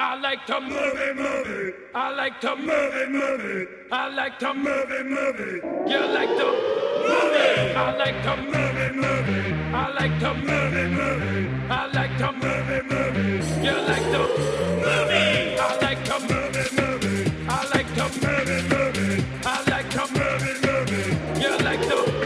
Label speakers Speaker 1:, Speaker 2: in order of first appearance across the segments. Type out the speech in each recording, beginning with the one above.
Speaker 1: I like to move it, move it. I like to move it, move it. I like to move it, move it. You like to move it. I like to move it, move it. I like to move it, move it. I like to move it, move it. You like to move it. I like to move it, move it. I like to move it, move it. I like to move it, move it. You like to move it.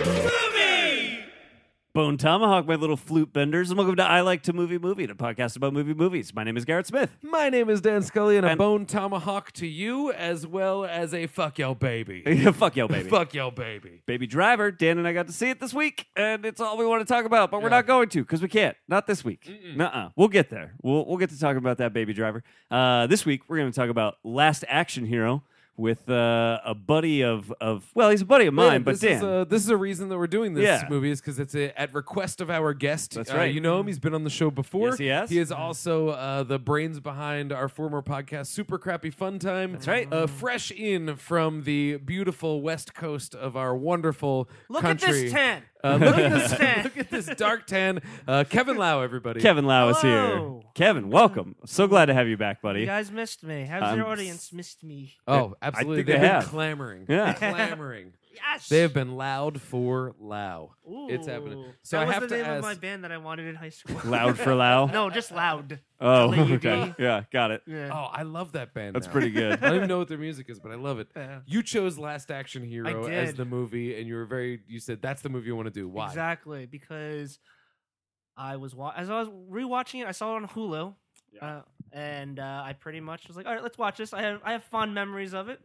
Speaker 2: Bone Tomahawk, my little flute benders, and welcome to I Like to Movie Movie, the podcast about movie movies. My name is Garrett Smith.
Speaker 3: My name is Dan Scully, and a
Speaker 2: And-
Speaker 3: bone tomahawk to you, as well as a fuck yo baby.
Speaker 2: Fuck yo, baby.
Speaker 3: fuck yo baby.
Speaker 2: Baby Driver. Dan and I got to see it this week, and it's all we want to talk about, but we're not going to because we can't. Not this week. Nuh-uh. We'll get there. We'll, we'll get to talking about that Baby Driver. Uh, this week, we're going to talk about Last Action Hero with uh, a buddy of, of, well, he's a buddy of mine,
Speaker 3: Yeah,
Speaker 2: but
Speaker 3: this
Speaker 2: Dan.
Speaker 3: Is uh, a, this is a reason that we're doing this
Speaker 2: Yeah.
Speaker 3: movie is because it's a, at request of our guest.
Speaker 2: That's
Speaker 3: Uh,
Speaker 2: right.
Speaker 3: you know him. He's been on the show before.
Speaker 2: Yes, he has.
Speaker 3: He is also uh, the brains behind our former podcast, Super Crappy Fun Time. That's
Speaker 2: right.
Speaker 3: Uh, fresh in from the beautiful west coast of our wonderful
Speaker 4: Look
Speaker 3: country.
Speaker 4: at this tan.
Speaker 3: Uh,
Speaker 4: look at this tan.
Speaker 3: look at this dark tan. Uh, Kevin Lau, everybody.
Speaker 2: Kevin Lau is here.
Speaker 4: Hello.
Speaker 2: Kevin, welcome. So glad to have you back, buddy.
Speaker 4: You guys missed me. How's
Speaker 2: I'm-
Speaker 4: your audience missed me?
Speaker 3: Oh, absolutely.
Speaker 2: think
Speaker 3: They've
Speaker 2: they
Speaker 3: been
Speaker 2: have.
Speaker 3: clamoring.
Speaker 2: Yeah.
Speaker 3: clamoring.
Speaker 4: Yes.
Speaker 3: They have been loud for loud.
Speaker 4: Ooh.
Speaker 3: It's happening. So
Speaker 4: that
Speaker 3: I
Speaker 4: was
Speaker 3: have
Speaker 4: the
Speaker 3: to
Speaker 4: name
Speaker 3: ask.
Speaker 4: of my band that I wanted in high school.
Speaker 2: Loud for Lau.
Speaker 4: no, just loud.
Speaker 2: Oh,
Speaker 4: L-A-U-D.
Speaker 2: okay. Yeah, got it.
Speaker 4: Yeah.
Speaker 3: Oh, I love that band.
Speaker 2: That's
Speaker 3: now.
Speaker 2: pretty good.
Speaker 3: I don't even know what their music is, but I love it.
Speaker 4: Yeah.
Speaker 3: You chose Last Action Hero
Speaker 4: I
Speaker 3: as
Speaker 4: did.
Speaker 3: the movie, and you were very. You said that's the movie you want to do. Why?
Speaker 4: Exactly because I was wa- as I was rewatching it. I saw it on Hulu, uh, and uh, I pretty much was like, "All right, let's watch this." I have I have fond memories of it,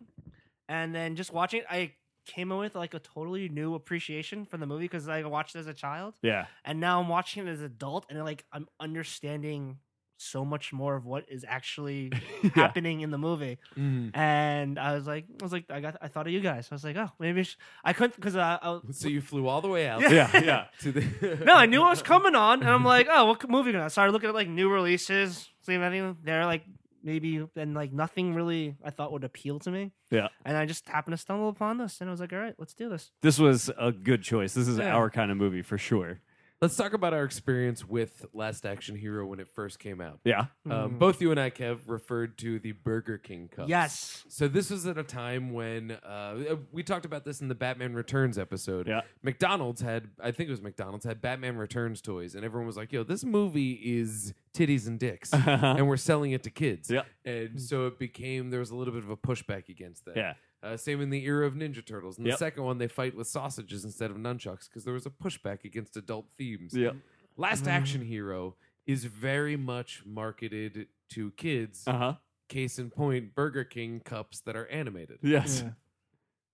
Speaker 4: and then just watching it, I came with like a totally new appreciation for the movie because I watched it as a child,
Speaker 2: Yeah.
Speaker 4: and now I'm watching it as an adult, and like I'm understanding so much more of what is actually happening in the movie
Speaker 3: Mm.
Speaker 4: and i was like i was like i got i thought of you guys i was like oh maybe I, should- I couldn't because uh, I,
Speaker 3: So you flew all the way out
Speaker 2: Yeah, yeah.
Speaker 3: to the.
Speaker 4: no, I knew what was coming on, and I'm like, oh, what movie? Gonna? I started looking at like new releases, seeing if anything there, like maybe, and like nothing really I thought would appeal to me.
Speaker 2: Yeah.
Speaker 4: And I just happened to stumble upon this, and I was like, all right, let's do this.
Speaker 2: This was a good choice. This is
Speaker 3: Yeah.
Speaker 2: our kind of movie for sure.
Speaker 3: Let's talk about our experience with Last Action Hero when it first came out.
Speaker 2: Yeah.
Speaker 3: Um, both you and I, Kev, referred to the Burger King cups.
Speaker 4: Yes.
Speaker 3: So this was at a time when uh, we talked about this in the Batman Returns episode.
Speaker 2: Yeah.
Speaker 3: McDonald's had, I think it was McDonald's had Batman Returns toys, and everyone was like, "Yo, this movie is titties and dicks, and we're selling it to kids."
Speaker 2: Yeah.
Speaker 3: And so it became there was a little bit of a pushback against that.
Speaker 2: Yeah.
Speaker 3: Uh, same in the era of Ninja Turtles. In the
Speaker 2: Yep.
Speaker 3: second one, they fight with sausages instead of nunchucks because there was a pushback against adult themes.
Speaker 2: Yep.
Speaker 3: Last Action Hero is very much marketed to kids
Speaker 2: Uh huh.
Speaker 3: case in point Burger King cups that are animated.
Speaker 2: Yes.
Speaker 4: Yeah.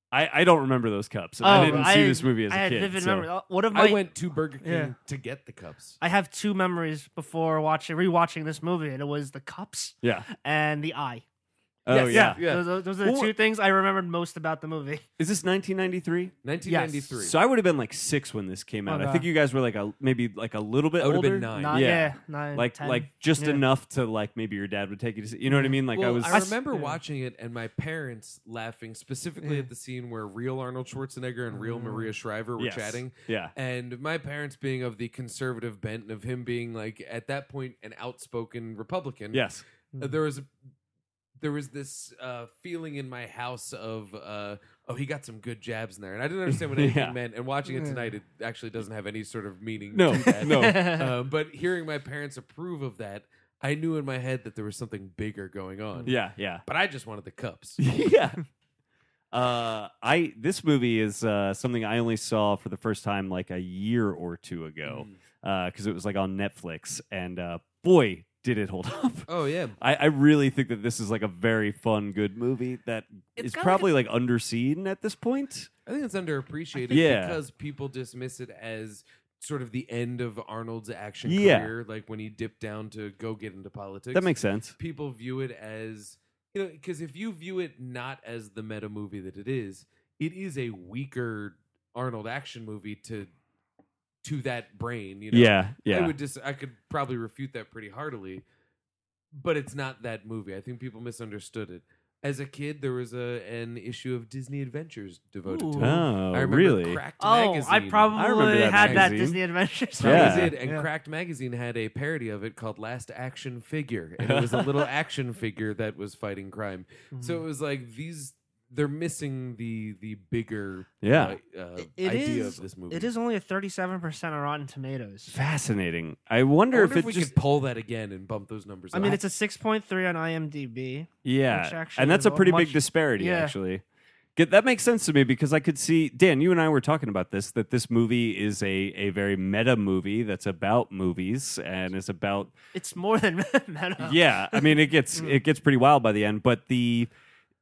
Speaker 2: I, I don't remember those cups. and I didn't see this movie as
Speaker 4: Oh, I
Speaker 2: a
Speaker 4: had
Speaker 2: kid.
Speaker 4: vivid
Speaker 2: so-
Speaker 4: memories. Uh, One of my
Speaker 3: I went to Burger King
Speaker 4: Yeah.
Speaker 3: to get the cups.
Speaker 4: I have two memories before watching rewatching this movie, and it was the cups
Speaker 2: Yeah.
Speaker 4: and the eye.
Speaker 2: Oh
Speaker 3: Yes.
Speaker 2: yeah.
Speaker 3: Yeah.
Speaker 4: Those, are- those are the
Speaker 2: Well,
Speaker 4: two things I remembered most about the movie.
Speaker 2: Is this 1993?
Speaker 3: 1993.
Speaker 2: So I would have been like six when this came out. I
Speaker 4: Okay.
Speaker 2: think you guys were like a maybe like a little bit
Speaker 3: I would have
Speaker 2: older.
Speaker 3: been nine.
Speaker 4: Not,
Speaker 2: Yeah.
Speaker 4: yeah. nine,
Speaker 2: Like
Speaker 4: 10.
Speaker 2: like just
Speaker 4: Yeah.
Speaker 2: enough to like maybe your dad would take you to see. You know what I mean? Like
Speaker 3: Well,
Speaker 2: I was.
Speaker 3: remember
Speaker 4: yeah.
Speaker 3: watching it and my parents laughing specifically at the scene where real Arnold Schwarzenegger and real
Speaker 4: Mm.
Speaker 3: Maria Shriver were
Speaker 2: Yes.
Speaker 3: chatting.
Speaker 2: Yeah.
Speaker 3: And my parents being of the conservative bent and of him being like at that point an outspoken Republican.
Speaker 2: Yes.
Speaker 3: Uh, there was there was this uh, feeling in my house of uh, oh he got some good jabs in there and I didn't understand what anything
Speaker 2: Yeah.
Speaker 3: meant and watching it tonight it actually doesn't have any sort of meaning
Speaker 2: No,
Speaker 3: to that.
Speaker 2: no.
Speaker 3: Uh, but hearing my parents approve of that I knew in my head that there was something bigger going on
Speaker 2: Yeah. Yeah.
Speaker 3: but I just wanted the cups
Speaker 2: yeah. Uh, I this movie is uh, something I only saw for the first time like a year or two ago
Speaker 3: Mm-hmm.
Speaker 2: because it was like on Netflix, and uh, boy, did it hold up!
Speaker 3: oh yeah
Speaker 2: I, I really think that this is like a very fun, good movie that
Speaker 4: It's
Speaker 2: is
Speaker 4: got, like,
Speaker 2: probably like, underseen at this point.
Speaker 3: I think it's underappreciated
Speaker 2: Yeah.
Speaker 3: because people dismiss it as sort of the end of Arnold's action
Speaker 2: Yeah.
Speaker 3: career like when he dipped down to go get into politics
Speaker 2: That makes sense.
Speaker 3: people view it as you know because if you view it not as the meta movie that it is it is a weaker arnold action movie to to that brain you know
Speaker 2: yeah, yeah.
Speaker 3: i would just i could probably refute that pretty heartily but it's not that movie i think people misunderstood it as a kid, there was a an issue of Disney Adventures devoted to
Speaker 4: Ooh.
Speaker 3: it.
Speaker 2: Oh,
Speaker 3: I remember
Speaker 2: really?
Speaker 3: Cracked
Speaker 4: Oh,
Speaker 3: magazine.
Speaker 4: I probably
Speaker 2: I remember that
Speaker 4: had that
Speaker 2: magazine.
Speaker 4: Disney Adventures.
Speaker 3: Probably
Speaker 2: Yeah.
Speaker 3: did. And
Speaker 4: Yeah.
Speaker 3: Cracked Magazine had a parody of it called Last Action Figure. And it was a little action figure that was fighting crime.
Speaker 4: Mm-hmm.
Speaker 3: So it was like these they're missing the the bigger
Speaker 2: Yeah.
Speaker 3: uh, uh,
Speaker 4: It- it
Speaker 3: idea
Speaker 4: is-
Speaker 3: of this movie.
Speaker 4: It is only a 37% on Rotten Tomatoes.
Speaker 2: Fascinating. I
Speaker 3: I
Speaker 2: wonder
Speaker 3: wonder
Speaker 2: if
Speaker 3: if,
Speaker 2: it
Speaker 3: we
Speaker 2: just
Speaker 3: could pull that again and bump those numbers
Speaker 4: I
Speaker 3: up.
Speaker 4: mean, it's a 6.3 on IMDb. which
Speaker 2: yeah,
Speaker 4: actually
Speaker 2: and that's
Speaker 4: is
Speaker 2: a
Speaker 4: a
Speaker 2: pretty big
Speaker 4: much-
Speaker 2: disparity
Speaker 4: yeah.
Speaker 2: actually. Get, that makes sense to me because I could see Dan. You and I were talking about this that this movie is a a very meta movie that's about movies and is about
Speaker 4: It's more than meta.
Speaker 2: yeah i mean it gets
Speaker 4: Mm.
Speaker 2: it gets pretty wild by the end but the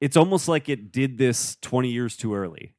Speaker 2: it's almost like it did this 20 years too early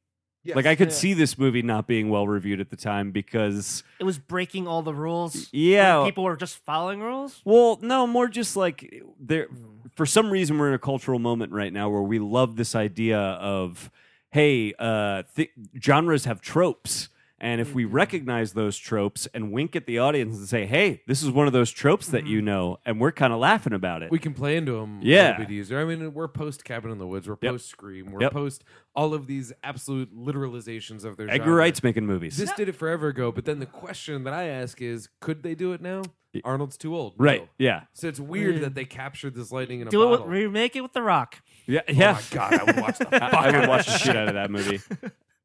Speaker 3: Yes.
Speaker 2: like i could
Speaker 4: Yeah.
Speaker 2: see this movie not being well reviewed at the time because
Speaker 4: It was breaking all the rules.
Speaker 2: yeah
Speaker 4: People were just following rules.
Speaker 2: well no more just like there for some reason we're in a cultural moment right now where we love this idea of hey uh th- genres have tropes and if we recognize those tropes and wink at the audience and say hey this is one of those tropes that you know and we're kind of laughing about it
Speaker 3: we can play into them a
Speaker 2: Yeah.
Speaker 3: little bit easier. I mean, we're post Cabin in the Woods, we're
Speaker 2: Yep.
Speaker 3: post Scream, we're
Speaker 2: Yep.
Speaker 3: post all of these absolute literalizations of their
Speaker 2: edgar
Speaker 3: genre.
Speaker 2: wright's making movies
Speaker 3: This did it forever ago, but then the question that I ask is, could they do it now? Arnold's too old.
Speaker 2: right
Speaker 3: No.
Speaker 2: yeah
Speaker 3: So it's weird that they captured this lightning in a
Speaker 4: Do it, with,
Speaker 3: bottle.
Speaker 4: remake it with The Rock.
Speaker 2: Yeah, yeah.
Speaker 3: Oh my god, I would watch the
Speaker 2: I would watch the shit out of that movie,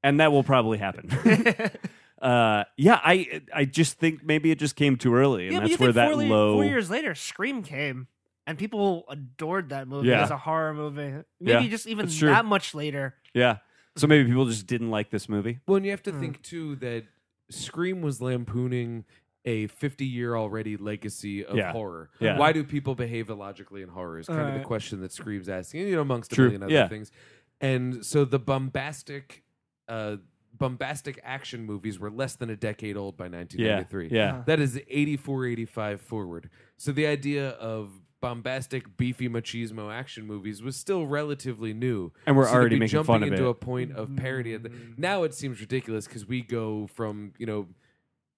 Speaker 2: and that will probably happen. uh, yeah, I I just think maybe it just came too early, and
Speaker 4: yeah, but you
Speaker 2: that's where
Speaker 4: think
Speaker 2: that
Speaker 4: four, le-
Speaker 2: low.
Speaker 4: four years later, Scream came, and people adored that movie
Speaker 2: Yeah.
Speaker 4: as a horror movie.
Speaker 2: Yeah,
Speaker 4: Maybe just even
Speaker 2: that's true.
Speaker 4: that much later.
Speaker 2: Yeah, so maybe people just didn't like this movie.
Speaker 3: Well, and you have to
Speaker 4: Hmm.
Speaker 3: think too that Scream was lampooning a 50 year already legacy of
Speaker 2: Yeah.
Speaker 3: horror.
Speaker 2: Yeah.
Speaker 3: Why do people behave illogically in horror is kind of the
Speaker 4: Right.
Speaker 3: question that Scream's asking, you know, amongst
Speaker 2: True.
Speaker 3: a million other
Speaker 2: Yeah.
Speaker 3: things. And so the bombastic uh bombastic action movies were less than a decade old by
Speaker 2: Yeah,
Speaker 3: 1993.
Speaker 2: yeah,
Speaker 3: That is 84 85 forward. So the idea of bombastic beefy machismo action movies was still relatively new.
Speaker 2: And we're
Speaker 3: So to
Speaker 2: already
Speaker 3: be
Speaker 2: making
Speaker 3: jumping
Speaker 2: fun of
Speaker 3: into
Speaker 2: it.
Speaker 3: a point of parody. At the, now it seems ridiculous cuz we go from, you know,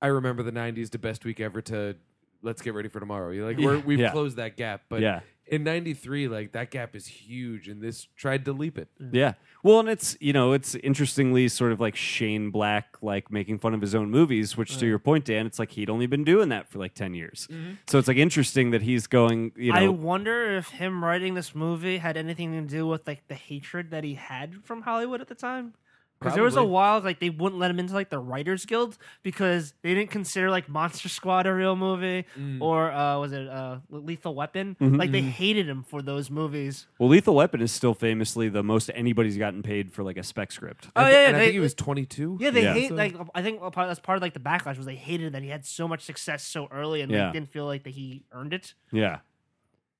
Speaker 3: I remember the 90s to best week ever to let's get ready for tomorrow. You're like we're, we've
Speaker 2: Yeah.
Speaker 3: closed that gap, but
Speaker 2: Yeah.
Speaker 3: in 93 like that gap is huge and this tried to leap
Speaker 4: Oh,
Speaker 3: it.
Speaker 2: yeah. Well, and it's you know it's interestingly sort of like Shane Black like making fun of his own movies, which to your point, Dan, it's like he'd only been doing that for like ten years. So it's like interesting that he's going. You know,
Speaker 4: I wonder if him writing this movie had anything to do with like the hatred that he had from Hollywood at the time. Because there was a
Speaker 3: Probably.
Speaker 4: while like they wouldn't let him into like the Writers Guild because they didn't consider like Monster Squad a real movie
Speaker 2: Mm.
Speaker 4: or uh, was it uh, Lethal Weapon?
Speaker 2: Mm-hmm,
Speaker 4: Like they hated him for those movies.
Speaker 2: well, Lethal Weapon is still famously the most anybody's gotten paid for like a spec script.
Speaker 4: Oh
Speaker 3: I thi-
Speaker 4: yeah,
Speaker 3: and I
Speaker 4: they-
Speaker 3: think he was 22.
Speaker 4: Yeah, they
Speaker 2: Yeah.
Speaker 4: hate
Speaker 3: So-
Speaker 4: like I think a part- that's part of like the backlash was they hated that he had so much success so early and
Speaker 2: Yeah.
Speaker 4: they didn't feel like that he earned it.
Speaker 2: Yeah. I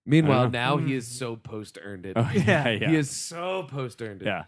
Speaker 3: Meanwhile,
Speaker 2: don't
Speaker 3: now
Speaker 4: Mm.
Speaker 3: he is so post earned it.
Speaker 2: Oh, yeah. yeah.
Speaker 3: He is so post earned it.
Speaker 2: Yeah.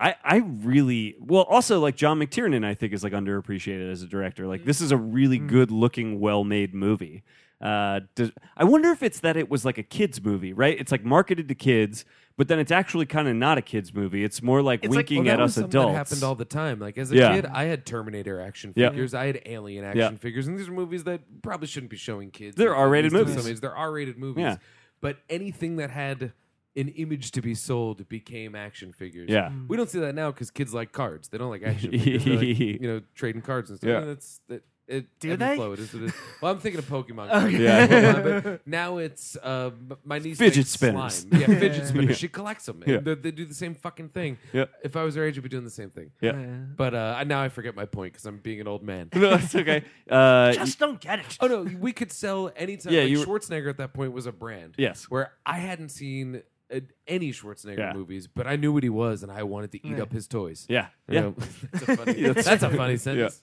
Speaker 2: I, I really well also like John McTiernan I think is like underappreciated as a director. Like this is a really
Speaker 3: Mm.
Speaker 2: good looking, well made movie. Uh, does, I wonder if it's that it was like a kids movie, right? It's like marketed to kids, but then it's actually kind of not a kids movie. It's more like
Speaker 4: It's like-
Speaker 2: winking
Speaker 3: Well,
Speaker 2: at
Speaker 3: that was
Speaker 2: us
Speaker 3: something that
Speaker 2: adults.
Speaker 3: happened all the time. Like as a
Speaker 2: Yeah.
Speaker 3: kid, I had Terminator action
Speaker 2: Yeah.
Speaker 3: figures. I had Alien action
Speaker 2: Yeah.
Speaker 3: figures, and these are movies that probably shouldn't be showing kids.
Speaker 2: They're
Speaker 3: at
Speaker 2: R-rated
Speaker 3: least in
Speaker 2: movies.
Speaker 3: Some ways. They're R-rated movies.
Speaker 2: Yeah.
Speaker 3: But anything that had an image to be sold became action figures.
Speaker 2: Yeah.
Speaker 3: we don't see that now because kids like cards. They don't like action figures. They're like, you know, trading cards and stuff.
Speaker 2: Yeah.
Speaker 3: And that's that. It,
Speaker 4: Do
Speaker 3: ebb and
Speaker 4: they?
Speaker 3: Flow. It is what it is. Well, I'm thinking of Pokemon. cards.
Speaker 2: Yeah.
Speaker 3: But now it's uh, m- my niece
Speaker 2: Fidget
Speaker 3: makes
Speaker 2: spinners.
Speaker 3: Slime. Yeah, fidget spinners.
Speaker 2: Yeah.
Speaker 3: She collects them.
Speaker 2: Yeah.
Speaker 3: They, they do the same fucking thing.
Speaker 2: Yeah.
Speaker 3: If I was her age, I'd be doing the same thing.
Speaker 2: Yeah.
Speaker 3: But uh, I- now I forget my point because I'm being an old man.
Speaker 2: no, it's okay. Uh,
Speaker 4: Just don't get it.
Speaker 3: Oh no, we could sell anytime.
Speaker 2: Yeah,
Speaker 3: like
Speaker 2: you were-
Speaker 3: Schwarzenegger at that point was a brand.
Speaker 2: Yes.
Speaker 3: where I hadn't seen uh, any Schwarzenegger
Speaker 2: Yeah.
Speaker 3: movies, but I knew what he was, and I wanted to eat
Speaker 4: Yeah.
Speaker 3: up his toys.
Speaker 2: yeah.
Speaker 3: You
Speaker 2: Yeah.
Speaker 3: know, that's a funny,
Speaker 2: That's
Speaker 3: that's, a funny sentence.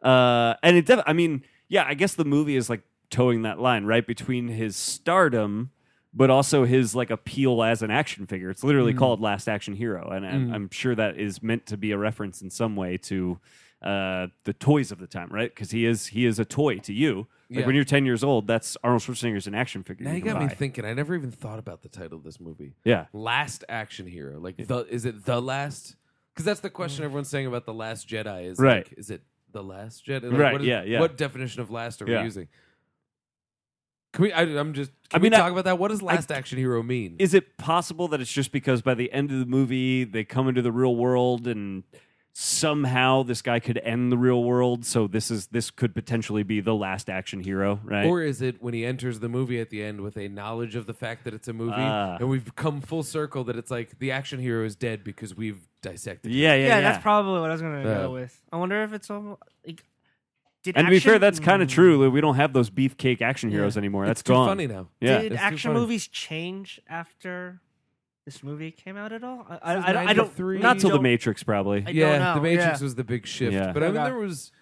Speaker 2: Uh, and it, def- I mean, yeah, I guess the movie is like towing that line right between his stardom, but also his like appeal as an action figure. It's
Speaker 3: Mm.
Speaker 2: literally called Last Action Hero, and, and I'm sure that is meant to be a reference in some way to uh, the toys of the time, right? Because he is he is a toy to you. Like
Speaker 3: Yeah.
Speaker 2: when you're 10 years old, that's Arnold Schwarzenegger's an action figure.
Speaker 3: Now
Speaker 2: you
Speaker 3: you
Speaker 2: can
Speaker 3: got me
Speaker 2: buy.
Speaker 3: thinking. I never even thought about the title of this movie.
Speaker 2: Yeah.
Speaker 3: Last Action Hero. Like, the, is it the last? Because that's the question everyone's saying about the Last Jedi. Is
Speaker 2: Mm. Right.
Speaker 3: Like, is it the Last Jedi? Like,
Speaker 2: Right,
Speaker 3: what is-
Speaker 2: yeah, yeah.
Speaker 3: What definition of last are we
Speaker 2: Yeah.
Speaker 3: using? Can we? I, I'm just. Can
Speaker 2: I mean,
Speaker 3: we
Speaker 2: I-
Speaker 3: talk about that? What does Last Action Hero mean?
Speaker 2: Is it possible that it's just because by the end of the movie they come into the real world and somehow this guy could end the real world? So this is this could potentially be the last action hero, right?
Speaker 3: Or is it when he enters the movie at the end with a knowledge of the fact that it's a movie,
Speaker 2: Ah.
Speaker 3: and we've come full circle that it's like the action hero is dead because we've dissected.
Speaker 2: yeah, yeah, yeah.
Speaker 4: yeah, that's probably what I was gonna
Speaker 3: Yeah.
Speaker 4: go with. I wonder if it's all like. Did
Speaker 2: and to be fair,
Speaker 4: action-
Speaker 2: that's kind of
Speaker 4: Mm.
Speaker 2: true. Like, We don't have those beefcake action heroes
Speaker 4: Yeah.
Speaker 2: anymore.
Speaker 3: It's
Speaker 2: That's
Speaker 3: too
Speaker 2: gone.
Speaker 3: funny now.
Speaker 2: Yeah.
Speaker 4: Did
Speaker 3: It's too
Speaker 4: action
Speaker 3: funny.
Speaker 4: movies change after this movie came out at all? I, I, I, I don't.
Speaker 3: 93.
Speaker 2: Not till the
Speaker 4: don't-
Speaker 2: Matrix, probably.
Speaker 4: I don't
Speaker 3: yeah,
Speaker 4: know,
Speaker 3: the Matrix
Speaker 4: yeah.
Speaker 3: was the big shift,
Speaker 2: Yeah.
Speaker 3: but I mean
Speaker 4: Okay.
Speaker 3: there was.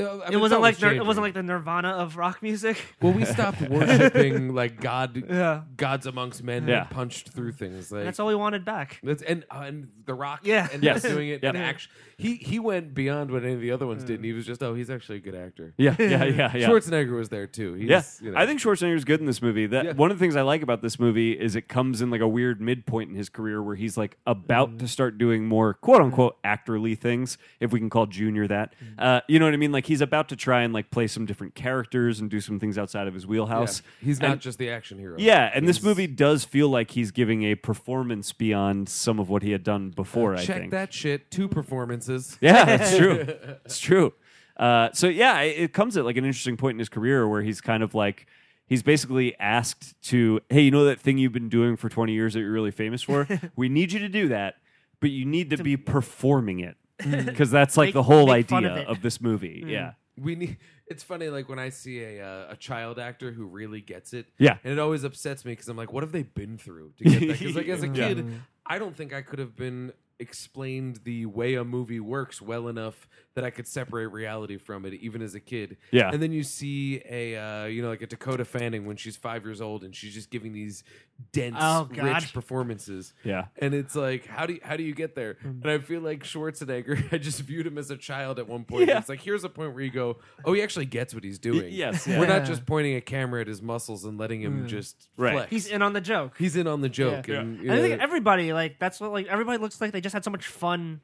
Speaker 3: uh, I mean, it's
Speaker 4: it wasn't
Speaker 3: always
Speaker 4: like nir- it
Speaker 3: changing.
Speaker 4: wasn't like the Nirvana of rock music.
Speaker 3: well, we stopped worshiping like God,
Speaker 4: Yeah,
Speaker 3: gods amongst men,
Speaker 2: Yeah.
Speaker 3: and punched through things. Like
Speaker 4: that's all we wanted back.
Speaker 3: That's and uh, and The Rock.
Speaker 4: Yeah.
Speaker 3: and yes.
Speaker 2: Yes.
Speaker 3: doing it.
Speaker 2: Yep.
Speaker 3: And action. He he went beyond what any of the other ones did. And he was just oh, he's actually a good actor.
Speaker 2: Mm. Yeah, yeah, yeah, yeah.
Speaker 3: Schwarzenegger was there too. He's,
Speaker 2: Yeah,
Speaker 3: you know,
Speaker 2: I think Schwarzenegger's good in this movie. That
Speaker 3: Yeah.
Speaker 2: one of the things I like about this movie is it comes in like a weird midpoint in his career where he's like about to start doing more quote unquote
Speaker 3: Mm-hmm.
Speaker 2: actorly things, if we can call Junior that. Uh, you know what I mean? Like he's about to try and like play some different characters and do some things outside of his
Speaker 3: yeah.
Speaker 2: wheelhouse.
Speaker 3: he's not
Speaker 2: And-
Speaker 3: just the action hero.
Speaker 2: Yeah, and this
Speaker 3: He's-
Speaker 2: movie does feel like he's giving a performance beyond some of what he had done before. I
Speaker 3: Uh, Check
Speaker 2: think.
Speaker 3: that shit. Two performances.
Speaker 2: Yeah, it's true. it's true. Uh, so yeah, it, it comes at like an interesting point in his career where he's kind of like he's basically asked to, hey, you know that thing you've been doing for 20 years that you're really famous for? we need you to do that, but you need to be performing it because that's like
Speaker 4: Make-
Speaker 2: the whole
Speaker 4: make
Speaker 2: idea
Speaker 4: fun of
Speaker 2: of,
Speaker 4: it. Mm.
Speaker 2: this movie. Yeah.
Speaker 3: We need. It's funny, like when I see a uh, a child actor who really gets it.
Speaker 2: Yeah.
Speaker 3: and it always upsets me because I'm like, what have they been through to get that? Because like as a
Speaker 2: Yeah.
Speaker 3: kid, I don't think I could have been explained the way a movie works well enough that I could separate reality from it, even as a kid.
Speaker 2: Yeah.
Speaker 3: and then you see a uh, you know like a Dakota Fanning when she's five years old and she's just giving these dense,
Speaker 4: Oh, God.
Speaker 3: rich performances.
Speaker 2: Yeah.
Speaker 3: And it's like, how do you, how do you get there?
Speaker 4: Mm.
Speaker 3: And I feel like Schwarzenegger. I just viewed him as a child at one point.
Speaker 2: Yeah.
Speaker 3: It's like here's a point where you go, oh, he actually gets what he's doing.
Speaker 2: yes,
Speaker 3: we're
Speaker 4: yeah. Mm.
Speaker 3: not just pointing a camera at his muscles and letting him just
Speaker 2: Right.
Speaker 3: flex.
Speaker 4: He's in on the joke.
Speaker 3: He's in on the joke.
Speaker 4: Yeah.
Speaker 3: And,
Speaker 4: I
Speaker 3: uh,
Speaker 4: think everybody like that's what like everybody looks like they just had so much fun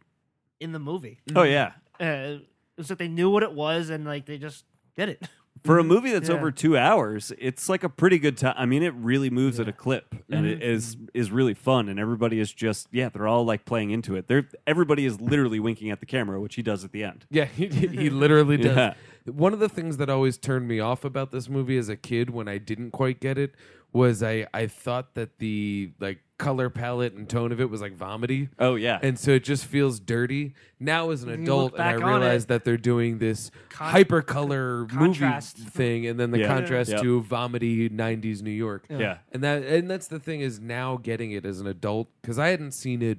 Speaker 4: in the movie.
Speaker 2: Oh yeah.
Speaker 4: Uh, it was that they knew what it was and like they just did it.
Speaker 2: For a movie that's
Speaker 4: Yeah.
Speaker 2: over two hours, it's like a pretty good time. I mean, it really moves at a clip, and it is is really fun. And everybody is just yeah, they're all like playing into it. They're everybody is literally winking at the camera, which he does at the end.
Speaker 3: Yeah, he, he literally does.
Speaker 2: Yeah.
Speaker 3: One of the things that always turned me off about this movie as a kid when I didn't quite get it was I, I thought that the like color palette and tone of it was like vomity.
Speaker 2: Oh yeah,
Speaker 3: And so it just feels dirty. Now as an
Speaker 4: You
Speaker 3: adult
Speaker 4: look
Speaker 3: and I
Speaker 4: back on
Speaker 3: realize
Speaker 4: it.
Speaker 3: that they're doing this
Speaker 4: Con-
Speaker 3: hyper color movie
Speaker 4: Contrast.
Speaker 3: thing and then the
Speaker 2: Yeah.
Speaker 3: contrast
Speaker 2: Yeah.
Speaker 3: to vomity 90s New York.
Speaker 2: yeah,
Speaker 3: And that and that's the thing is now getting it as an adult because I hadn't seen it.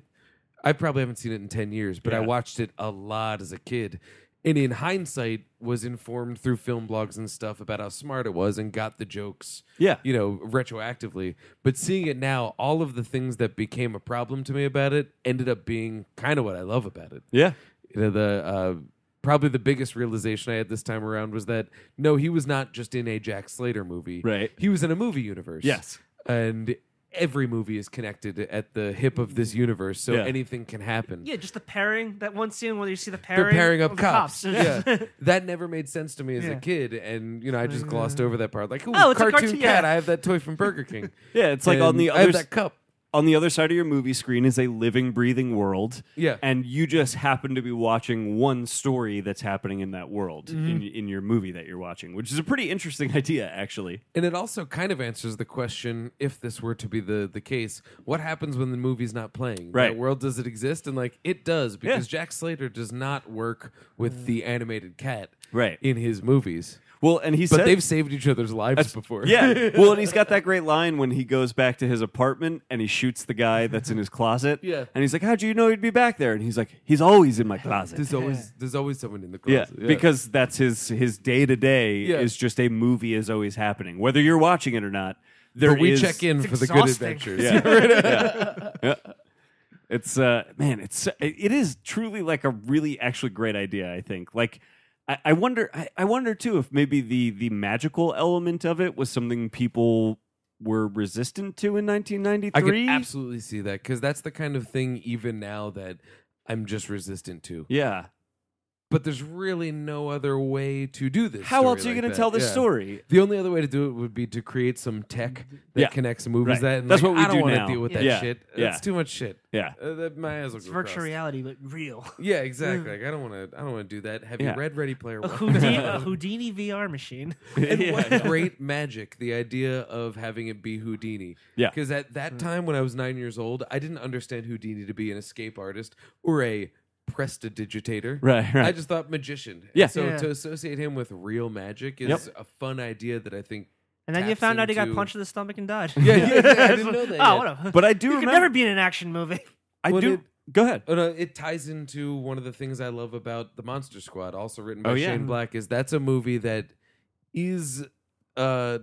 Speaker 3: I probably haven't seen it in ten years, but I
Speaker 2: Yeah.
Speaker 3: watched it a lot as a kid, and in hindsight, was informed through film blogs and stuff about how smart it was and got the jokes.
Speaker 2: Yeah.
Speaker 3: you know, retroactively. But seeing it now, all of the things that became a problem to me about it ended up being kind of what I love about it
Speaker 2: yeah,
Speaker 3: you know the uh, probably the biggest realization I had this time around was that no, he was not just in a Jack Slater movie.
Speaker 2: Right.
Speaker 3: He was in a movie universe.
Speaker 2: Yes.
Speaker 3: and every movie is connected at the hip of this universe, so
Speaker 2: Yeah.
Speaker 3: anything can happen.
Speaker 4: Yeah, just the pairing. That one scene where you see the pairing.
Speaker 3: They're pairing up
Speaker 4: of the
Speaker 3: cops. Yeah.
Speaker 4: It's
Speaker 3: that never made sense to me as a
Speaker 4: Yeah.
Speaker 3: kid, and you know I just glossed over that part. Like, Ooh,
Speaker 4: Oh, it's a
Speaker 3: cartoon,
Speaker 4: cartoon-
Speaker 3: cat!
Speaker 4: yeah.
Speaker 3: I have that toy from Burger King.
Speaker 2: yeah. It's like on
Speaker 3: And
Speaker 2: the
Speaker 3: I have
Speaker 2: other s-
Speaker 3: that cup.
Speaker 2: on the other side of your movie screen is a living, breathing world.
Speaker 3: Yeah.
Speaker 2: and you just happen to be watching one story that's happening in that world in, in your movie that you're watching, which is a pretty interesting idea, actually.
Speaker 3: And it also kind of answers the question: if this were to be the the case, what happens when the movie's not playing?
Speaker 2: Right.
Speaker 3: That world does it exist? And like it does because Jack Slater does not work with the animated cat,
Speaker 2: Right.
Speaker 3: in his movies.
Speaker 2: Well, and he
Speaker 3: But
Speaker 2: said
Speaker 3: they've saved each other's lives before.
Speaker 2: Yeah. Well, and he's got that great line when he goes back to his apartment and he shoots the guy that's in his closet.
Speaker 3: Yeah.
Speaker 2: And he's like, "How'd you know he'd be back there?" And he's like, "He's always in my closet."
Speaker 3: there's always there's always someone in the
Speaker 2: Yeah,
Speaker 3: closet.
Speaker 2: because that's his his day to day
Speaker 3: Yeah.
Speaker 2: is just a movie is always happening, whether you're watching it or not. There
Speaker 3: But we
Speaker 2: is-
Speaker 3: check in
Speaker 4: It's
Speaker 3: for the good
Speaker 4: exhausting.
Speaker 3: adventures.
Speaker 2: Yeah. Yeah. Yeah. It's uh man, it's it is truly like a really actually great idea, I think. Like I, I wonder I, I wonder too if maybe the the magical element of it was something people were resistant to in
Speaker 3: I
Speaker 2: 1993.
Speaker 3: can absolutely see that because that's the kind of thing even now that I'm just resistant to.
Speaker 2: yeah.
Speaker 3: but there's really no other way to do this.
Speaker 2: How
Speaker 3: story
Speaker 2: else are you
Speaker 3: like
Speaker 2: going to
Speaker 3: that.
Speaker 2: tell this
Speaker 3: Yeah.
Speaker 2: story?
Speaker 3: The only other way to do it would be to create some tech that
Speaker 2: Yeah.
Speaker 3: connects movies.
Speaker 2: Right.
Speaker 3: That and
Speaker 2: That's
Speaker 3: like,
Speaker 2: what we
Speaker 3: I don't
Speaker 2: do
Speaker 3: wanna
Speaker 2: now.
Speaker 3: deal with
Speaker 4: Yeah.
Speaker 3: that
Speaker 2: Yeah.
Speaker 3: shit.
Speaker 2: Yeah.
Speaker 3: It's too much shit.
Speaker 2: Yeah.
Speaker 3: Uh, that my eyes will
Speaker 4: It's
Speaker 3: go
Speaker 4: virtual
Speaker 3: crossed.
Speaker 4: reality, but real.
Speaker 3: Yeah, exactly. Like I don't want to. I don't want to do that. Have
Speaker 2: Yeah.
Speaker 3: you read Ready Player
Speaker 4: A
Speaker 3: One?
Speaker 4: Houdini, a Houdini VR machine.
Speaker 3: and
Speaker 2: Yeah.
Speaker 3: what great magic the idea of having it be Houdini.
Speaker 2: Yeah.
Speaker 3: Because at
Speaker 4: Hmm.
Speaker 3: that time when I was nine years old, I didn't understand Houdini to be an escape artist or a prestidigitator.
Speaker 2: Right, right.
Speaker 3: I just thought magician. And
Speaker 2: Yeah.
Speaker 3: So
Speaker 4: Yeah.
Speaker 3: to associate him with real magic is
Speaker 2: Yep.
Speaker 3: a fun idea that I think.
Speaker 4: And then you
Speaker 3: Taps
Speaker 4: found out he got
Speaker 3: into-
Speaker 4: punched in the stomach and died.
Speaker 3: Yeah, yeah, yeah, I didn't know that
Speaker 4: Oh,
Speaker 3: yet.
Speaker 4: what a.
Speaker 2: But I do
Speaker 4: you could
Speaker 2: remember.
Speaker 4: never be in an action movie.
Speaker 2: I
Speaker 3: Well,
Speaker 2: do. go ahead.
Speaker 3: Oh, no, it ties into one of the things I love about the Monster Squad, also written by
Speaker 2: Oh, yeah.
Speaker 3: Shane Black, is that's a movie that is uh,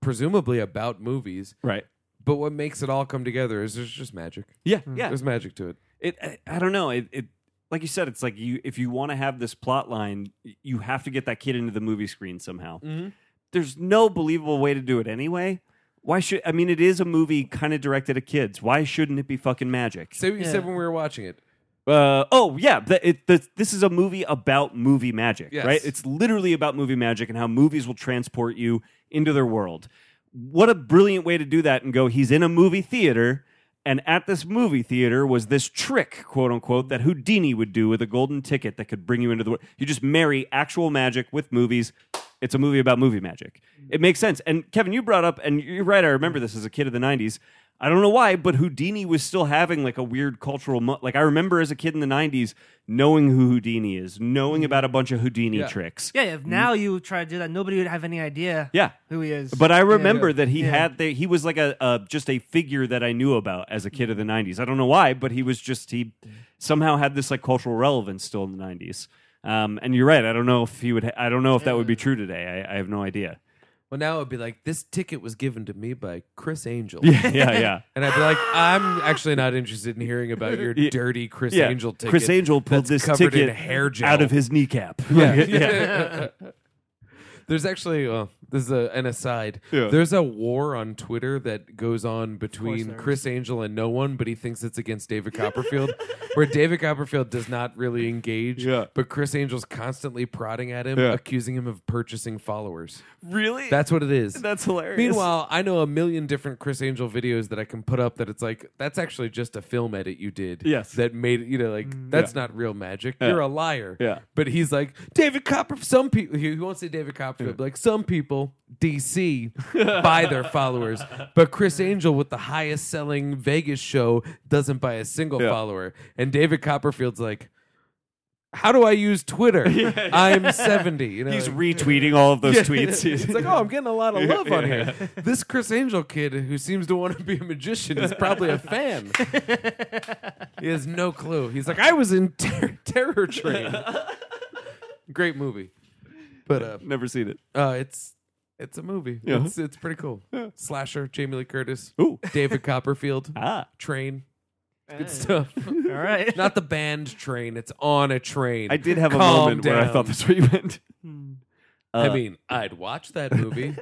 Speaker 3: presumably about movies,
Speaker 2: Right.
Speaker 3: but what makes it all come together is there's just magic.
Speaker 2: Yeah. Yeah.
Speaker 3: There's magic to it.
Speaker 2: it I, I don't know it, it like you said it's like you if you want to have this plot line y- you have to get that kid into the movie screen somehow
Speaker 3: Mhm.
Speaker 2: there's no believable way to do it anyway why should i mean it is a movie kind of directed at kids why shouldn't it be fucking magic
Speaker 3: Say what you
Speaker 4: Yeah.
Speaker 3: said when we were watching it.
Speaker 2: uh, oh yeah the, it, the, this is a movie about movie magic
Speaker 3: Yes.
Speaker 2: right it's literally about movie magic and how movies will transport you into their world what a brilliant way to do that and go he's in a movie theater and at this movie theater was this trick quote unquote that houdini would do with a golden ticket that could bring you into the world you just marry actual magic with movies it's a movie about movie magic it makes sense and kevin you brought up and you're right i remember this as a kid of the 90s I don't know why, but Houdini was still having like a weird cultural mo- like I remember as a kid in the 90s knowing who Houdini is, knowing about a bunch of Houdini
Speaker 3: Yeah.
Speaker 2: tricks.
Speaker 4: Yeah,
Speaker 3: Mm.
Speaker 4: if now you try to do that, nobody would have any idea
Speaker 2: Yeah.
Speaker 4: who he is.
Speaker 2: But I remember that he
Speaker 4: Yeah.
Speaker 2: had the, he was like a, a just a figure that I knew about as a kid of the 90s. I don't know why, but he was just he somehow had this like cultural relevance still in the 90s. Um, and you're right. I don't know if he would. Ha- I don't know if that would be true today. I, I have no idea.
Speaker 3: Well, now it'd be like this ticket was given to me by Chris Angel,
Speaker 2: Yeah, yeah, yeah.
Speaker 3: and I'd be like, I'm actually not interested in hearing about your
Speaker 2: Yeah.
Speaker 3: dirty Chris
Speaker 2: yeah.
Speaker 3: Angel ticket.
Speaker 2: Chris Angel pulled
Speaker 3: that's
Speaker 2: this
Speaker 3: covered
Speaker 2: ticket
Speaker 3: in hair gel.
Speaker 2: out of his kneecap.
Speaker 3: Yeah. There's actually uh, this is a, an aside.
Speaker 2: Yeah.
Speaker 3: There's a war on Twitter that goes on
Speaker 4: course
Speaker 3: between
Speaker 4: there is.
Speaker 3: Chris Angel and no one, but he thinks it's against David Copperfield, where David Copperfield does not really engage,
Speaker 2: Yeah.
Speaker 3: but Chris Angel's constantly prodding at him,
Speaker 2: Yeah.
Speaker 3: accusing him of purchasing followers.
Speaker 2: really?
Speaker 3: That's what it is.
Speaker 2: That's hilarious.
Speaker 3: Meanwhile, I know a million different Chris Angel videos that I can put up that it's like that's actually just a film edit you did.
Speaker 2: Yes. Mm,
Speaker 3: that made it. You know, like that's not real magic. You're a liar.
Speaker 2: Yeah.
Speaker 3: but he's like David Copper. Some people he he won't say David Copperfield, but like some people DC buy their followers, but Chris Angel with the highest selling Vegas show doesn't buy a single
Speaker 2: Yeah.
Speaker 3: follower, and David Copperfield's like. How do I use Twitter? I'm 70. You know,
Speaker 2: he's
Speaker 3: like-
Speaker 2: retweeting all of those
Speaker 3: uh, yeah.
Speaker 2: tweets.
Speaker 3: it's like, oh, I'm getting a lot of love on
Speaker 2: Yeah.
Speaker 3: here. This Chris Angel kid who seems to want to be a magician is probably a fan. he has no clue. He's like, I was in ter- Terror Train. Great movie, but uh,
Speaker 2: never seen it.
Speaker 3: uh, it's it's a movie.
Speaker 2: Yeah.
Speaker 3: It's it's pretty cool. Slasher, Jamie Lee Curtis,
Speaker 2: Ooh.
Speaker 3: David Copperfield,
Speaker 2: Ah.
Speaker 3: Train. It's
Speaker 4: Eh.
Speaker 3: good stuff.
Speaker 4: all right.
Speaker 3: Not the band Train. It's on a train.
Speaker 2: I did have a
Speaker 3: Calm
Speaker 2: moment where I
Speaker 3: down.
Speaker 2: thought that's what you meant.
Speaker 3: I
Speaker 2: Uh,
Speaker 3: mean, I'd watch that movie,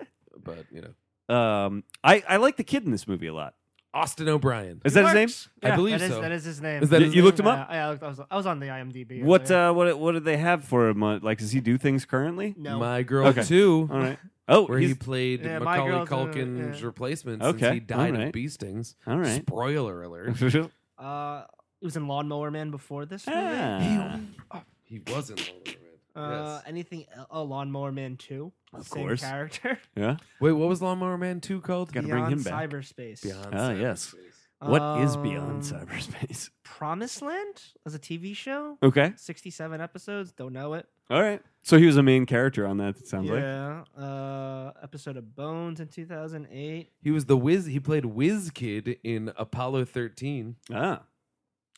Speaker 3: but you know,
Speaker 2: um, I, I like the kid in this movie a lot.
Speaker 3: Austin O'Brien.
Speaker 2: Is that his name?
Speaker 3: I believe
Speaker 4: that is-
Speaker 3: so.
Speaker 4: that is his name. uh,
Speaker 3: Is that
Speaker 2: You-
Speaker 3: his
Speaker 2: you
Speaker 3: name?
Speaker 2: looked him up?
Speaker 4: Yeah, I, looked- I was, I was on the IMDb.
Speaker 2: What
Speaker 4: earlier.
Speaker 2: uh, what what do they have for him? Uh, Like, does he do things currently?
Speaker 4: no.
Speaker 3: My Girl
Speaker 2: Okay.
Speaker 3: Two,
Speaker 2: All right. Oh,
Speaker 3: where he
Speaker 2: he's,
Speaker 3: played
Speaker 4: Yeah, My
Speaker 3: Macaulay
Speaker 4: Girl Too,
Speaker 3: Culkin's
Speaker 4: yeah.
Speaker 3: replacement since
Speaker 2: Okay,
Speaker 3: he died
Speaker 2: alright.
Speaker 3: of bee stings.
Speaker 2: all right.
Speaker 3: Spoiler alert.
Speaker 4: uh, he was in Lawnmower Man before this. Movie.
Speaker 2: Ah.
Speaker 3: he wasn't. Lola Red.
Speaker 4: Uh,
Speaker 3: Yes.
Speaker 4: anything? el- Oh, Lawnmower Man Two.
Speaker 2: Of
Speaker 4: Same
Speaker 2: course.
Speaker 4: character.
Speaker 2: Yeah.
Speaker 3: Wait, what was Lawnmower Man Two called?
Speaker 2: Gotta bring
Speaker 4: Beyond
Speaker 2: him back.
Speaker 4: cyberspace.
Speaker 3: Beyond.
Speaker 2: Ah,
Speaker 3: Cyberspace.
Speaker 2: yes. What is
Speaker 4: Um,
Speaker 2: beyond cyberspace?
Speaker 4: Promised Land as a TV show.
Speaker 2: Okay.
Speaker 4: Sixty-seven episodes. Don't know it.
Speaker 2: All right. So he was a main character on that. It sounds like.
Speaker 4: yeah. Uh, episode of Bones in two thousand eight.
Speaker 3: He was the Wiz. He played Wiz Kid in Apollo 13.
Speaker 2: Ah.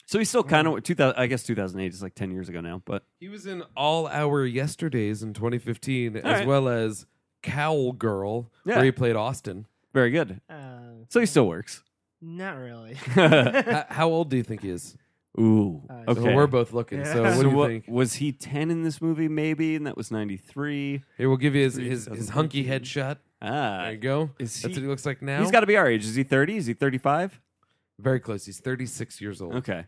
Speaker 2: So he's still kind of 2000. I guess 2008 is like 10 years ago now, but
Speaker 3: He was in All Our Yesterdays in 2015, as
Speaker 2: right.
Speaker 3: well as Cowgirl,
Speaker 2: Yeah.
Speaker 3: where he played Austin.
Speaker 2: very good.
Speaker 4: Uh,
Speaker 2: So he still works.
Speaker 4: not really.
Speaker 3: how, how old do you think he is?
Speaker 2: Ooh.
Speaker 4: Uh,
Speaker 2: Okay.
Speaker 3: So we're both looking. So
Speaker 4: Yeah.
Speaker 3: what
Speaker 2: So
Speaker 3: do you
Speaker 2: what-
Speaker 3: think?
Speaker 2: was he 10 in this movie maybe and that was 93?
Speaker 3: Here, we'll give you his,
Speaker 2: Three,
Speaker 3: his, his
Speaker 2: 2014.
Speaker 3: hunky headshot.
Speaker 2: Ah.
Speaker 3: There you go.
Speaker 2: Is
Speaker 3: That's
Speaker 2: he-
Speaker 3: what he looks like now.
Speaker 2: He's got to be our age. Is he 30? Is he 35?
Speaker 3: very close. He's 36 years old.
Speaker 2: Okay.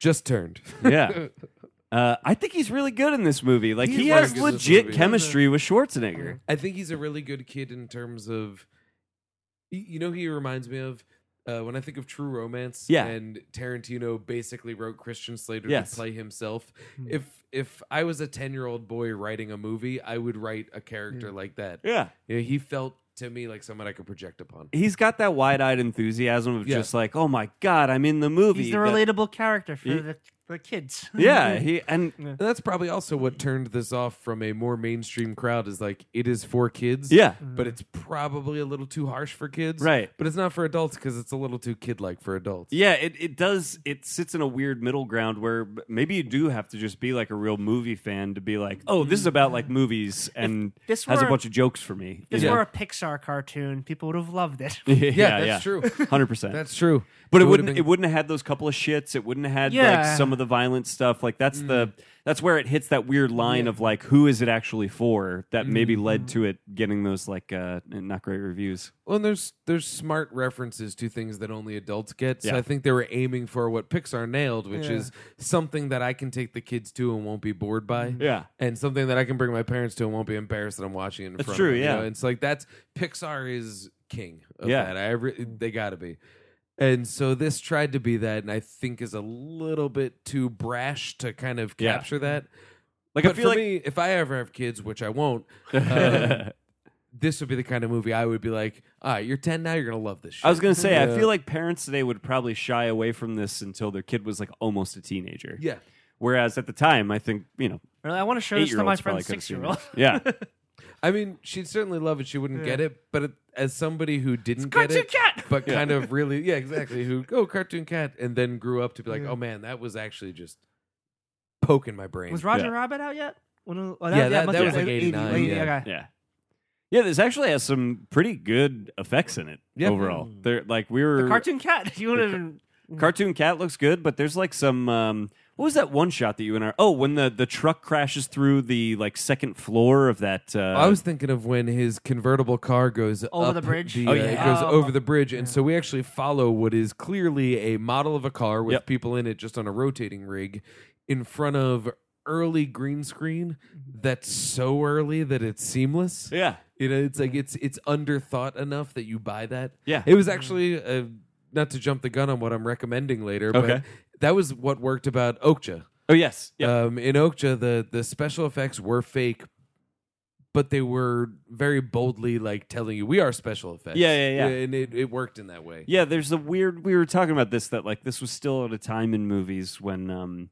Speaker 3: Just turned.
Speaker 2: Yeah. Uh, I think he's really good in this movie. Like
Speaker 3: He's
Speaker 2: he
Speaker 3: really
Speaker 2: has
Speaker 3: good in this
Speaker 2: legit
Speaker 3: movie.
Speaker 2: chemistry with Schwarzenegger.
Speaker 3: I think he's a really good kid in terms of, y- you know, who he reminds me of uh, when I think of True Romance.
Speaker 2: Yeah.
Speaker 3: and Tarantino basically wrote Christian Slater
Speaker 2: Yes.
Speaker 3: to play himself. If if I was a ten year old boy writing a movie, I would write a character like that.
Speaker 2: Yeah.
Speaker 3: Yeah, he felt to me like someone I could project upon.
Speaker 2: He's got that wide-eyed enthusiasm of
Speaker 3: Yeah.
Speaker 2: just like, "Oh my god, I'm in the movie."
Speaker 4: He's the
Speaker 2: That-
Speaker 4: relatable character for
Speaker 2: He-
Speaker 4: the, the kids.
Speaker 2: yeah, he and
Speaker 3: And that's probably also what turned this off from a more mainstream crowd. Is like it is for kids.
Speaker 2: yeah.
Speaker 3: But it's probably a little too harsh for kids.
Speaker 2: Mm. Right.
Speaker 3: But it's not for adults because it's a little too kid like for adults.
Speaker 2: Yeah, it, it does. It sits in a weird middle ground where b- maybe you do have to just be like a real movie fan to be like, oh, this is about like movies and
Speaker 4: this
Speaker 2: has a
Speaker 4: were-
Speaker 2: bunch of jokes for me.
Speaker 4: If this
Speaker 3: Yeah.
Speaker 4: were a Pixar cartoon, people would have loved it.
Speaker 2: yeah,
Speaker 3: Yeah, that's true.
Speaker 2: Hundred percent.
Speaker 3: That's true.
Speaker 2: But it,
Speaker 3: would've
Speaker 2: wouldn't.
Speaker 3: been-
Speaker 2: It wouldn't have had those couple of shits. It wouldn't have had
Speaker 4: Yeah.
Speaker 2: like some of the violent stuff. Like that's the that's where it hits that weird line of like, who is it actually for? That maybe led to it getting those like uh, not great reviews.
Speaker 3: Well, and there's there's smart references to things that only adults get. So
Speaker 2: Yeah.
Speaker 3: I think they were aiming for what Pixar nailed, which is something that I can take the kids to and won't be bored by.
Speaker 2: Yeah.
Speaker 3: And something that I can bring my parents to and won't be embarrassed that I'm watching it in
Speaker 2: That's
Speaker 3: front
Speaker 2: true,
Speaker 3: of them. you
Speaker 2: yeah.
Speaker 3: know? And it's like that's Pixar is king of
Speaker 2: Yeah.
Speaker 3: that. I re- they got to be. And so this tried to be that and I think is a little bit too brash to kind of
Speaker 2: Yeah.
Speaker 3: capture that.
Speaker 2: Like
Speaker 3: but
Speaker 2: I feel
Speaker 3: for
Speaker 2: like
Speaker 3: me, if I ever have kids, which I won't, um, this would be the kind of movie I would be like, all right, you're 10 now, you're going to love this shit.
Speaker 2: I was gonna say, I
Speaker 3: Yeah.
Speaker 2: feel like parents today would probably shy away from this until their kid was like almost a teenager.
Speaker 3: Yeah.
Speaker 2: Whereas at the time, I think you know,
Speaker 4: I want to show
Speaker 2: eight
Speaker 4: this
Speaker 2: year
Speaker 4: to my
Speaker 2: olds
Speaker 4: friend
Speaker 2: probably could have
Speaker 4: six
Speaker 2: seen
Speaker 4: year old.
Speaker 2: it. Yeah,
Speaker 3: I mean, she'd certainly love it. She wouldn't get it. But it, as somebody who didn't get
Speaker 4: Cartoon
Speaker 3: it,
Speaker 4: Cat!
Speaker 3: but kind of really, yeah, exactly, who, oh, Cartoon Cat, and then grew up to be like, oh, man, that was actually just poking my brain.
Speaker 4: Was Roger
Speaker 2: Yeah.
Speaker 4: Rabbit out yet? When, oh,
Speaker 3: Yeah,
Speaker 4: it
Speaker 3: that-
Speaker 4: must
Speaker 3: that
Speaker 4: be
Speaker 3: was like 89,
Speaker 4: late-
Speaker 3: yeah.
Speaker 4: okay.
Speaker 2: yeah, yeah. This actually has some pretty good effects in it
Speaker 3: Yeah.
Speaker 2: overall. They're like we were
Speaker 4: The cartoon cat. You would have.
Speaker 2: Mm-hmm. Cartoon cat looks good, but there's like some. Um, what was that one shot that you and I? Oh, when the the truck crashes through the like second floor of that. Uh,
Speaker 3: Oh, I was thinking of when his convertible car goes
Speaker 4: Over
Speaker 3: up
Speaker 4: the bridge?
Speaker 3: the,
Speaker 2: Oh,
Speaker 3: uh,
Speaker 2: yeah.
Speaker 3: it goes
Speaker 4: Oh.
Speaker 3: over the bridge, and so we actually follow what is clearly a model of a car with
Speaker 2: Yep.
Speaker 3: people in it, just on a rotating rig, in front of early green screen
Speaker 4: Mm-hmm.
Speaker 3: that's so early that it's seamless.
Speaker 2: yeah,
Speaker 3: You know, it's like it's it's underthought enough that you buy that.
Speaker 2: Yeah.
Speaker 3: it
Speaker 4: Mm-hmm.
Speaker 3: was actually uh, not to jump the gun on what I'm recommending later,
Speaker 2: Okay.
Speaker 3: but that was what worked about Okja.
Speaker 2: oh yes, yeah,
Speaker 3: Um, in Okja, the the special effects were fake, but they were very boldly like telling you we are special effects.
Speaker 2: Yeah, yeah, yeah.
Speaker 3: and it, it worked in that way.
Speaker 2: Yeah, there's a weird. We were talking about this that like this was still at a time in movies when um,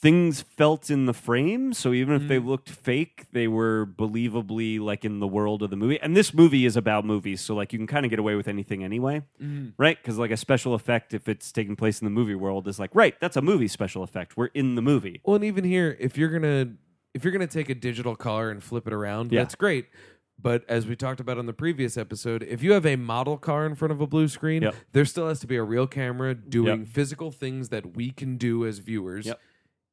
Speaker 2: things felt in the frame. So even if they looked fake, they were believably like in the world of the movie. And this movie is about movies, so like you can kind of get away with anything anyway, right? Because like a special effect, if it's taking place in the movie world, is like right, that's a movie special effect. We're in the movie.
Speaker 3: Well, and even here, if you're gonna if you're gonna take a digital car and flip it around,
Speaker 2: Yeah.
Speaker 3: that's great. But as we talked about on the previous episode, if you have a model car in front of a blue screen,
Speaker 2: Yep.
Speaker 3: there still has to be a real camera doing
Speaker 2: Yep.
Speaker 3: physical things that we can do as viewers
Speaker 2: Yep.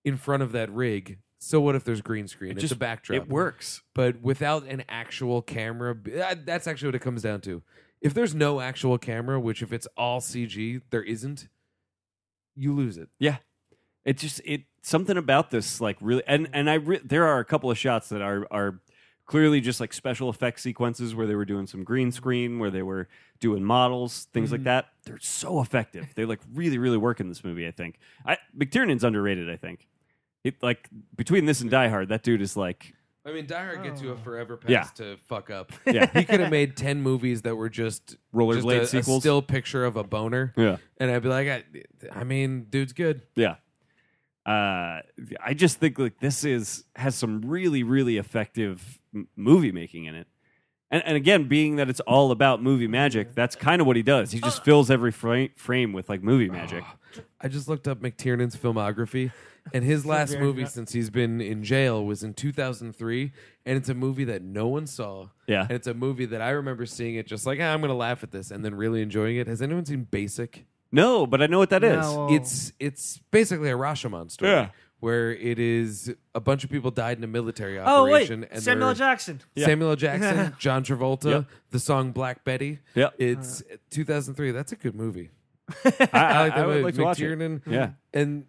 Speaker 3: in front of that rig. So what if there's green screen? it's
Speaker 2: just-
Speaker 3: a backdrop.
Speaker 2: It works.
Speaker 3: but without an actual camera, that- that's actually what it comes down to. If there's no actual camera, which if it's all CG, there isn't, you lose it.
Speaker 2: Yeah, it just it something about this like really and and I re- there are a couple of shots that are are clearly just like special effects sequences where they were doing some green screen where they were doing models things like that. They're so effective. They like really really work in this movie. I think I, McTiernan's underrated. I think. It, like between this and Die Hard, that dude is like,
Speaker 3: I mean, Die Hard gets you a forever pass
Speaker 2: Yeah.
Speaker 3: to fuck up.
Speaker 2: Yeah.
Speaker 3: he could have made ten movies that were just just
Speaker 2: Rollerblade
Speaker 3: a- a
Speaker 2: sequels?
Speaker 3: still picture of a boner.
Speaker 2: yeah,
Speaker 3: And I'd be like, I, I mean, dude's good.
Speaker 2: yeah. Uh, I just think like this is has some really really effective m- movie making in it. And, and again, being that it's all about movie magic, that's kind of what he does. He just fills every frame, frame with like movie magic.
Speaker 3: I just looked up McTiernan's filmography, and his last movie since he's been in jail was in 2003, and it's a movie that no one saw.
Speaker 2: Yeah.
Speaker 3: and it's a movie that I remember seeing it just like ah, I'm gonna laugh at this, and then really enjoying it. Has anyone seen Basic?
Speaker 2: No, but I know what that is.
Speaker 4: No. Oh.
Speaker 3: It's it's basically a Rashomon story.
Speaker 2: Yeah.
Speaker 3: Where it is a bunch of people died in a military
Speaker 4: Oh wait,
Speaker 3: operation. and they're-
Speaker 4: Samuel L. Jackson.
Speaker 2: Yeah.
Speaker 3: Samuel L. Jackson, John Travolta,
Speaker 2: Yep.
Speaker 3: the song Black Betty.
Speaker 2: Yep.
Speaker 3: It's 2003. That's a good movie.
Speaker 2: I, I,
Speaker 3: I like that
Speaker 2: I would
Speaker 3: movie.
Speaker 2: like to watch it.
Speaker 3: McTiernan.
Speaker 2: Yeah.
Speaker 3: And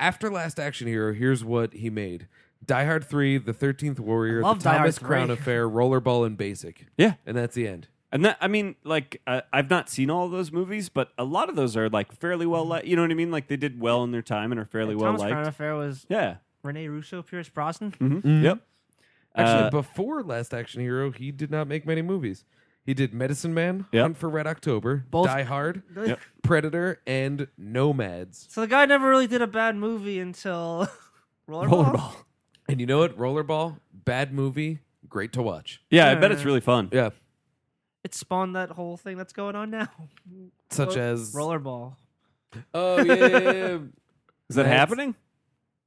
Speaker 3: After Last Action Hero, here's what he made: Die Hard Three, The Thirteenth Warrior,
Speaker 4: love
Speaker 3: The
Speaker 4: Die Hard
Speaker 3: Thomas Crown
Speaker 4: 3.
Speaker 3: Affair, Rollerball, and Basic.
Speaker 2: Yeah.
Speaker 3: and that's the end.
Speaker 2: And that I mean, like uh, I've not seen all of those movies, but a lot of those are like fairly well liked. You know what I mean? Like they did well in their time and are fairly well
Speaker 4: Thomas Crown
Speaker 2: liked.
Speaker 4: Affair was
Speaker 2: Yeah. Hmm?
Speaker 4: Rene Russo, Pierce Brosnan.
Speaker 3: Mm-hmm.
Speaker 2: Yep.
Speaker 3: Actually,
Speaker 2: Uh,
Speaker 3: before Last Action Hero, he did not make many movies. He did Medicine Man,
Speaker 2: Yep.
Speaker 3: Hunt for Red October,
Speaker 4: Both-
Speaker 3: Die Hard,
Speaker 2: Yep.
Speaker 3: Predator, and Nomads.
Speaker 4: So the guy never really did a bad movie until Rollerball.
Speaker 2: Rollerball.
Speaker 3: And you know what? Rollerball, bad movie, great to watch.
Speaker 2: Yeah, I bet it's really fun.
Speaker 3: Yeah,
Speaker 4: It spawned that whole thing that's going on now.
Speaker 3: such
Speaker 4: Roll-
Speaker 3: as
Speaker 4: Rollerball.
Speaker 3: Oh yeah, yeah, yeah, yeah.
Speaker 2: Is that
Speaker 3: That's-
Speaker 2: happening?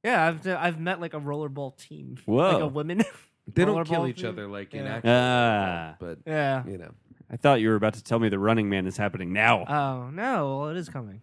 Speaker 4: Yeah, I've I've met like a rollerball team.
Speaker 2: Whoa.
Speaker 4: Like a women.
Speaker 3: they don't kill
Speaker 4: Rollerball
Speaker 3: each
Speaker 4: team.
Speaker 3: other like in
Speaker 4: Yeah.
Speaker 3: action,
Speaker 2: Ah,
Speaker 3: but
Speaker 4: Yeah.
Speaker 3: you know.
Speaker 2: I thought you were about to tell me the Running Man is happening now.
Speaker 4: Oh no! Well, it is coming.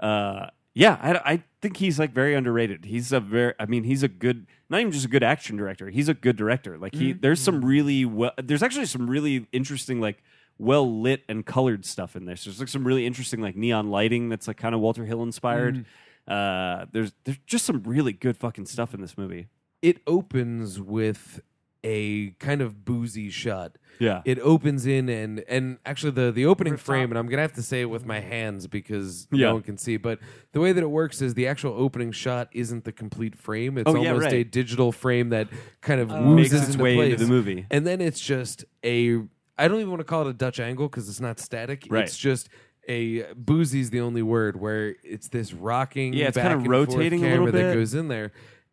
Speaker 2: uh, yeah, I, I think he's like very underrated. He's a very, I mean, he's a good, not even just a good action director. He's a good director. Like he, there's some really well, there's actually some really interesting like well lit and colored stuff in there. So there's like some really interesting like neon lighting that's like kind of Walter Hill inspired. Uh, there's there's just some really good fucking stuff in this movie.
Speaker 3: It opens with a kind of boozy shot.
Speaker 2: Yeah.
Speaker 3: It opens in and and actually the the opening
Speaker 4: Rooftop.
Speaker 3: frame, and I'm gonna have to say it with my hands because
Speaker 2: Yeah.
Speaker 3: no one can see. But the way that it works is the actual opening shot isn't the complete frame. It's
Speaker 2: Oh, yeah,
Speaker 3: almost
Speaker 2: right.
Speaker 3: a digital frame that kind of
Speaker 2: Makes
Speaker 3: woos
Speaker 2: its way
Speaker 3: place.
Speaker 2: into the movie.
Speaker 3: and then it's just a I don't even want to call it a Dutch angle because it's not static.
Speaker 2: Right.
Speaker 3: It's just a boozy's the only word where it's this rocking.
Speaker 2: Yeah, it's
Speaker 3: back
Speaker 2: kinda
Speaker 3: and forth
Speaker 2: rotating a
Speaker 3: camera
Speaker 2: little bit.
Speaker 3: that goes in there,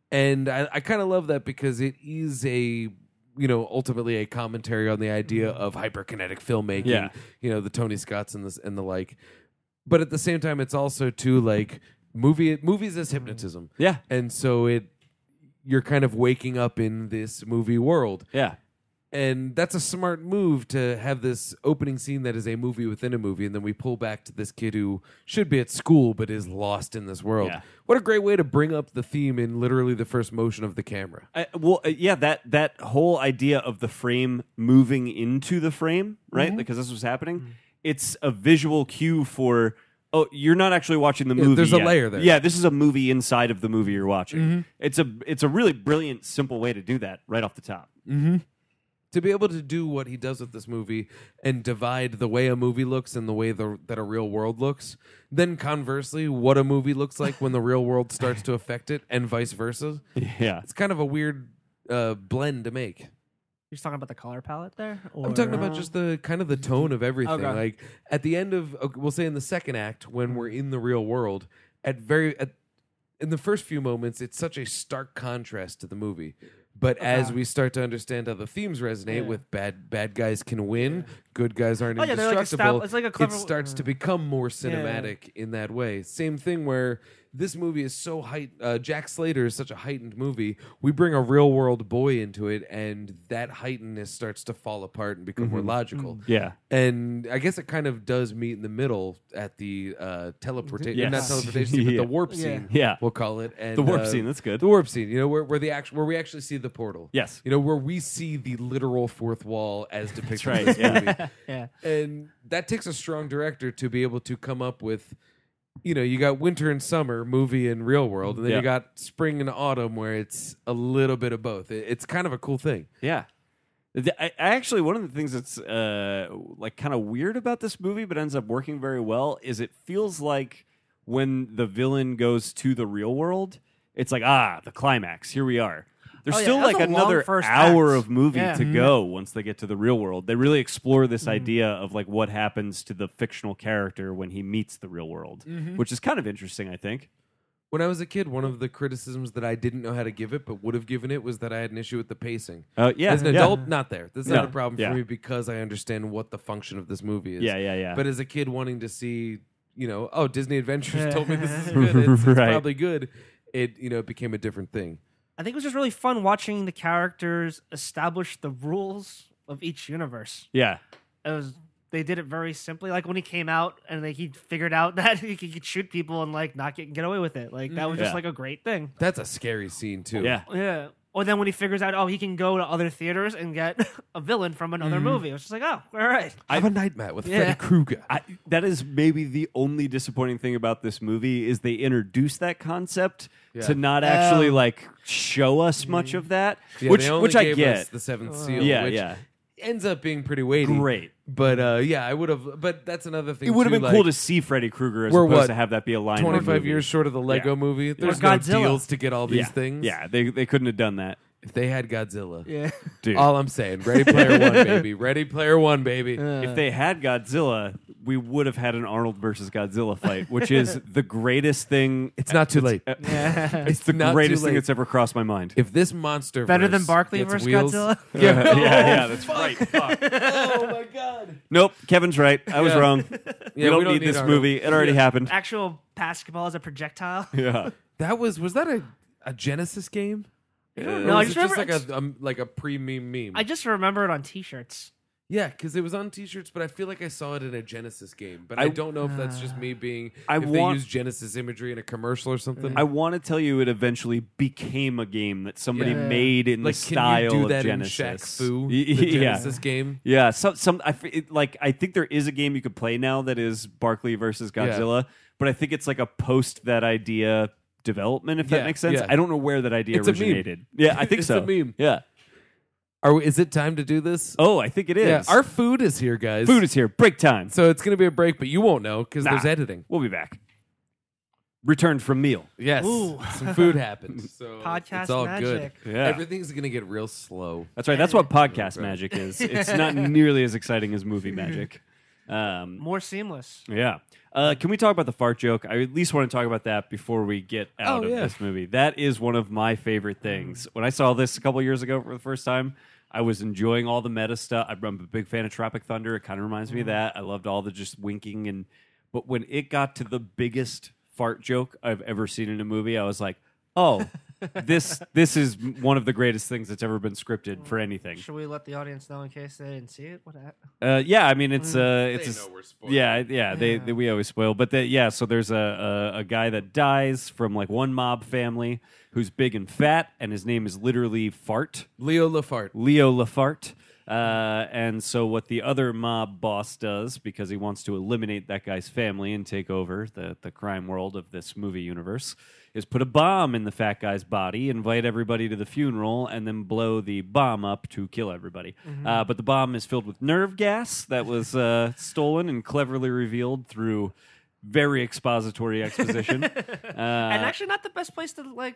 Speaker 3: and I, I kind of love that because it is a you know ultimately a commentary on the idea of hyperkinetic filmmaking.
Speaker 2: Yeah.
Speaker 3: you know the Tony Scotts and this and the like, but at the same time it's also too like movie movies as hypnotism.
Speaker 2: Yeah.
Speaker 3: and so it you're kind of waking up in this movie world
Speaker 2: Yeah.
Speaker 3: and that's a smart move to have this opening scene that is a movie within a movie and then we pull back to this kid who should be at school but is lost in this world
Speaker 2: Yeah.
Speaker 3: what a great way to bring up the theme in literally the first motion of the camera
Speaker 2: I, well, uh, yeah, that that whole idea of the frame moving into the frame, right?
Speaker 3: Mm-hmm.
Speaker 2: Because this was happening. It's a visual cue for oh, you're not actually watching the movie.
Speaker 3: there's a
Speaker 2: yet.
Speaker 3: layer there. Mm-hmm.
Speaker 2: Yeah, this is a movie inside of the movie you're watching. It's a it's a really brilliant, simple way to do that right off the top.
Speaker 3: to be able to do what he does with this movie and divide the way a movie looks and the way the, that a real world looks then conversely what a movie looks like when the real world starts to affect it and vice versa
Speaker 2: Yeah,
Speaker 3: it's kind of a weird uh, blend to make
Speaker 4: You're talking about the color palette there.
Speaker 3: I'm
Speaker 4: Or-
Speaker 3: talking about just the kind of the tone of everything.
Speaker 4: Okay.
Speaker 3: Like at the end of, okay, we'll say in the second act when we're in the real world, at very at, in the first few moments, it's such a stark contrast to the movie. But as we start to understand how the themes resonate with bad bad guys can win, good guys aren't
Speaker 4: Oh, yeah, they're like
Speaker 3: indestructible.
Speaker 4: estab- it's like a
Speaker 3: it
Speaker 4: clever-
Speaker 3: starts to become more cinematic in that way. Same thing where this movie is so height. Uh, Jack Slater is such a heightened movie. We bring a real world boy into it, and that heightenedness starts to fall apart and become more logical.
Speaker 2: Mm-hmm. yeah,
Speaker 3: And I guess it kind of does meet in the middle at the uh, teleportation,
Speaker 2: Yes.
Speaker 3: not teleportation, scene, but
Speaker 2: Yeah.
Speaker 3: the warp scene.
Speaker 2: Yeah.
Speaker 3: we'll call it. And,
Speaker 2: The warp
Speaker 3: uh,
Speaker 2: scene, that's good.
Speaker 3: The warp scene. You know where, where the act- where we actually see the portal.
Speaker 2: Yes.
Speaker 3: You know where we see the literal fourth wall as depicted
Speaker 2: right,
Speaker 3: in this
Speaker 2: yeah.
Speaker 3: movie
Speaker 4: yeah.
Speaker 3: and that takes a strong director to be able to come up with you know you got winter and summer movie and real world and then
Speaker 2: Yeah.
Speaker 3: you got spring and autumn where it's a little bit of both It- it's kind of a cool thing
Speaker 2: yeah. Th- I, I actually one of the things that's uh, like kind of weird about this movie, but ends up working very well, is it feels like when the villain goes to the real world, it's like ah, the climax. Here we are. There's
Speaker 4: Oh, yeah,
Speaker 2: still
Speaker 4: that's
Speaker 2: like
Speaker 4: a long
Speaker 2: another
Speaker 4: first
Speaker 2: hour
Speaker 4: act.
Speaker 2: of movie
Speaker 4: Yeah. Mm-hmm.
Speaker 2: to go once they get to the real world. They really explore this idea of like what happens to the fictional character when he meets the real world,
Speaker 4: Mm-hmm.
Speaker 2: which is kind of interesting, I think.
Speaker 3: when i was a kid one of the criticisms that i didn't know how to give it but would have given it was that i had an issue with the pacing
Speaker 2: Uh, yeah,
Speaker 3: as an
Speaker 2: yeah.
Speaker 3: adult not there this is not
Speaker 2: No,
Speaker 3: a problem
Speaker 2: yeah.
Speaker 3: for me because i understand what the function of this movie is
Speaker 2: Yeah, yeah, yeah.
Speaker 3: but as a kid wanting to see you know oh disney adventures told me this is
Speaker 2: Yeah.
Speaker 3: good it's, it's
Speaker 2: Right.
Speaker 3: probably good it you know it became a different thing
Speaker 4: I think it was just really fun watching the characters establish the rules of each universe.
Speaker 2: yeah,
Speaker 4: It was they did it very simply. Like when he came out and like, he figured out that he could shoot people and like not get get away with it. Like that was just
Speaker 2: Yeah.
Speaker 4: like a great thing.
Speaker 3: That's a scary scene too.
Speaker 2: yeah.
Speaker 4: Yeah. Or then when he figures out, oh, he can go to other theaters and get a villain from another movie. I was just like, oh, all right.
Speaker 3: Have a nightmare with
Speaker 4: Yeah.
Speaker 3: Freddy Krueger.
Speaker 2: I, that is maybe the only disappointing thing about this movie is they introduced that concept
Speaker 3: Yeah.
Speaker 2: to not actually like show us much of that,
Speaker 3: Yeah,
Speaker 2: which
Speaker 3: they only
Speaker 2: which I
Speaker 3: gave
Speaker 2: get.
Speaker 3: us the seventh seal.
Speaker 2: Yeah,
Speaker 3: which
Speaker 2: yeah.
Speaker 3: Ends up being pretty weighty.
Speaker 2: Great.
Speaker 3: But uh, yeah, I would have. But that's another thing.
Speaker 2: it would have
Speaker 3: too,
Speaker 2: been
Speaker 3: like,
Speaker 2: cool to see Freddy Krueger as
Speaker 3: We're
Speaker 2: opposed
Speaker 3: what,
Speaker 2: to have that be a line. in the
Speaker 3: 25
Speaker 2: movie.
Speaker 3: years short of the Lego
Speaker 2: Yeah.
Speaker 3: movie. There's no
Speaker 4: Godzilla.
Speaker 3: deals to get all these
Speaker 2: yeah.
Speaker 3: things.
Speaker 2: Yeah, they they couldn't have done that,
Speaker 3: If they had Godzilla.
Speaker 4: Yeah.
Speaker 2: dude.
Speaker 3: All I'm saying, Ready Player One, baby. Ready Player One, baby.
Speaker 2: if they had Godzilla, we would have had an Arnold versus Godzilla fight, which is the greatest thing.
Speaker 3: it's not too late.
Speaker 2: It's the
Speaker 3: not too
Speaker 2: greatest
Speaker 3: late.
Speaker 2: thing that's ever crossed my mind.
Speaker 3: If this monster
Speaker 4: Better than
Speaker 3: verse
Speaker 4: Barkley
Speaker 3: gets
Speaker 4: versus
Speaker 3: wheels-
Speaker 4: Godzilla.
Speaker 2: yeah, yeah, that's right. Fuck.
Speaker 3: oh my god!
Speaker 2: Nope, Kevin's right. I was
Speaker 3: Yeah.
Speaker 2: wrong.
Speaker 3: Yeah,
Speaker 2: we don't need, this
Speaker 3: Arnold.
Speaker 2: movie. It already happened.
Speaker 4: Actual basketball as a projectile.
Speaker 2: Yeah.
Speaker 3: That was was that a, a Genesis game?
Speaker 4: don't
Speaker 3: Or
Speaker 4: know. I
Speaker 3: was it
Speaker 4: just
Speaker 3: just
Speaker 4: remember-
Speaker 3: like a um, like a pre meme meme.
Speaker 4: I just remember it on T-shirts.
Speaker 3: Yeah, because it was on T-shirts, but I feel like I saw it in a Genesis game. But I,
Speaker 2: I-
Speaker 3: don't know if that's just me being.
Speaker 2: I
Speaker 3: if they
Speaker 2: want-
Speaker 3: use Genesis imagery in a commercial or something.
Speaker 2: I want to tell you it eventually became a game that somebody
Speaker 3: Yeah.
Speaker 2: made in
Speaker 3: like,
Speaker 2: the
Speaker 3: can
Speaker 2: style
Speaker 3: you do that
Speaker 2: of
Speaker 3: in Shaq
Speaker 2: Genesis.
Speaker 3: Fu?
Speaker 2: Y-
Speaker 3: The
Speaker 2: yeah.
Speaker 3: Genesis game.
Speaker 2: Yeah, some some I f- it, like I think there is a game you could play now that is Barkley versus
Speaker 3: Yeah.
Speaker 2: Godzilla, but I think it's like a post that idea development if
Speaker 3: Yeah,
Speaker 2: that makes sense.
Speaker 3: yeah.
Speaker 2: I don't know where that idea
Speaker 3: It's a meme.
Speaker 2: originated. Yeah, I think
Speaker 3: It's
Speaker 2: so.
Speaker 3: a meme.
Speaker 2: Yeah.
Speaker 3: Are we, is it time to do this?
Speaker 2: Oh, I think it is.
Speaker 3: yeah, our food is here, guys.
Speaker 2: food is here. Break time.
Speaker 3: so it's going to be a break, but you won't know because
Speaker 2: Nah.
Speaker 3: there's editing.
Speaker 2: We'll be back. Return from meal.
Speaker 3: Yes,
Speaker 4: Ooh.
Speaker 3: some food happened. So
Speaker 4: Podcast
Speaker 3: it's all good.
Speaker 4: magic.
Speaker 2: Yeah.
Speaker 3: Everything's going to get real slow.
Speaker 2: That's right. That's what podcast magic is. It's not nearly as exciting as movie magic. Um,
Speaker 4: More seamless.
Speaker 2: Yeah. Uh, can we talk about the fart joke? I at least want to talk about that before we get out
Speaker 3: Oh,
Speaker 2: of
Speaker 3: yeah.
Speaker 2: this movie. That is one of my favorite things. When I saw this a couple years ago for the first time, I was enjoying all the meta stuff. I'm a big fan of Tropic Thunder. It kind of reminds
Speaker 3: Mm-hmm.
Speaker 2: me of that. I loved all the just winking and. But when it got to the biggest fart joke I've ever seen in a movie, I was like, oh. this this is one of the greatest things that's ever been scripted for anything.
Speaker 4: Should we let the audience know in case they didn't see it? What? hap-
Speaker 2: Uh, yeah, I mean it's uh, it's a,
Speaker 3: know we're spoiled.
Speaker 2: yeah, yeah. They, they we always spoil, but the, yeah. So there's a, a a guy that dies from like one mob family who's big and fat, and his name is literally Fart
Speaker 3: Leo Lafart.
Speaker 2: Leo Lafart. Uh, and so what the other mob boss does because he wants to eliminate that guy's family and take over the the crime world of this movie universe is put a bomb in the fat guy's body, invite everybody to the funeral, and then blow the bomb up to kill everybody. Uh, but the bomb is filled with nerve gas that was uh, stolen and cleverly revealed through very expository exposition.
Speaker 4: and actually, not the best place to like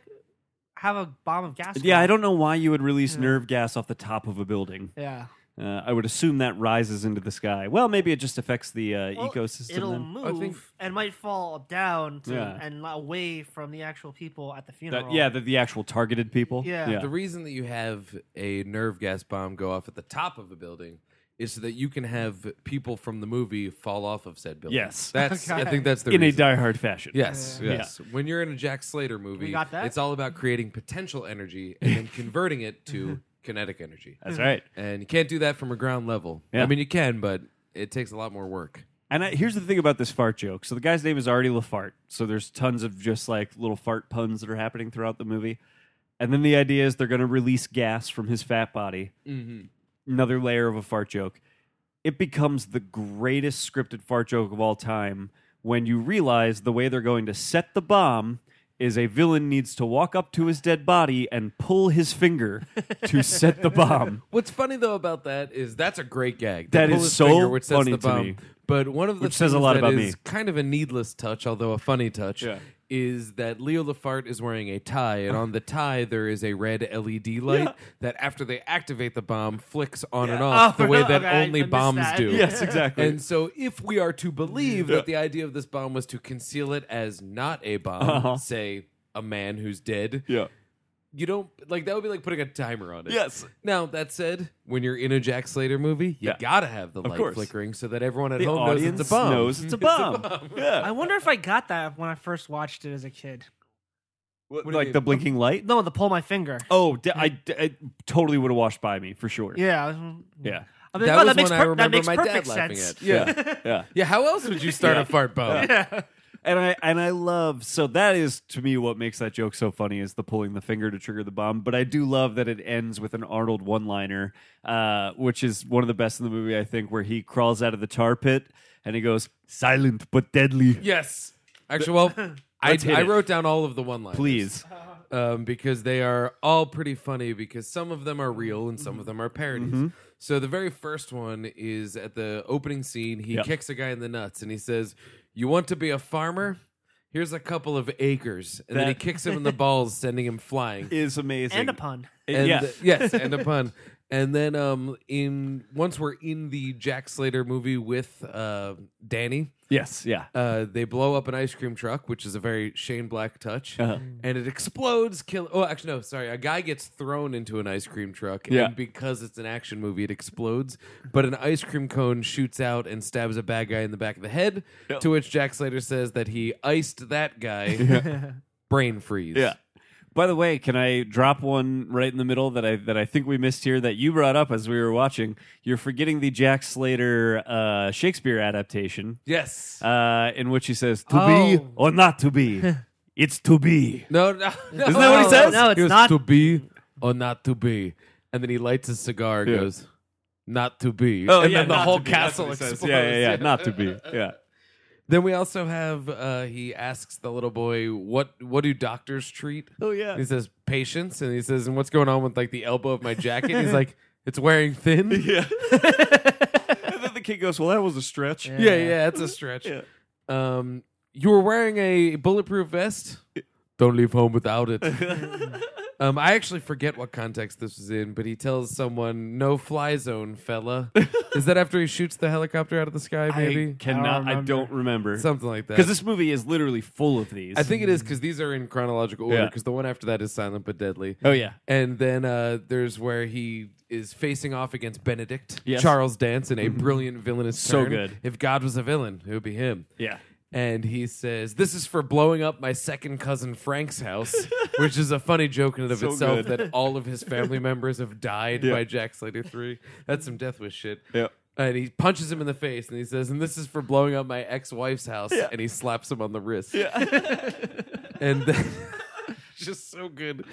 Speaker 4: have a bomb of gas.
Speaker 2: yeah, I don't
Speaker 4: going.
Speaker 2: know why you would release nerve gas off the top of a building.
Speaker 4: Yeah.
Speaker 2: Uh, I would assume that rises into the sky. Well, maybe it just affects the uh, ecosystem.
Speaker 4: It'll
Speaker 2: then.
Speaker 4: move
Speaker 3: I think-
Speaker 4: and might fall down to,
Speaker 2: Yeah.
Speaker 4: and away from the actual people at the funeral.
Speaker 2: That- yeah, the, the actual targeted people.
Speaker 4: Yeah.
Speaker 3: The reason that you have a nerve gas bomb go off at the top of a building is so that you can have people from the movie fall off of said building.
Speaker 2: Yes.
Speaker 3: that's. I
Speaker 4: Okay.
Speaker 3: think that's the
Speaker 2: in a
Speaker 3: reason.
Speaker 2: diehard fashion.
Speaker 3: Yes,
Speaker 2: Yeah.
Speaker 3: yes. When you're in a Jack Slater movie,
Speaker 4: We got that?
Speaker 3: it's all about creating potential energy and then converting it to
Speaker 4: Mm-hmm.
Speaker 3: kinetic energy.
Speaker 2: that's right.
Speaker 3: And you can't do that from a ground level.
Speaker 2: Yeah.
Speaker 3: I mean, you can, but it takes a lot more work.
Speaker 2: And I, here's the thing about this fart joke. So the guy's name is already Lafart. So there's tons of just like little fart puns that are happening throughout the movie. And then the idea is they're going to release gas from his fat body. Another layer of a fart joke. It becomes the greatest scripted fart joke of all time when you realize the way they're going to set the bomb is a villain needs to walk up to his dead body and pull his finger to set the bomb.
Speaker 3: What's funny though about that is that's a great gag.
Speaker 2: That
Speaker 3: They pull
Speaker 2: is
Speaker 3: his
Speaker 2: so
Speaker 3: finger, which sets
Speaker 2: funny
Speaker 3: the
Speaker 2: to
Speaker 3: bomb.
Speaker 2: me.
Speaker 3: But one of the
Speaker 2: Which says a
Speaker 3: things
Speaker 2: lot
Speaker 3: that
Speaker 2: about
Speaker 3: is
Speaker 2: me.
Speaker 3: kind of a needless touch, although a funny touch,
Speaker 2: Yeah.
Speaker 3: is that Leo Lafart is wearing a tie, and on the tie there is a red LED light that, after they activate the bomb, flicks on and off
Speaker 4: Oh,
Speaker 3: the way
Speaker 4: no,
Speaker 3: that
Speaker 4: okay, I-
Speaker 3: only
Speaker 4: I missed
Speaker 3: bombs
Speaker 4: that.
Speaker 3: do.
Speaker 4: Yes,
Speaker 2: exactly.
Speaker 3: And so, if we are to believe that the idea of this bomb was to conceal it as not a bomb,
Speaker 2: Uh-huh.
Speaker 3: say a man who's dead,
Speaker 2: yeah.
Speaker 3: you don't like that would be like putting a timer on it.
Speaker 2: Yes.
Speaker 3: Now that said, when you're in a Jack Slater movie, you
Speaker 2: Yeah.
Speaker 3: gotta have the light
Speaker 2: course.
Speaker 3: flickering so that everyone at
Speaker 2: The
Speaker 3: home knows
Speaker 2: audience
Speaker 3: it's a bomb.
Speaker 2: knows it's a bomb. Yeah.
Speaker 4: I wonder if I got that when I first watched it as a kid.
Speaker 3: do you
Speaker 2: like
Speaker 3: mean?
Speaker 2: the blinking light?
Speaker 4: No, the pull my finger.
Speaker 2: Oh, d- I, d- I totally would have washed by me for sure.
Speaker 4: Yeah. I was-
Speaker 2: yeah,
Speaker 4: I
Speaker 3: That
Speaker 4: mean, well,
Speaker 3: was
Speaker 4: that makes
Speaker 3: one I
Speaker 4: per- that
Speaker 3: remember
Speaker 4: makes
Speaker 3: my dad
Speaker 4: perfect
Speaker 3: laughing at.
Speaker 4: sense.
Speaker 2: yeah, yeah.
Speaker 3: Yeah, how else would you start a fart bomb?
Speaker 4: Yeah.
Speaker 2: and I and I love so that is to me what makes that joke so funny is the pulling the finger to trigger the bomb. But I do love that it ends with an Arnold one liner, uh, which is one of the best in the movie I think, where he crawls out of the tar pit and he goes silent but deadly.
Speaker 3: Yes. Actually, well, I,
Speaker 2: Let's hit
Speaker 3: I
Speaker 2: it.
Speaker 3: wrote down all of the one liners.
Speaker 2: Please,
Speaker 3: um, because they are all pretty funny because some of them are real and some of them are parodies.
Speaker 2: Mm-hmm.
Speaker 3: So the very first one is at the opening scene. He
Speaker 2: Yep.
Speaker 3: kicks a guy in the nuts and he says, "You want to be a farmer? Here's a couple of acres." And then he
Speaker 2: That-
Speaker 3: kicks him in the balls, sending him flying.
Speaker 2: is amazing.
Speaker 4: and a pun.
Speaker 3: And
Speaker 2: yeah.
Speaker 3: yes, and a pun. And then um, in once we're in the Jack Slater movie with uh, Danny,
Speaker 2: yes. Yeah.
Speaker 3: uh, they blow up an ice cream truck, which is a very Shane Black touch,
Speaker 2: Uh-huh.
Speaker 3: and it explodes. Kill. Oh, actually, no, sorry. A guy gets thrown into an ice cream truck,
Speaker 2: Yeah.
Speaker 3: and because it's an action movie, it explodes. But an ice cream cone shoots out and stabs a bad guy in the back of the head.
Speaker 2: Yeah.
Speaker 3: To which Jack Slater says that he iced that guy. Brain freeze.
Speaker 2: Yeah. By the way, can I drop one right in the middle that I that I think we missed here that you brought up as we were watching? You're forgetting the Jack Slater uh, Shakespeare adaptation,
Speaker 3: Yes.
Speaker 2: uh, in which he says "to be
Speaker 4: Oh.
Speaker 2: or not to be, it's to be."
Speaker 3: no, no, no.
Speaker 2: Isn't that what he
Speaker 4: No,
Speaker 2: says?
Speaker 4: No, it's
Speaker 3: Here's
Speaker 4: not.
Speaker 3: to be or not to be, and then he lights his cigar. and
Speaker 2: Yeah.
Speaker 3: Goes. Not to be,
Speaker 2: Oh,
Speaker 3: and
Speaker 2: yeah,
Speaker 3: then the
Speaker 2: not to
Speaker 3: whole
Speaker 2: be. That's
Speaker 3: castle
Speaker 2: what he says.
Speaker 3: explodes.
Speaker 2: Yeah, yeah, yeah, not to be. Yeah,
Speaker 3: Then we also have uh, he asks the little boy what what do doctors treat?
Speaker 2: oh yeah.
Speaker 3: He says patients, and he says, and what's going on with like the elbow of my jacket? he's like, it's wearing thin. Yeah,
Speaker 2: Yeah. and then the kid goes, "Well, that was a stretch."
Speaker 3: yeah, it's a stretch.
Speaker 2: Yeah.
Speaker 3: Um, you were wearing a bulletproof vest. Don't leave home without it. um, I actually forget what context this was in, but he tells someone, "No fly zone, fella." Is that after he shoots the helicopter out of the sky?
Speaker 2: I
Speaker 3: Maybe
Speaker 2: cannot. I
Speaker 4: remember.
Speaker 2: don't remember
Speaker 3: something like that.
Speaker 2: because this movie is literally full of these.
Speaker 3: I think it is because these are in chronological order.
Speaker 2: Yeah.
Speaker 3: Because the one after that is Silent but Deadly.
Speaker 2: Oh yeah.
Speaker 3: And then uh, there's where he is facing off against Benedict
Speaker 2: Yes. Mm-hmm.
Speaker 3: Charles Dance in a brilliant villainous
Speaker 2: So
Speaker 3: turn.
Speaker 2: good.
Speaker 3: If God was a villain, it would be him.
Speaker 2: Yeah.
Speaker 3: And he says, "This is for blowing up my second cousin Frank's house," which is a funny joke in and of
Speaker 2: So
Speaker 3: itself
Speaker 2: good.
Speaker 3: that all of his family members have died
Speaker 2: Yeah.
Speaker 3: by Jack Slater three. That's some Death Wish shit.
Speaker 2: Yeah.
Speaker 3: And he punches him in the face and he says, "And this is for blowing up my ex-wife's house." And he slaps him on the wrist. and then just so good.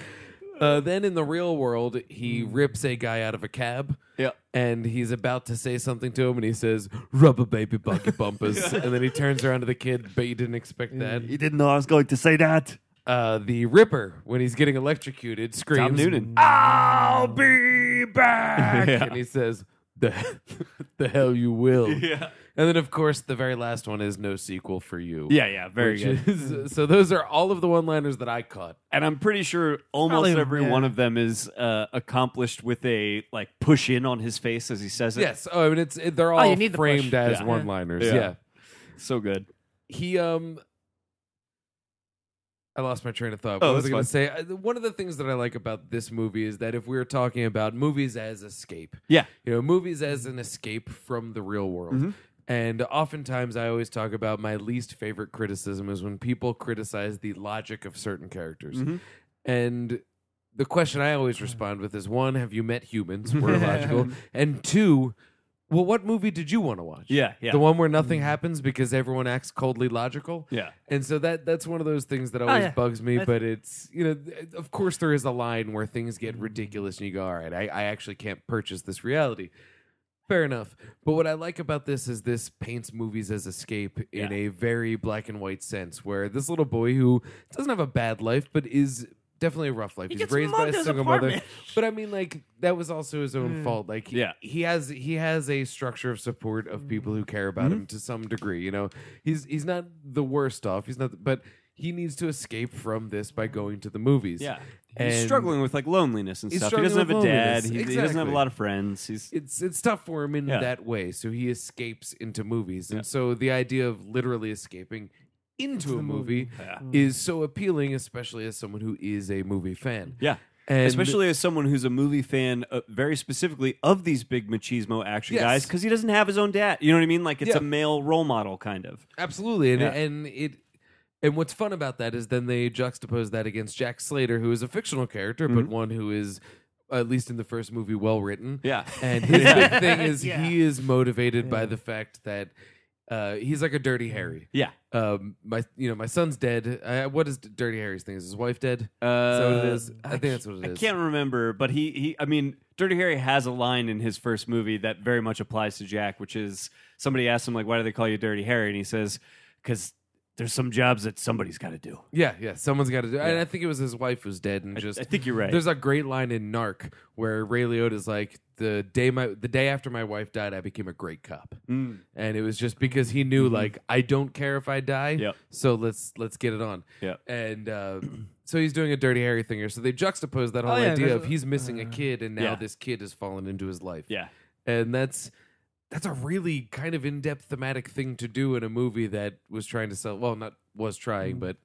Speaker 3: Uh, then in the real world, he rips a guy out of a cab.
Speaker 2: Mm. Yeah.
Speaker 3: And he's about to say something to him, and he says, "Rubber baby buggy bumpers," and then he turns around to the kid, but you didn't expect that.
Speaker 2: You didn't know I was going to say that.
Speaker 3: Uh, the Ripper, when he's getting electrocuted, screams,
Speaker 2: Tom Noonan.
Speaker 3: "I'll be back,"
Speaker 2: Yeah.
Speaker 3: and he says, "The the hell you will."
Speaker 2: Yeah.
Speaker 3: And then, of course, the very last one is no sequel for you.
Speaker 2: Yeah, yeah, very
Speaker 3: Which
Speaker 2: good.
Speaker 3: is- so those are all of the one-liners that I caught.
Speaker 2: and I'm pretty sure almost
Speaker 4: Probably,
Speaker 2: every
Speaker 4: yeah.
Speaker 2: one of them is uh, accomplished with a like push in on his face as he says it.
Speaker 3: Yes. Oh, I mean, it's it, they're all
Speaker 4: you need the push.
Speaker 3: framed as
Speaker 2: Yeah.
Speaker 3: one-liners.
Speaker 2: Yeah.
Speaker 3: Yeah.
Speaker 2: so good.
Speaker 3: He um. I lost my train of thought.
Speaker 2: Oh,
Speaker 3: what was I
Speaker 2: that's
Speaker 3: going to say? I- One of the things that I like about this movie is that if we were talking about movies as escape,
Speaker 2: Yeah,
Speaker 3: you know, movies as an escape from the real world.
Speaker 2: Mm-hmm.
Speaker 3: And oftentimes, I always talk about my least favorite criticism is when people criticize the logic of certain characters.
Speaker 2: Mm-hmm.
Speaker 3: And the question I always respond with is one, have you met humans? We're illogical. And two, well, what movie did you want to watch?
Speaker 2: yeah, yeah. Mm-hmm.
Speaker 3: The one where nothing happens because everyone acts coldly logical.
Speaker 2: Yeah.
Speaker 3: And so that that's one of those things that always
Speaker 4: Oh, yeah.
Speaker 3: bugs me.
Speaker 4: That's-
Speaker 3: But it's you know, th- of course there is a line where things get ridiculous and you go, all right, I, I actually can't purchase this reality. Fair enough. But what I like about this is this paints movies as escape
Speaker 2: Yeah.
Speaker 3: in a very black and white sense, where this little boy who doesn't have a bad life but is definitely a rough life.
Speaker 4: He
Speaker 3: He's
Speaker 4: gets
Speaker 3: raised by
Speaker 4: mugged
Speaker 3: a
Speaker 4: at his
Speaker 3: single mother.
Speaker 4: apartment.
Speaker 3: But I mean, like that was also his own fault. Like, he,
Speaker 2: Yeah.
Speaker 3: he has he has a structure of support of people who care about him to some degree. You know, he's he's not the worst off. He's not, but he needs to escape from this by going to the movies.
Speaker 2: yeah. he's
Speaker 3: And-
Speaker 2: struggling with like loneliness and
Speaker 3: He's
Speaker 2: stuff. He doesn't have a
Speaker 3: struggling with
Speaker 2: dad. He,
Speaker 3: loneliness.
Speaker 2: he doesn't have a
Speaker 3: Exactly.
Speaker 2: lot of friends. He's
Speaker 3: it's it's tough for him in
Speaker 2: Yeah.
Speaker 3: that way. So he escapes into movies, and so the idea of literally escaping into a movie
Speaker 2: Yeah.
Speaker 3: is so appealing, especially as someone who is a movie fan.
Speaker 2: yeah.
Speaker 3: And-
Speaker 2: Especially as someone who's a movie fan, uh, very specifically of these big machismo action
Speaker 3: Yes.
Speaker 2: guys, because he doesn't have his own dad. You know what I mean? Like it's
Speaker 3: Yeah.
Speaker 2: a male role model, kind of.
Speaker 3: Absolutely, and
Speaker 2: Yeah.
Speaker 3: and it and what's fun about that is then they juxtapose that against Jack Slater, who is a fictional character,
Speaker 2: Mm-hmm.
Speaker 3: but one who is at least in the first movie well written.
Speaker 2: Yeah.
Speaker 3: and his big thing is
Speaker 4: Yeah.
Speaker 3: he is motivated by the fact that. uh, he's like a dirty Harry.
Speaker 2: Yeah.
Speaker 3: Um, my you know my son's dead. I, what is dirty Harry's thing? Is his wife dead?
Speaker 2: Uh,
Speaker 3: so it is. I, think that's what it
Speaker 2: I
Speaker 3: is.
Speaker 2: can't remember, but he, he I mean, Dirty Harry has a line in his first movie that very much applies to Jack, which is somebody asks him like, "Why do they call you Dirty Harry?" and he says, "Because there's some jobs that somebody's got to do."
Speaker 3: Yeah, yeah. Someone's got to do. And I think it was his wife was dead, and
Speaker 2: I-
Speaker 3: just
Speaker 2: I think you're right.
Speaker 3: There's a great line in Narc where Ray Liotta's like, "the day my the day after my wife died, I became a great cop,"
Speaker 2: Mm. Mm-hmm.
Speaker 3: and it was just because he knew like I don't care if I die,
Speaker 2: Yep.
Speaker 3: so let's let's get it on.
Speaker 2: Yep.
Speaker 3: And uh, so he's doing a dirty Harry thing here. So they juxtapose
Speaker 2: Oh,
Speaker 3: that whole
Speaker 4: yeah,
Speaker 3: idea
Speaker 4: there's
Speaker 3: of
Speaker 4: a-
Speaker 3: he's missing a kid, and now
Speaker 2: uh, Yeah.
Speaker 3: this kid has fallen into his life.
Speaker 2: Yeah.
Speaker 3: and that's. That's a really kind of in-depth thematic thing to do in a movie that was trying to sell. Well, not was
Speaker 2: Mm-hmm.
Speaker 3: trying, but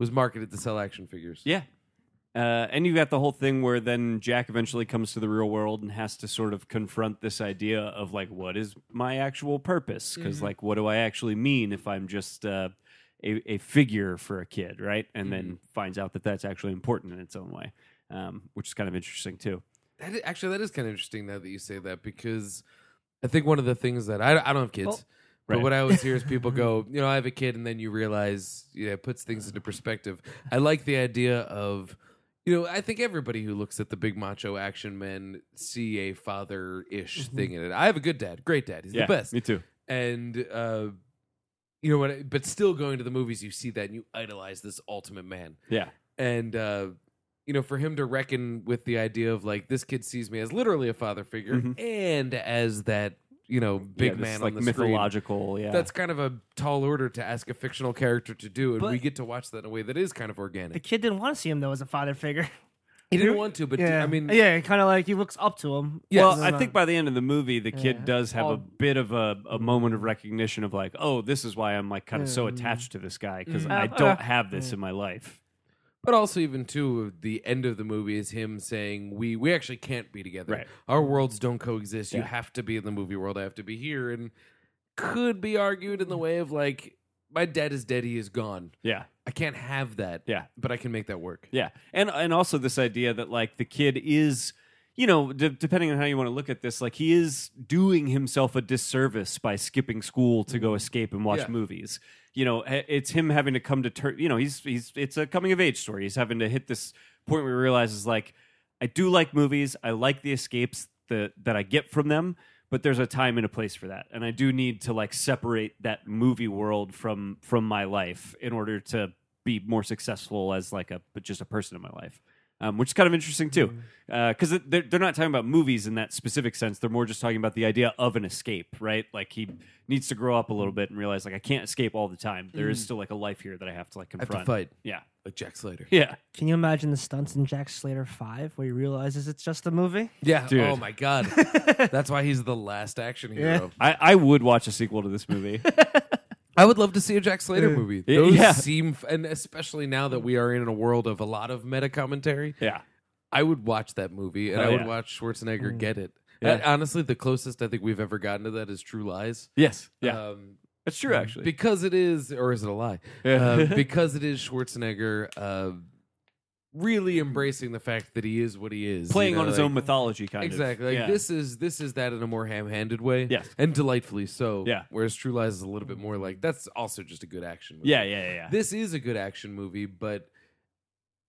Speaker 3: was marketed to sell action figures.
Speaker 2: Yeah. Uh, and you got the whole thing where then Jack eventually comes to the real world and has to sort of confront this idea of like, what is my actual purpose? Because like, what do I actually mean if I'm just uh, a, a figure for a kid, right? And then finds out that that's actually important in its own way, um, which is kind of interesting too.
Speaker 3: That is, actually, that is kind of interesting now that you say that because I think one of the things that I, I don't have kids,
Speaker 4: Well-
Speaker 3: but
Speaker 2: Oh, Right.
Speaker 3: what I always hear is people go, you know, I have a kid, and then you realize, you know, it puts things into perspective. I like the idea of, you know, I think everybody who looks at the big macho action men see a father ish thing in it. I have a good dad, great dad, he's
Speaker 2: Mm-hmm. yeah,
Speaker 3: the best,
Speaker 2: me too.
Speaker 3: and uh, you know what? I- But still going to the movies, you see that and you idolize this ultimate man
Speaker 2: Yeah,
Speaker 3: and uh you know for him to reckon with the idea of like this kid sees me as literally a father figure
Speaker 2: Mhm.
Speaker 3: and as that you know big
Speaker 2: Yeah, this
Speaker 3: man
Speaker 2: is, like
Speaker 3: on the screen
Speaker 2: mythological. Yeah,
Speaker 3: that's kind of a tall order to ask a fictional character to do and
Speaker 4: But-
Speaker 3: we get to watch that in a way that is kind of
Speaker 4: The
Speaker 3: organic
Speaker 4: kid didn't want to see him though as a father figure.
Speaker 3: he didn't want to but
Speaker 4: yeah,
Speaker 3: i mean
Speaker 4: yeah, kind of like he looks up to him.
Speaker 3: Yes.
Speaker 2: Well, I think by the end of the movie, the kid
Speaker 4: Yeah.
Speaker 2: does have a
Speaker 4: All-
Speaker 2: bit of a, a moment of recognition of like, oh, this is why I'm like kind of so
Speaker 4: Mm.
Speaker 2: attached to this guy because
Speaker 3: Mm.
Speaker 2: I
Speaker 4: Uh,
Speaker 2: don't
Speaker 4: uh,
Speaker 2: have this in my life.
Speaker 3: but also even too the end of the movie is him saying we we actually can't be together
Speaker 2: Right.
Speaker 3: our worlds don't coexist you
Speaker 2: Yeah.
Speaker 3: have to be in the movie world i have to be here and could be argued in the way of like my dad is dead he is gone
Speaker 2: Yeah,
Speaker 3: I can't have that.
Speaker 2: Yeah.
Speaker 3: But I can make that work.
Speaker 2: yeah, and and also this idea that like the kid is. You know, de- depending on how you want to look at this, like he is doing himself a disservice by skipping school to go escape and watch
Speaker 3: Yeah.
Speaker 2: movies. You know, h- it's him having to come to terms. You know, he's he's it's a coming of age story. He's having to hit this point where he realizes like I do like movies. I like the escapes that that I get from them, but there's a time and a place for that. And I do need to like separate that movie world from from my life in order to be more successful as like a but just a person in my life. Um, which is kind of interesting too,
Speaker 3: Mm-hmm.
Speaker 2: because they're, they're not talking about movies in that specific sense. They're more just talking about the idea of an escape, right? Like he needs to grow up a little bit and realize, like, I can't escape all the time. There is still like a life here that I have to like
Speaker 3: Mm-hmm. I have
Speaker 2: confront.
Speaker 3: to fight
Speaker 2: Yeah,
Speaker 3: like Jack Slater.
Speaker 2: yeah.
Speaker 4: Can you imagine the stunts in Jack Slater Five where he realizes it's just a movie?
Speaker 3: Yeah.
Speaker 2: Dude.
Speaker 3: Oh my god. That's why he's the last action hero.
Speaker 2: I, I would watch a sequel to this movie.
Speaker 3: I would love to see a Jack Slater movie. Those
Speaker 2: yeah.
Speaker 3: seem f- and especially now that we are in a world of a lot of meta commentary,
Speaker 2: yeah.
Speaker 3: I would watch that movie and
Speaker 2: Oh,
Speaker 3: I would
Speaker 2: yeah. Mm.
Speaker 3: watch Schwarzenegger get it.
Speaker 2: Yeah.
Speaker 3: And honestly, the closest I think we've ever gotten to that is True Lies.
Speaker 2: Yes. Yeah. Mm.
Speaker 3: Um,
Speaker 2: That's Uh, true, actually.
Speaker 3: because it is, or is it a lie? Uh, because it is Schwarzenegger uh, really embracing the fact that he is what he is, you
Speaker 2: Playing
Speaker 3: know,
Speaker 2: on his
Speaker 3: like-
Speaker 2: own mythology, kind
Speaker 3: exactly.
Speaker 2: of.
Speaker 3: Like
Speaker 2: yeah.
Speaker 3: this is this is that in a more ham-handed way.
Speaker 2: Yes.
Speaker 3: and delightfully so.
Speaker 2: Yeah.
Speaker 3: Whereas True Lies is a little bit more like that's also just a good action. movie.
Speaker 2: Yeah, yeah, yeah. yeah.
Speaker 3: This is a good action movie, but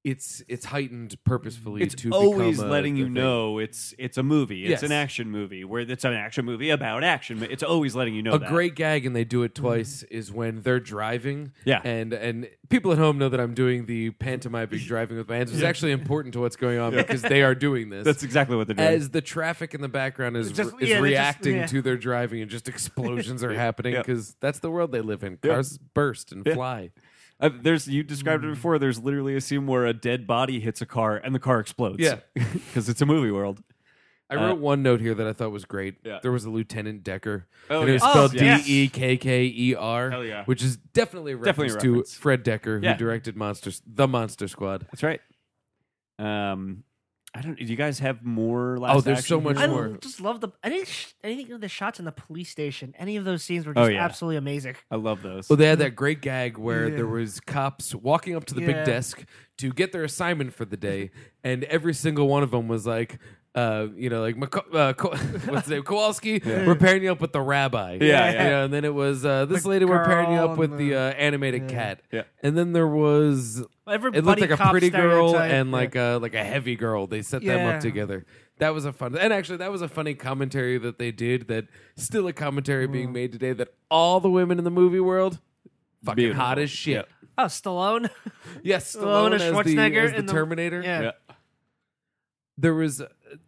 Speaker 3: it's it's heightened purposefully.
Speaker 2: it's
Speaker 3: to
Speaker 2: always
Speaker 3: become a-
Speaker 2: letting
Speaker 3: the
Speaker 2: you
Speaker 3: thing.
Speaker 2: know it's it's a movie. It's
Speaker 3: Yes.
Speaker 2: an action movie where it's an action movie about action. It's always letting you know
Speaker 3: A
Speaker 2: that. Mm-hmm.
Speaker 3: great gag, and they do it twice. Is when they're driving,
Speaker 2: Yeah.
Speaker 3: and and people at home know that I'm doing the pantomimic driving with my hands, which is actually important to what's going on because they are doing this.
Speaker 2: That's exactly what they're doing.
Speaker 3: as the traffic in the background is,
Speaker 4: Just-
Speaker 3: is
Speaker 4: yeah, they're just-
Speaker 3: reacting
Speaker 4: yeah.
Speaker 3: to their driving and just explosions are happening
Speaker 2: Yeah.
Speaker 3: because that's the world they live in. Cars burst and fly.
Speaker 2: Uh, there's you described it before. There's literally a scene where a dead body hits a car and the car explodes.
Speaker 3: Yeah.
Speaker 2: because it's a movie world.
Speaker 3: I wrote one note here that I thought was great.
Speaker 2: Uh, Yeah.
Speaker 3: There was a Lieutenant Decker.
Speaker 2: Oh,
Speaker 3: and it was
Speaker 2: yeah.
Speaker 3: spelled
Speaker 2: Oh, yes.
Speaker 3: D E K K E R.
Speaker 2: Hell yeah.
Speaker 3: Which is definitely a
Speaker 2: Definitely
Speaker 3: reference
Speaker 2: a
Speaker 3: to
Speaker 2: reference.
Speaker 3: Fred Decker,
Speaker 2: Yeah.
Speaker 3: who directed Monsters, The Monster Squad.
Speaker 2: That's right. Um, I don't. Do you guys have more? Last
Speaker 3: Oh, there's
Speaker 2: Action
Speaker 3: so much
Speaker 2: Hero?
Speaker 4: I
Speaker 3: more.
Speaker 4: just love the any sh- anything of the shots in the police station. Any of those scenes were just
Speaker 2: Oh, yeah.
Speaker 4: absolutely amazing.
Speaker 2: I love those.
Speaker 3: Well, they had that great gag where
Speaker 4: Yeah.
Speaker 3: there was cops walking up to the
Speaker 4: Yeah.
Speaker 3: big desk to get their assignment for the day, and every single one of them was like, uh, you know, like Maca- uh, Ko- what's his name, Kowalski. We're pairing you up with the rabbi.
Speaker 2: Yeah, yeah.
Speaker 3: You know, and then it was uh, this
Speaker 5: The
Speaker 3: lady. We're pairing you
Speaker 5: girl
Speaker 3: up with
Speaker 5: and
Speaker 3: the
Speaker 5: the-
Speaker 3: uh, animated cat.
Speaker 2: Yeah.
Speaker 3: And then there was
Speaker 4: Everybody
Speaker 3: it looked like a pretty girl and
Speaker 5: yeah.
Speaker 3: like a like a heavy girl. They set them
Speaker 5: Yeah.
Speaker 3: up together. That was a fun, and actually that was a funny commentary that they did. That still a commentary
Speaker 4: Mm.
Speaker 3: being made today. That all the women in the movie world, fucking
Speaker 2: Beautiful.
Speaker 3: hot as shit.
Speaker 4: oh Stallone.
Speaker 3: Yes,
Speaker 4: Stallone
Speaker 3: Stallone
Speaker 4: and
Speaker 3: as the,
Speaker 4: Schwarzenegger
Speaker 3: as the
Speaker 4: in the-
Speaker 3: Terminator.
Speaker 4: yeah.
Speaker 2: Yeah.
Speaker 3: There was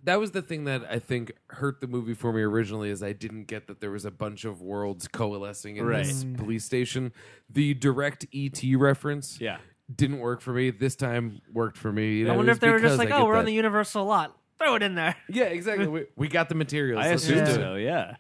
Speaker 3: that was the thing that I think hurt the movie for me originally is I didn't get that there was a bunch of worlds coalescing in this
Speaker 4: Mm.
Speaker 3: police station. The direct ET reference,
Speaker 2: Yeah.
Speaker 3: didn't work for me. This time worked for me. You know,
Speaker 4: I
Speaker 3: it
Speaker 4: wonder
Speaker 3: was
Speaker 4: if they were
Speaker 3: because
Speaker 4: just like,
Speaker 3: I
Speaker 4: oh,
Speaker 3: get
Speaker 4: we're
Speaker 3: that.
Speaker 4: on the Universal lot. Throw it in there.
Speaker 3: Yeah, exactly. We, we got the materials.
Speaker 2: I
Speaker 3: Let's
Speaker 2: assume
Speaker 3: just do it.
Speaker 2: so. Yeah.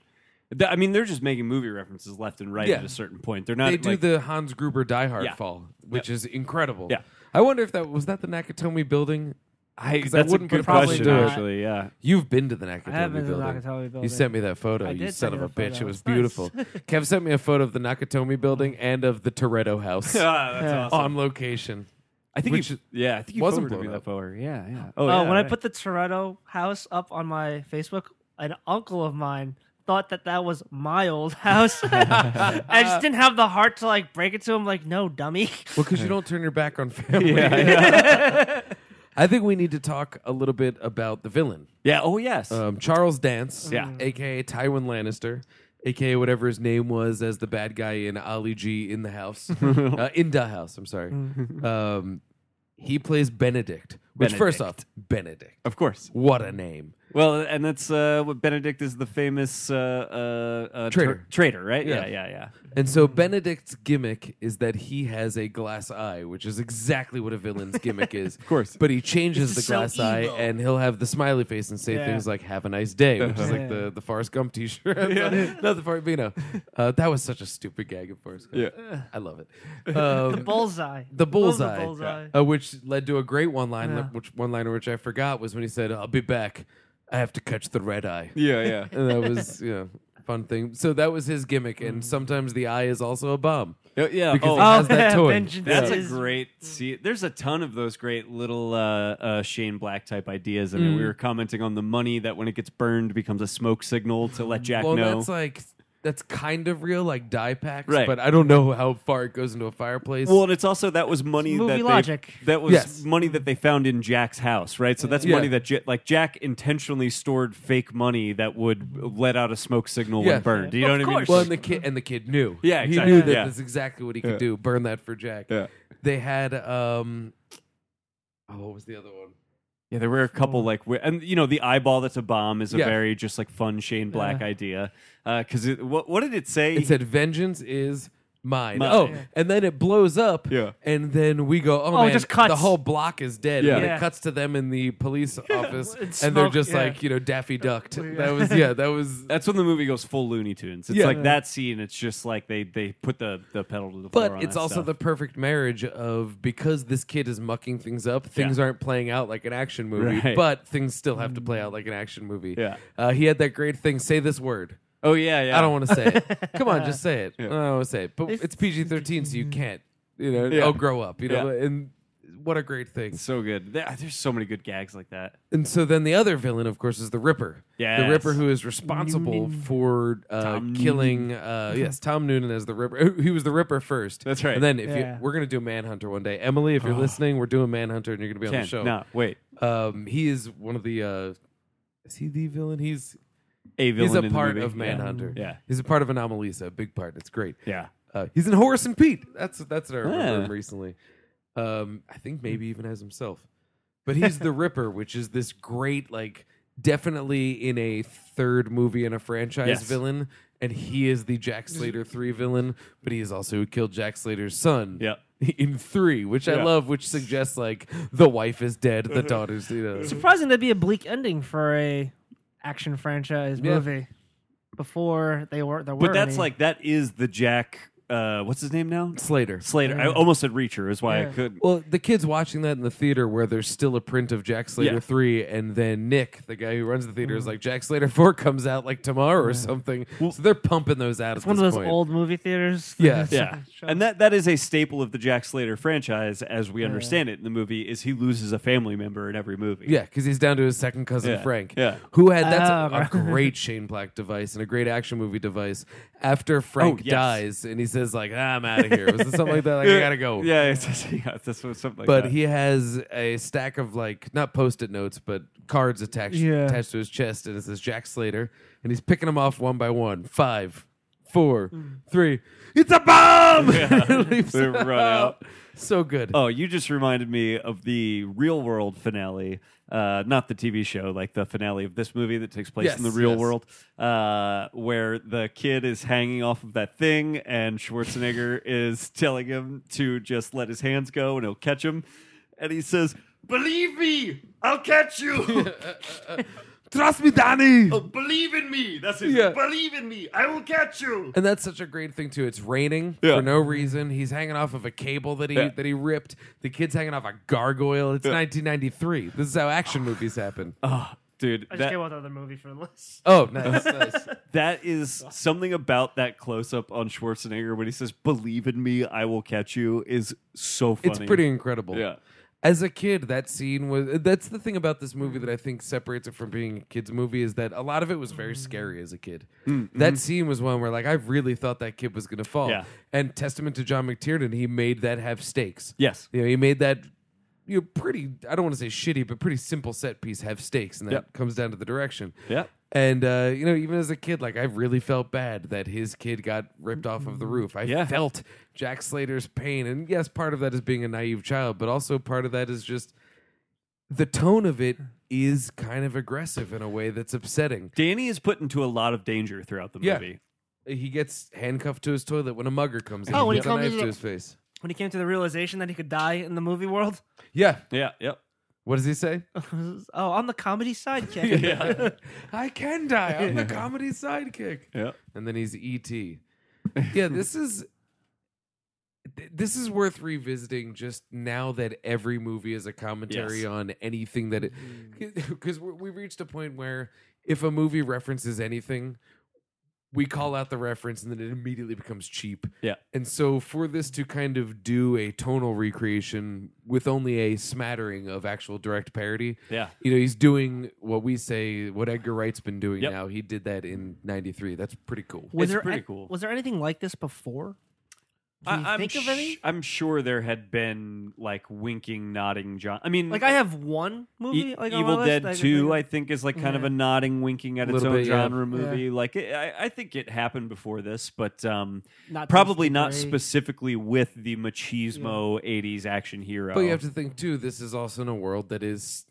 Speaker 2: Th- I mean, they're just making movie references left and right
Speaker 3: Yeah.
Speaker 2: at a certain point. They're not.
Speaker 3: They do
Speaker 2: like-
Speaker 3: the Hans Gruber Die Hard
Speaker 2: Yeah.
Speaker 3: fall, which is incredible.
Speaker 2: Yeah.
Speaker 3: I wonder if that was that the Nakatomi building.
Speaker 2: I,
Speaker 3: 'cause
Speaker 2: that's
Speaker 3: I
Speaker 2: a
Speaker 3: wouldn't
Speaker 2: good
Speaker 3: probably
Speaker 2: question,
Speaker 3: do it.
Speaker 2: actually. Yeah.
Speaker 3: You've been to the Nakatomi
Speaker 4: have been to the
Speaker 3: building.
Speaker 4: Nakatomi
Speaker 3: You
Speaker 4: building.
Speaker 3: sent me that photo.
Speaker 4: I
Speaker 3: you
Speaker 4: did
Speaker 3: son
Speaker 4: send
Speaker 3: of
Speaker 4: you
Speaker 3: a
Speaker 4: that
Speaker 3: bitch.
Speaker 4: photo.
Speaker 3: It was
Speaker 4: It's nice.
Speaker 3: beautiful. Kev sent me a photo of the Nakatomi building and of the Toretto house
Speaker 2: Ah, that's awesome.
Speaker 3: on location.
Speaker 2: I think
Speaker 3: Which
Speaker 2: you,
Speaker 3: is-
Speaker 2: yeah, I think you
Speaker 3: wasn't
Speaker 2: forwarded me
Speaker 3: blown
Speaker 2: that
Speaker 3: up.
Speaker 2: forward. Yeah, yeah. Oh,
Speaker 4: Oh,
Speaker 2: yeah,
Speaker 4: when I
Speaker 2: right.
Speaker 4: put the Toretto house up on my Facebook, an uncle of mine thought that that was my old house. I just didn't have the heart to like break it to him. Like, no, dummy.
Speaker 3: Well, because you don't turn your back on family.
Speaker 2: yeah, yeah.
Speaker 3: I think we need to talk a little bit about the villain.
Speaker 2: yeah. Oh, yes.
Speaker 3: um, Charles Dance,
Speaker 2: Yeah.
Speaker 3: aka Tywin Lannister, aka whatever his name was as the bad guy in Ali G in the house, uh, in the house. I'm sorry. Um, he plays Benedict. Which first off, Benedict.
Speaker 2: of course.
Speaker 3: What a name!
Speaker 2: Well, and that's uh, what Benedict is the famous uh, uh, uh,
Speaker 3: Traitor.
Speaker 2: tr- traitor, right? Yeah,
Speaker 3: Yeah.
Speaker 2: yeah, yeah.
Speaker 3: And so Benedict's gimmick is that he has a glass eye, which is exactly what a villain's gimmick is. of
Speaker 2: course.
Speaker 3: But he changes the
Speaker 4: It's so
Speaker 3: glass eye
Speaker 4: evil.
Speaker 3: and he'll have the smiley face and say
Speaker 4: Yeah.
Speaker 3: things like, have a nice day, which is like
Speaker 4: Yeah.
Speaker 3: the, the Forrest Gump t-shirt. Not the Forrest, but you know. Uh, that was such a stupid gag of Forrest Gump. Yeah. I love it. Um,
Speaker 4: The bullseye.
Speaker 3: the
Speaker 4: Love
Speaker 3: bullseye,
Speaker 4: The bullseye.
Speaker 3: Uh, which led to a great one line,
Speaker 4: Yeah.
Speaker 3: which one liner which I forgot was when he said, "I'll be back. I have to catch the red eye."
Speaker 2: Yeah, yeah.
Speaker 3: and that was you know fun thing. So that was his gimmick,
Speaker 2: Mm.
Speaker 3: and sometimes the eye is also a bomb.
Speaker 2: yeah.
Speaker 3: Because
Speaker 2: oh,
Speaker 3: he has that toy.
Speaker 4: Vengeance
Speaker 2: that's a
Speaker 4: is-
Speaker 2: great. See, there's a ton of those great little uh, uh, Shane Black type ideas. I mean, we were commenting on the money that when it gets burned becomes a smoke signal to let Jack
Speaker 3: Well,
Speaker 2: know.
Speaker 3: that's like that's kind of real, like die packs,
Speaker 2: Right.
Speaker 3: but I don't know how far it goes into a fireplace.
Speaker 2: well, and it's also that was money
Speaker 4: movie
Speaker 2: that they-
Speaker 4: logic.
Speaker 2: that was
Speaker 3: Yes.
Speaker 2: money that they found in Jack's house, right? So that's
Speaker 3: Yeah.
Speaker 2: money that J- like Jack intentionally stored fake money that would let out a smoke signal
Speaker 3: Yeah.
Speaker 2: when burned. Do you know
Speaker 4: Of
Speaker 2: what I mean?
Speaker 4: course.
Speaker 3: Well, and the kid and the kid knew.
Speaker 2: Yeah,
Speaker 3: he
Speaker 2: exactly.
Speaker 3: knew that
Speaker 2: Yeah.
Speaker 3: that's exactly what he could do. Burn that for Jack.
Speaker 2: Yeah.
Speaker 3: They had um, oh, what was the other one?
Speaker 2: Yeah, there were a couple like, wi- and you know, the eyeball that's a bomb is a
Speaker 3: Yeah.
Speaker 2: very just like fun Shane Black idea. Because it what, what did it say?
Speaker 3: It said, "Vengeance is mine."
Speaker 2: Mine.
Speaker 3: Oh,
Speaker 2: Yeah.
Speaker 3: and then it blows up.
Speaker 2: Yeah.
Speaker 3: and then we go, "Oh,
Speaker 4: Oh, it
Speaker 3: man,
Speaker 4: just cuts.
Speaker 3: the whole block is dead."
Speaker 2: Yeah.
Speaker 3: and
Speaker 4: Yeah.
Speaker 3: it cuts to them in the police office, and
Speaker 4: It's
Speaker 3: they're
Speaker 4: smoke,
Speaker 3: just
Speaker 4: yeah.
Speaker 3: like, you know, Daffy Ducked. That was yeah, that was.
Speaker 2: that's when the movie goes full Looney Tunes. It's
Speaker 3: Yeah.
Speaker 2: like that scene. It's just like they they put the the pedal to the floor.
Speaker 3: But
Speaker 2: on
Speaker 3: it's
Speaker 2: that
Speaker 3: also
Speaker 2: stuff.
Speaker 3: the perfect marriage of because this kid is mucking things up, things aren't playing out like an action movie,
Speaker 2: Right.
Speaker 3: but things still have to play out like an action movie.
Speaker 2: Yeah.
Speaker 3: uh, he had that great thing. Say this word.
Speaker 2: oh yeah yeah.
Speaker 3: I don't want to say it. Come on, just say it. I don't want to say it. But it's PG thirteen, so you can't. You know,
Speaker 2: Mm. Yeah.
Speaker 3: oh, grow up. You know,
Speaker 2: Yeah.
Speaker 3: and what a great thing.
Speaker 2: It's so good. There- ah, there's so many good gags like that.
Speaker 3: And so then the other villain, of course, is the Ripper.
Speaker 2: Yes.
Speaker 3: the Ripper who is responsible for uh,
Speaker 2: Tom
Speaker 3: killing. Uh, yes, Tom Noonan as the Ripper. He was the Ripper first.
Speaker 2: That's right.
Speaker 3: And then if
Speaker 4: Yeah.
Speaker 3: you, we're gonna do Manhunter one day, Emily, if you're listening, we're doing Manhunter, and you're gonna be on
Speaker 2: Ken,
Speaker 3: the show.
Speaker 2: no, wait,
Speaker 3: Um, he is one of the. Uh, is he the villain? He's
Speaker 2: a villain. in
Speaker 3: he's
Speaker 2: the
Speaker 3: a part
Speaker 2: movie.
Speaker 3: of Manhunter.
Speaker 2: Yeah,
Speaker 3: he's a part of Anomalisa, a big part. It's great.
Speaker 2: yeah.
Speaker 3: Uh, he's in Horace and Pete. That's that's what I remember
Speaker 2: Yeah.
Speaker 3: him recently. Um, I think maybe even as himself. But he's the Ripper, which is this great, like, definitely in a third movie in a franchise
Speaker 2: Yes.
Speaker 3: villain. And he is the Jack Slater three villain, but he is also who killed Jack Slater's son.
Speaker 2: Yep.
Speaker 3: In three, which I
Speaker 2: Yeah.
Speaker 3: love, which suggests like the wife is dead, the daughter's you know.
Speaker 4: Surprising to be a bleak ending for a action franchise
Speaker 3: Yeah.
Speaker 4: movie. Before they were, there were
Speaker 2: But that's
Speaker 4: any.
Speaker 2: like that is the Jack uh, what's his name now?
Speaker 3: Slater.
Speaker 2: Slater. I almost said Reacher, is why I couldn't.
Speaker 3: Well, the kids watching that in the theater where there's still a print of Jack Slater
Speaker 2: Yeah.
Speaker 3: 3, and then Nick, the guy who runs the theater, is like, Jack Slater 4 comes out like tomorrow or something. so they're pumping those out
Speaker 4: It's
Speaker 3: at
Speaker 4: one of
Speaker 3: this
Speaker 4: those
Speaker 3: point.
Speaker 4: old movie theaters.
Speaker 3: Yeah.
Speaker 2: Yeah, and that that is a staple of the Jack Slater franchise, as we understand it in the movie. Is he loses a family member in every movie?
Speaker 3: Yeah, because he's down to his second cousin
Speaker 2: Yeah,
Speaker 3: Frank.
Speaker 2: yeah.
Speaker 3: Who had that's a-
Speaker 4: Oh,
Speaker 3: a,
Speaker 4: right.
Speaker 3: great Shane Black device and a great action movie device. After Frank
Speaker 2: yes.
Speaker 3: dies and he says, like, ah, I'm out of here. Was it something like that? Like, I gotta go.
Speaker 2: Yeah, it's, yeah, that's what, something like
Speaker 3: But
Speaker 2: that.
Speaker 3: he has a stack of like not post-it notes, but cards attached
Speaker 4: Yeah.
Speaker 3: attached to his chest, and it says Jack Slater, and he's picking them off one by one. Five, four, three. It's a bomb! Leaves
Speaker 2: Mm. They
Speaker 3: it
Speaker 2: run out.
Speaker 3: So good.
Speaker 2: Oh, you just reminded me of the real world finale, uh, not the TV show, like the finale of this movie that takes place in the
Speaker 3: Yes,
Speaker 2: real
Speaker 3: yes.
Speaker 2: world, uh, where the kid is hanging off of that thing and Schwarzenegger is telling him to just let his hands go and he'll catch him. And he says, Believe me, I'll catch you.
Speaker 3: Trust me, Danny.
Speaker 2: Believe in me. That's it.
Speaker 3: Oh, Yeah.
Speaker 2: Believe in me. I will catch you.
Speaker 3: And that's such a great thing too. It's raining
Speaker 2: Yeah.
Speaker 3: for no reason. He's hanging off of a cable that he
Speaker 2: Yeah.
Speaker 3: that he ripped. The kid's hanging off a gargoyle. It's 1993. This is how action movies happen.
Speaker 2: Oh, dude.
Speaker 4: I just
Speaker 2: that-
Speaker 4: came out with another movie for the list.
Speaker 3: Oh, nice, nice.
Speaker 2: That is something about that close up on Schwarzenegger when he says, Believe in me, I will catch you, is so funny.
Speaker 3: It's pretty incredible.
Speaker 2: Yeah.
Speaker 3: As a kid, that scene was. That's the thing about this movie that I think separates it from being a kid's movie is that a lot of it was very scary as a kid. That scene was one where, like, I really thought that kid was going to fall.
Speaker 2: Yeah.
Speaker 3: And testament to John McTiernan, he made that have stakes.
Speaker 2: Yes.
Speaker 3: You know, he made that you know, pretty I don't want to say shitty, but pretty simple set piece have stakes, and that
Speaker 2: Yep.
Speaker 3: comes down to the direction.
Speaker 2: Yep.
Speaker 3: And uh, you know, even as a kid, like I really felt bad that his kid got ripped off of the roof. I
Speaker 2: Yeah.
Speaker 3: felt Jack Slater's pain, and yes, part of that is being a naive child, but also part of that is just the tone of it is kind of aggressive in a way that's upsetting.
Speaker 2: Danny is put into a lot of danger throughout the
Speaker 3: Yeah.
Speaker 2: movie.
Speaker 3: He gets handcuffed to his toilet when a mugger comes in.
Speaker 4: Oh, when he
Speaker 3: gets a
Speaker 4: comes
Speaker 3: knife
Speaker 4: in-
Speaker 3: to his face.
Speaker 4: When he came to the realization that he could die in the movie world,
Speaker 3: Yeah.
Speaker 2: Yeah. Yep.
Speaker 3: What does he say?
Speaker 4: oh, on the comedy sidekick.
Speaker 2: Yeah.
Speaker 3: I can die. I'm the comedy sidekick.
Speaker 2: yeah.
Speaker 3: and then he's E.T. Yeah, this is th- this is worth revisiting just now that every movie is a commentary
Speaker 2: Yes.
Speaker 3: on anything that it because we've reached a point where if a movie references anything we call out the reference and then it immediately becomes cheap
Speaker 2: Yeah.
Speaker 3: and so for this to kind of do a tonal recreation with only a smattering of actual direct parody
Speaker 2: Yeah.
Speaker 3: you know he's doing what we say what edgar wright's been doing
Speaker 2: Yep.
Speaker 3: now he did that in 93 that's pretty cool
Speaker 4: Was
Speaker 2: It's
Speaker 4: there
Speaker 2: pretty
Speaker 4: an-
Speaker 2: cool.
Speaker 4: Was there anything like this before? Can you
Speaker 2: I, am
Speaker 4: think of any?
Speaker 2: I'm sure there had been like winking, nodding John. I mean,
Speaker 4: Like I have one movie,
Speaker 2: Mm. E-
Speaker 4: like on my
Speaker 2: Evil
Speaker 4: list
Speaker 2: Dead
Speaker 4: that I can
Speaker 2: Two,
Speaker 4: think
Speaker 2: I think, is like kind of
Speaker 4: Yeah.
Speaker 2: a nodding, winking at its
Speaker 3: Little
Speaker 2: own
Speaker 3: bit, yeah.
Speaker 2: genre movie. Like it, I, I think it happened before this, but um,
Speaker 4: Not
Speaker 2: probably
Speaker 4: Dusty
Speaker 2: not
Speaker 4: Gray.
Speaker 2: specifically with the machismo '80s action hero.
Speaker 3: But you have to think too. This is also in a world that is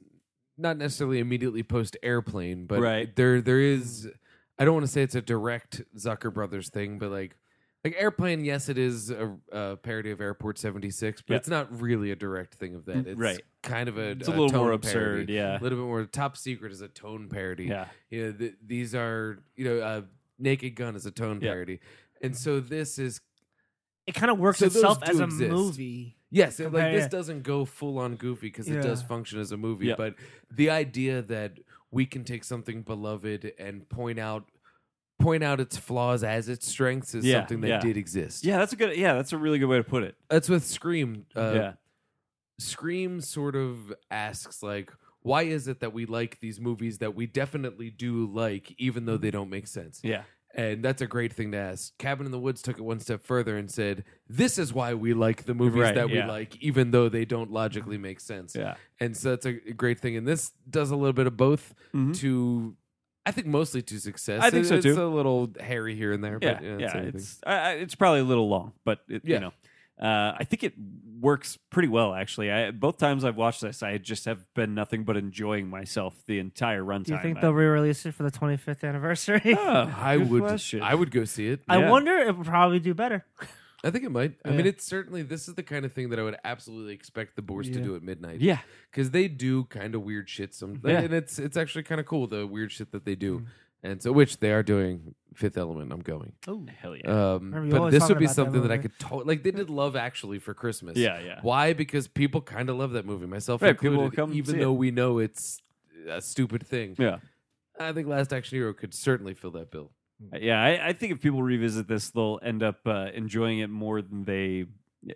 Speaker 3: not necessarily immediately post airplane, but
Speaker 2: Right.
Speaker 3: there there is. I don't want to say it's a direct Zucker Brothers thing, but like like airplane, yes, it is a, a parody of Airport seventy six, but
Speaker 2: Yeah.
Speaker 3: it's not really a direct thing of that. It's
Speaker 2: Right.
Speaker 3: kind of a
Speaker 2: It's a little
Speaker 3: tone
Speaker 2: more
Speaker 3: parody.
Speaker 2: absurd, yeah.
Speaker 3: a little bit more. Top Secret is a tone parody.
Speaker 2: Yeah.
Speaker 3: you know, th- these are you know uh, Naked Gun is a tone
Speaker 2: Yeah.
Speaker 3: parody, and so this is
Speaker 4: It kind of works
Speaker 3: So those
Speaker 4: itself
Speaker 3: do
Speaker 4: as a
Speaker 3: exist.
Speaker 4: movie.
Speaker 3: Yes, it, like
Speaker 4: Compare-
Speaker 3: this
Speaker 4: yeah.
Speaker 3: doesn't go full on goofy because it
Speaker 4: Yeah.
Speaker 3: does function as a movie,
Speaker 2: Yeah.
Speaker 3: but the idea that we can take something beloved and point out point out its flaws as its strengths is
Speaker 2: Yeah,
Speaker 3: something that
Speaker 2: yeah.
Speaker 3: did exist.
Speaker 2: Yeah, that's a good. Yeah, that's a really good way to put it.
Speaker 3: That's with Scream. Uh,
Speaker 2: yeah,
Speaker 3: Scream sort of asks like why is it that we like these movies that we definitely do like even though they don't make sense?
Speaker 2: yeah,
Speaker 3: And that's a great thing to ask. Cabin in the Woods took it one step further and said, "This is why we like the movies
Speaker 2: Right,
Speaker 3: that we
Speaker 2: yeah.
Speaker 3: like, even though they don't logically make sense."
Speaker 2: yeah,
Speaker 3: And so that's a great thing. And this does a little bit of both to, I think, mostly to success.
Speaker 2: Mm-hmm. I think so,
Speaker 3: it's
Speaker 2: too.
Speaker 3: It's a little hairy here and there.
Speaker 2: yeah.
Speaker 3: But,
Speaker 2: yeah,
Speaker 3: that's everything.
Speaker 2: It's I, I- it's probably a little long, but it,
Speaker 3: Yeah.
Speaker 2: you know, uh, I think it works pretty well actually. I, both times I've watched this, I just have been nothing but enjoying myf the entire runtime.
Speaker 4: Do you think
Speaker 2: I-
Speaker 4: they'll re-release it for the 25th anniversary?
Speaker 2: Oh,
Speaker 3: I
Speaker 2: good
Speaker 3: would,
Speaker 2: question.
Speaker 3: I would go see it.
Speaker 4: I
Speaker 2: Yeah.
Speaker 4: wonder it would probably do better.
Speaker 3: I think it might. I
Speaker 4: Yeah.
Speaker 3: mean, it's certainly this is the kind of thing that I would absolutely expect the Boers to
Speaker 4: Yeah.
Speaker 3: do at midnight.
Speaker 2: Yeah,
Speaker 3: because they do kind of weird shit. Some
Speaker 2: Yeah. Mm-hmm.
Speaker 3: and it's it's actually kind of cool the weird shit that they do. and so which they are doing Fifth Element. I'm going.
Speaker 4: Oh,
Speaker 2: Hell yeah.
Speaker 3: Um,
Speaker 4: Remember you
Speaker 3: but
Speaker 4: always
Speaker 3: this would
Speaker 4: talking
Speaker 3: be
Speaker 4: about that
Speaker 3: something that, I
Speaker 4: movie.
Speaker 3: could totally like. They did Love Actually for Christmas.
Speaker 2: yeah, yeah.
Speaker 3: Why? Because people kind of love that movie, myself
Speaker 2: Right, people
Speaker 3: included.
Speaker 2: will come
Speaker 3: even
Speaker 2: see
Speaker 3: though
Speaker 2: it.
Speaker 3: we know it's a stupid thing,
Speaker 2: Yeah.
Speaker 3: I think Last Action Hero could certainly fill that bill.
Speaker 2: Yeah, I, I think if people revisit this, they'll end up uh, enjoying it more than they uh,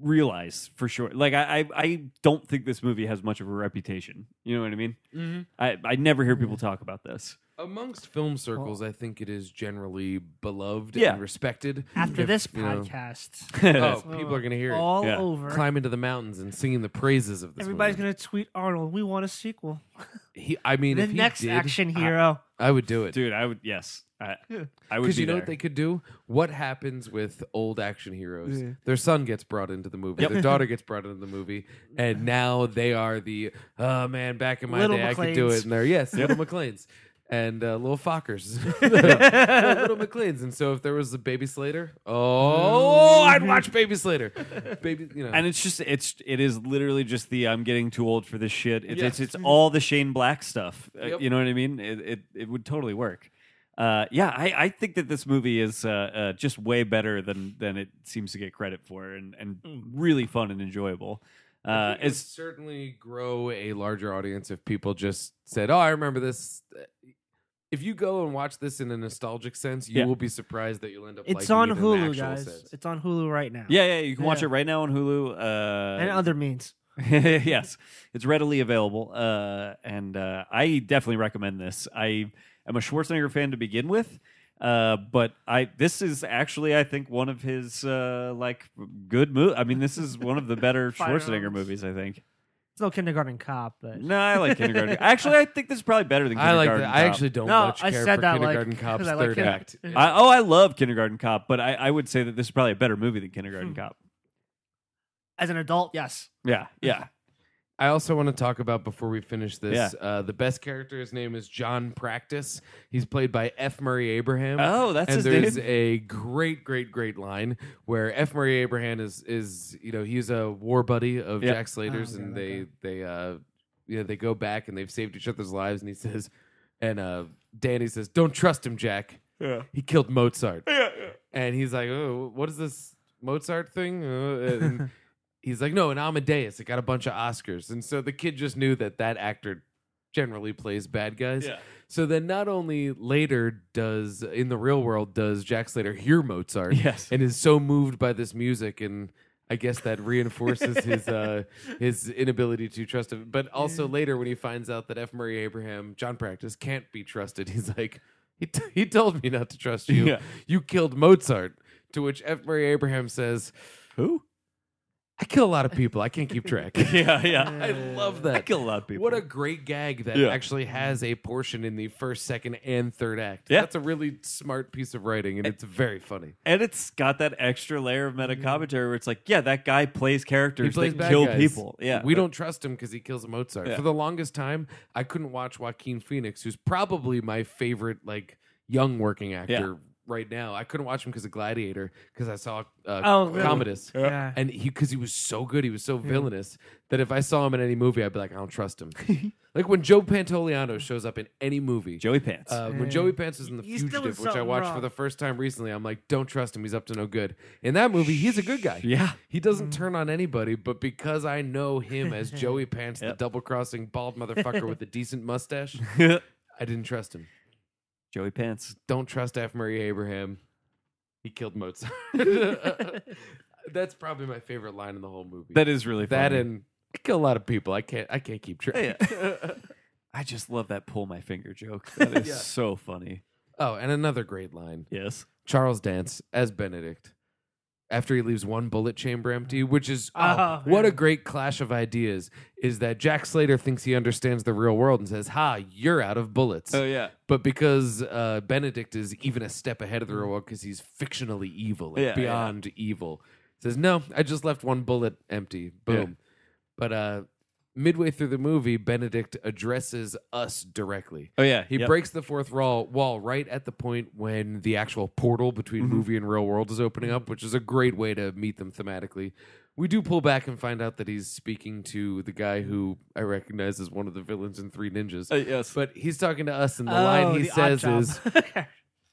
Speaker 2: realize for sure. Like I, I, I don't think this movie has much of a reputation. You know what I mean?
Speaker 3: Mm-hmm.
Speaker 2: I, I never hear people talk about this.
Speaker 3: Amongst film circles, I think it is generally beloved
Speaker 2: Yeah.
Speaker 3: and respected.
Speaker 4: After
Speaker 3: If,
Speaker 4: this
Speaker 3: you know-
Speaker 4: podcast,
Speaker 3: oh,
Speaker 2: That's-
Speaker 3: people are going to hear it.
Speaker 4: all
Speaker 2: Yeah.
Speaker 4: over.
Speaker 3: Climb into the mountains and singing the praises of this.
Speaker 4: Everybody's
Speaker 3: movie.
Speaker 4: gonna tweet Arnold. We want a sequel.
Speaker 3: He, I mean,
Speaker 4: the
Speaker 3: if he
Speaker 4: next
Speaker 3: did,
Speaker 4: action
Speaker 3: I-
Speaker 4: hero.
Speaker 3: I, would do it
Speaker 2: dude, I would yes, I,
Speaker 4: Yeah.
Speaker 2: I would.
Speaker 3: because
Speaker 2: be
Speaker 3: you know what
Speaker 2: there.
Speaker 3: they could do. What happens with old action heroes?
Speaker 4: Yeah.
Speaker 3: Their son gets brought into the movie.
Speaker 2: Yep.
Speaker 3: Their daughter gets brought into the movie, and now they are the oh man, back in my
Speaker 4: Little
Speaker 3: day, I could do
Speaker 4: McLeans.
Speaker 3: it. And they're yes, little McLeans and uh, little Fockers, little McLeans. And so if there was a Baby Slater, oh, I'd watch Baby Slater. Baby, you know,
Speaker 2: And it's just it's it is literally just the I'm getting too old for this shit. It's
Speaker 3: Yeah.
Speaker 2: it's, it's all the Shane Black stuff. Uh,
Speaker 3: Yep.
Speaker 2: You know what I mean? It it, it would totally work. Uh, yeah, I, I think that this movie is uh, uh, just way better than than it seems to get credit for, and and really fun and enjoyable. Uh,
Speaker 3: Hmm. it would
Speaker 2: it's
Speaker 3: certainly grow a larger audience if people just said, "Oh, I remember this." If you go and watch this in a nostalgic sense, you
Speaker 2: Yeah.
Speaker 3: will be surprised that you'll end up.
Speaker 4: It's
Speaker 3: liking
Speaker 4: on
Speaker 3: it in an
Speaker 4: Hulu,
Speaker 3: actual
Speaker 4: guys.
Speaker 3: sense.
Speaker 4: It's on Hulu right now.
Speaker 2: yeah yeah you can watch
Speaker 4: Yeah.
Speaker 2: it right now on Hulu. Uh,
Speaker 4: and other means.
Speaker 2: yes, it's readily available, uh, and uh, I definitely recommend this. I am a Schwarzenegger fan to begin with, uh, but I this is actually I think one of his uh, like good movies. I mean, this is one of the better Schwarzenegger
Speaker 4: Firearms.
Speaker 2: movies. I think.
Speaker 4: It's no Kindergarten Cop, but
Speaker 2: No, I like Kindergarten. actually, I think this is probably better than
Speaker 3: I
Speaker 2: Kindergarten.
Speaker 3: like that. I
Speaker 2: Cop.
Speaker 3: actually don't
Speaker 4: No,
Speaker 3: much
Speaker 4: I
Speaker 3: care
Speaker 4: said
Speaker 3: for
Speaker 4: that, like,
Speaker 3: Kindergarten Cop's
Speaker 4: 'cause I like
Speaker 3: third
Speaker 4: it.
Speaker 3: act.
Speaker 2: I, oh, I love Kindergarten Cop, but I, I would say that this is probably a better movie than Kindergarten
Speaker 4: Hmm.
Speaker 2: Cop.
Speaker 4: as an adult, yes.
Speaker 2: Yeah, yeah.
Speaker 3: I also want to talk about before we finish this.
Speaker 2: Yeah.
Speaker 3: Uh, the best character, his name is John Practice. He's played by F. Murray Abraham.
Speaker 2: Oh, that's
Speaker 3: and
Speaker 2: his
Speaker 3: there's
Speaker 2: name.
Speaker 3: a great, great, great line where F. Murray Abraham is is you know he's a war buddy of
Speaker 2: Yeah.
Speaker 3: Jack Slater's,
Speaker 4: Oh,
Speaker 3: and
Speaker 4: yeah,
Speaker 3: they they uh you know they go back and they've saved each other's lives, and he says, and uh Danny says, "Don't trust him, Jack.
Speaker 2: Yeah.
Speaker 3: He killed Mozart." And he's like, "Oh, what is this Mozart thing?" Uh, and he's like, "No, an Amadeus. It got a bunch of Oscars." And so the kid just knew that that actor generally plays bad guys.
Speaker 2: Yeah.
Speaker 3: So then not only later does in the real world does Jack Slater hear Mozart
Speaker 2: Yes.
Speaker 3: and is so moved by this music and I guess that reinforces his uh, his inability to trust him. But also later when he finds out that F. Murray Abraham, John Practice, can't be trusted, he's like, he, t- he told me not to trust you.
Speaker 2: Yeah.
Speaker 3: You killed Mozart. To which F. Murray Abraham says,
Speaker 2: Who?
Speaker 3: I kill a lot of people. I can't keep track.
Speaker 2: Yeah, yeah.
Speaker 3: I love that.
Speaker 2: I kill a lot of people.
Speaker 3: What a great gag that
Speaker 2: Yeah.
Speaker 3: actually has a portion in the first, second, and third act.
Speaker 2: Yeah.
Speaker 3: That's a really smart piece of writing, and it's very funny.
Speaker 2: And it's got that extra layer of meta commentary where it's like, yeah, that guy plays characters that
Speaker 3: bad
Speaker 2: kill
Speaker 3: guys.
Speaker 2: people. Yeah,
Speaker 3: we don't trust him because he kills Mozart.
Speaker 2: Yeah.
Speaker 3: For the longest time, I couldn't watch Joaquin Phoenix, who's probably my favorite like young working actor right now. I couldn't watch him because of Gladiator because I saw uh,
Speaker 4: Oh, really?
Speaker 3: Commodus.
Speaker 4: Yeah.
Speaker 3: And he, because he was so good, he was so villainous that if I saw him in any movie, I'd be like, I don't trust him. like when Joe Pantoliano shows up in any movie,
Speaker 2: Joey Pants.
Speaker 3: Uh, when
Speaker 4: Yeah.
Speaker 3: Joey Pants was in The
Speaker 4: He's doing
Speaker 3: Fugitive, which I
Speaker 4: something
Speaker 3: watched
Speaker 4: wrong.
Speaker 3: for the first time recently, I'm like, don't trust him. He's up to no good. In that movie, he's a good guy.
Speaker 2: yeah,
Speaker 3: He
Speaker 4: Mm.
Speaker 3: doesn't turn on anybody, but because I know him as Joey Pants,
Speaker 2: Yep.
Speaker 3: the double crossing bald motherfucker with a decent mustache, I didn't trust him.
Speaker 2: Joey Pants.
Speaker 3: Don't trust F. Murray Abraham. He killed Mozart. That's probably my favorite line in the whole movie.
Speaker 2: That is really
Speaker 3: that
Speaker 2: funny.
Speaker 3: and I kill a lot of people. I can't I can't keep track.
Speaker 2: Yeah. I just love that pull my finger joke. That is
Speaker 3: Yeah.
Speaker 2: so funny.
Speaker 3: Oh, and another great line.
Speaker 2: Yes.
Speaker 3: Charles Dance as Benedict after he leaves one bullet chamber empty, which is oh,
Speaker 4: Oh,
Speaker 3: what
Speaker 4: yeah.
Speaker 3: a great clash of ideas. Is that Jack Slater thinks he understands the real world and says, "Ha, you're out of bullets."
Speaker 2: Oh, yeah.
Speaker 3: But because uh, Benedict is even a step ahead of the real world because he's fictionally evil, like
Speaker 2: Yeah, yeah.
Speaker 3: beyond evil, says, "No, I just left one bullet empty." Boom. But uh, midway through the movie, Benedict addresses us directly.
Speaker 2: Oh yeah,
Speaker 3: He
Speaker 2: yep.
Speaker 3: breaks the fourth wall, wall right at the point when the actual portal between
Speaker 2: Mm-hmm.
Speaker 3: movie and real world is opening up, which is a great way to meet them thematically. We do pull back and find out that he's speaking to the guy who I recognize as one of the villains in Three Ninjas.
Speaker 2: Uh, yes.
Speaker 3: But he's talking to us, and the
Speaker 4: Oh,
Speaker 3: line he says is,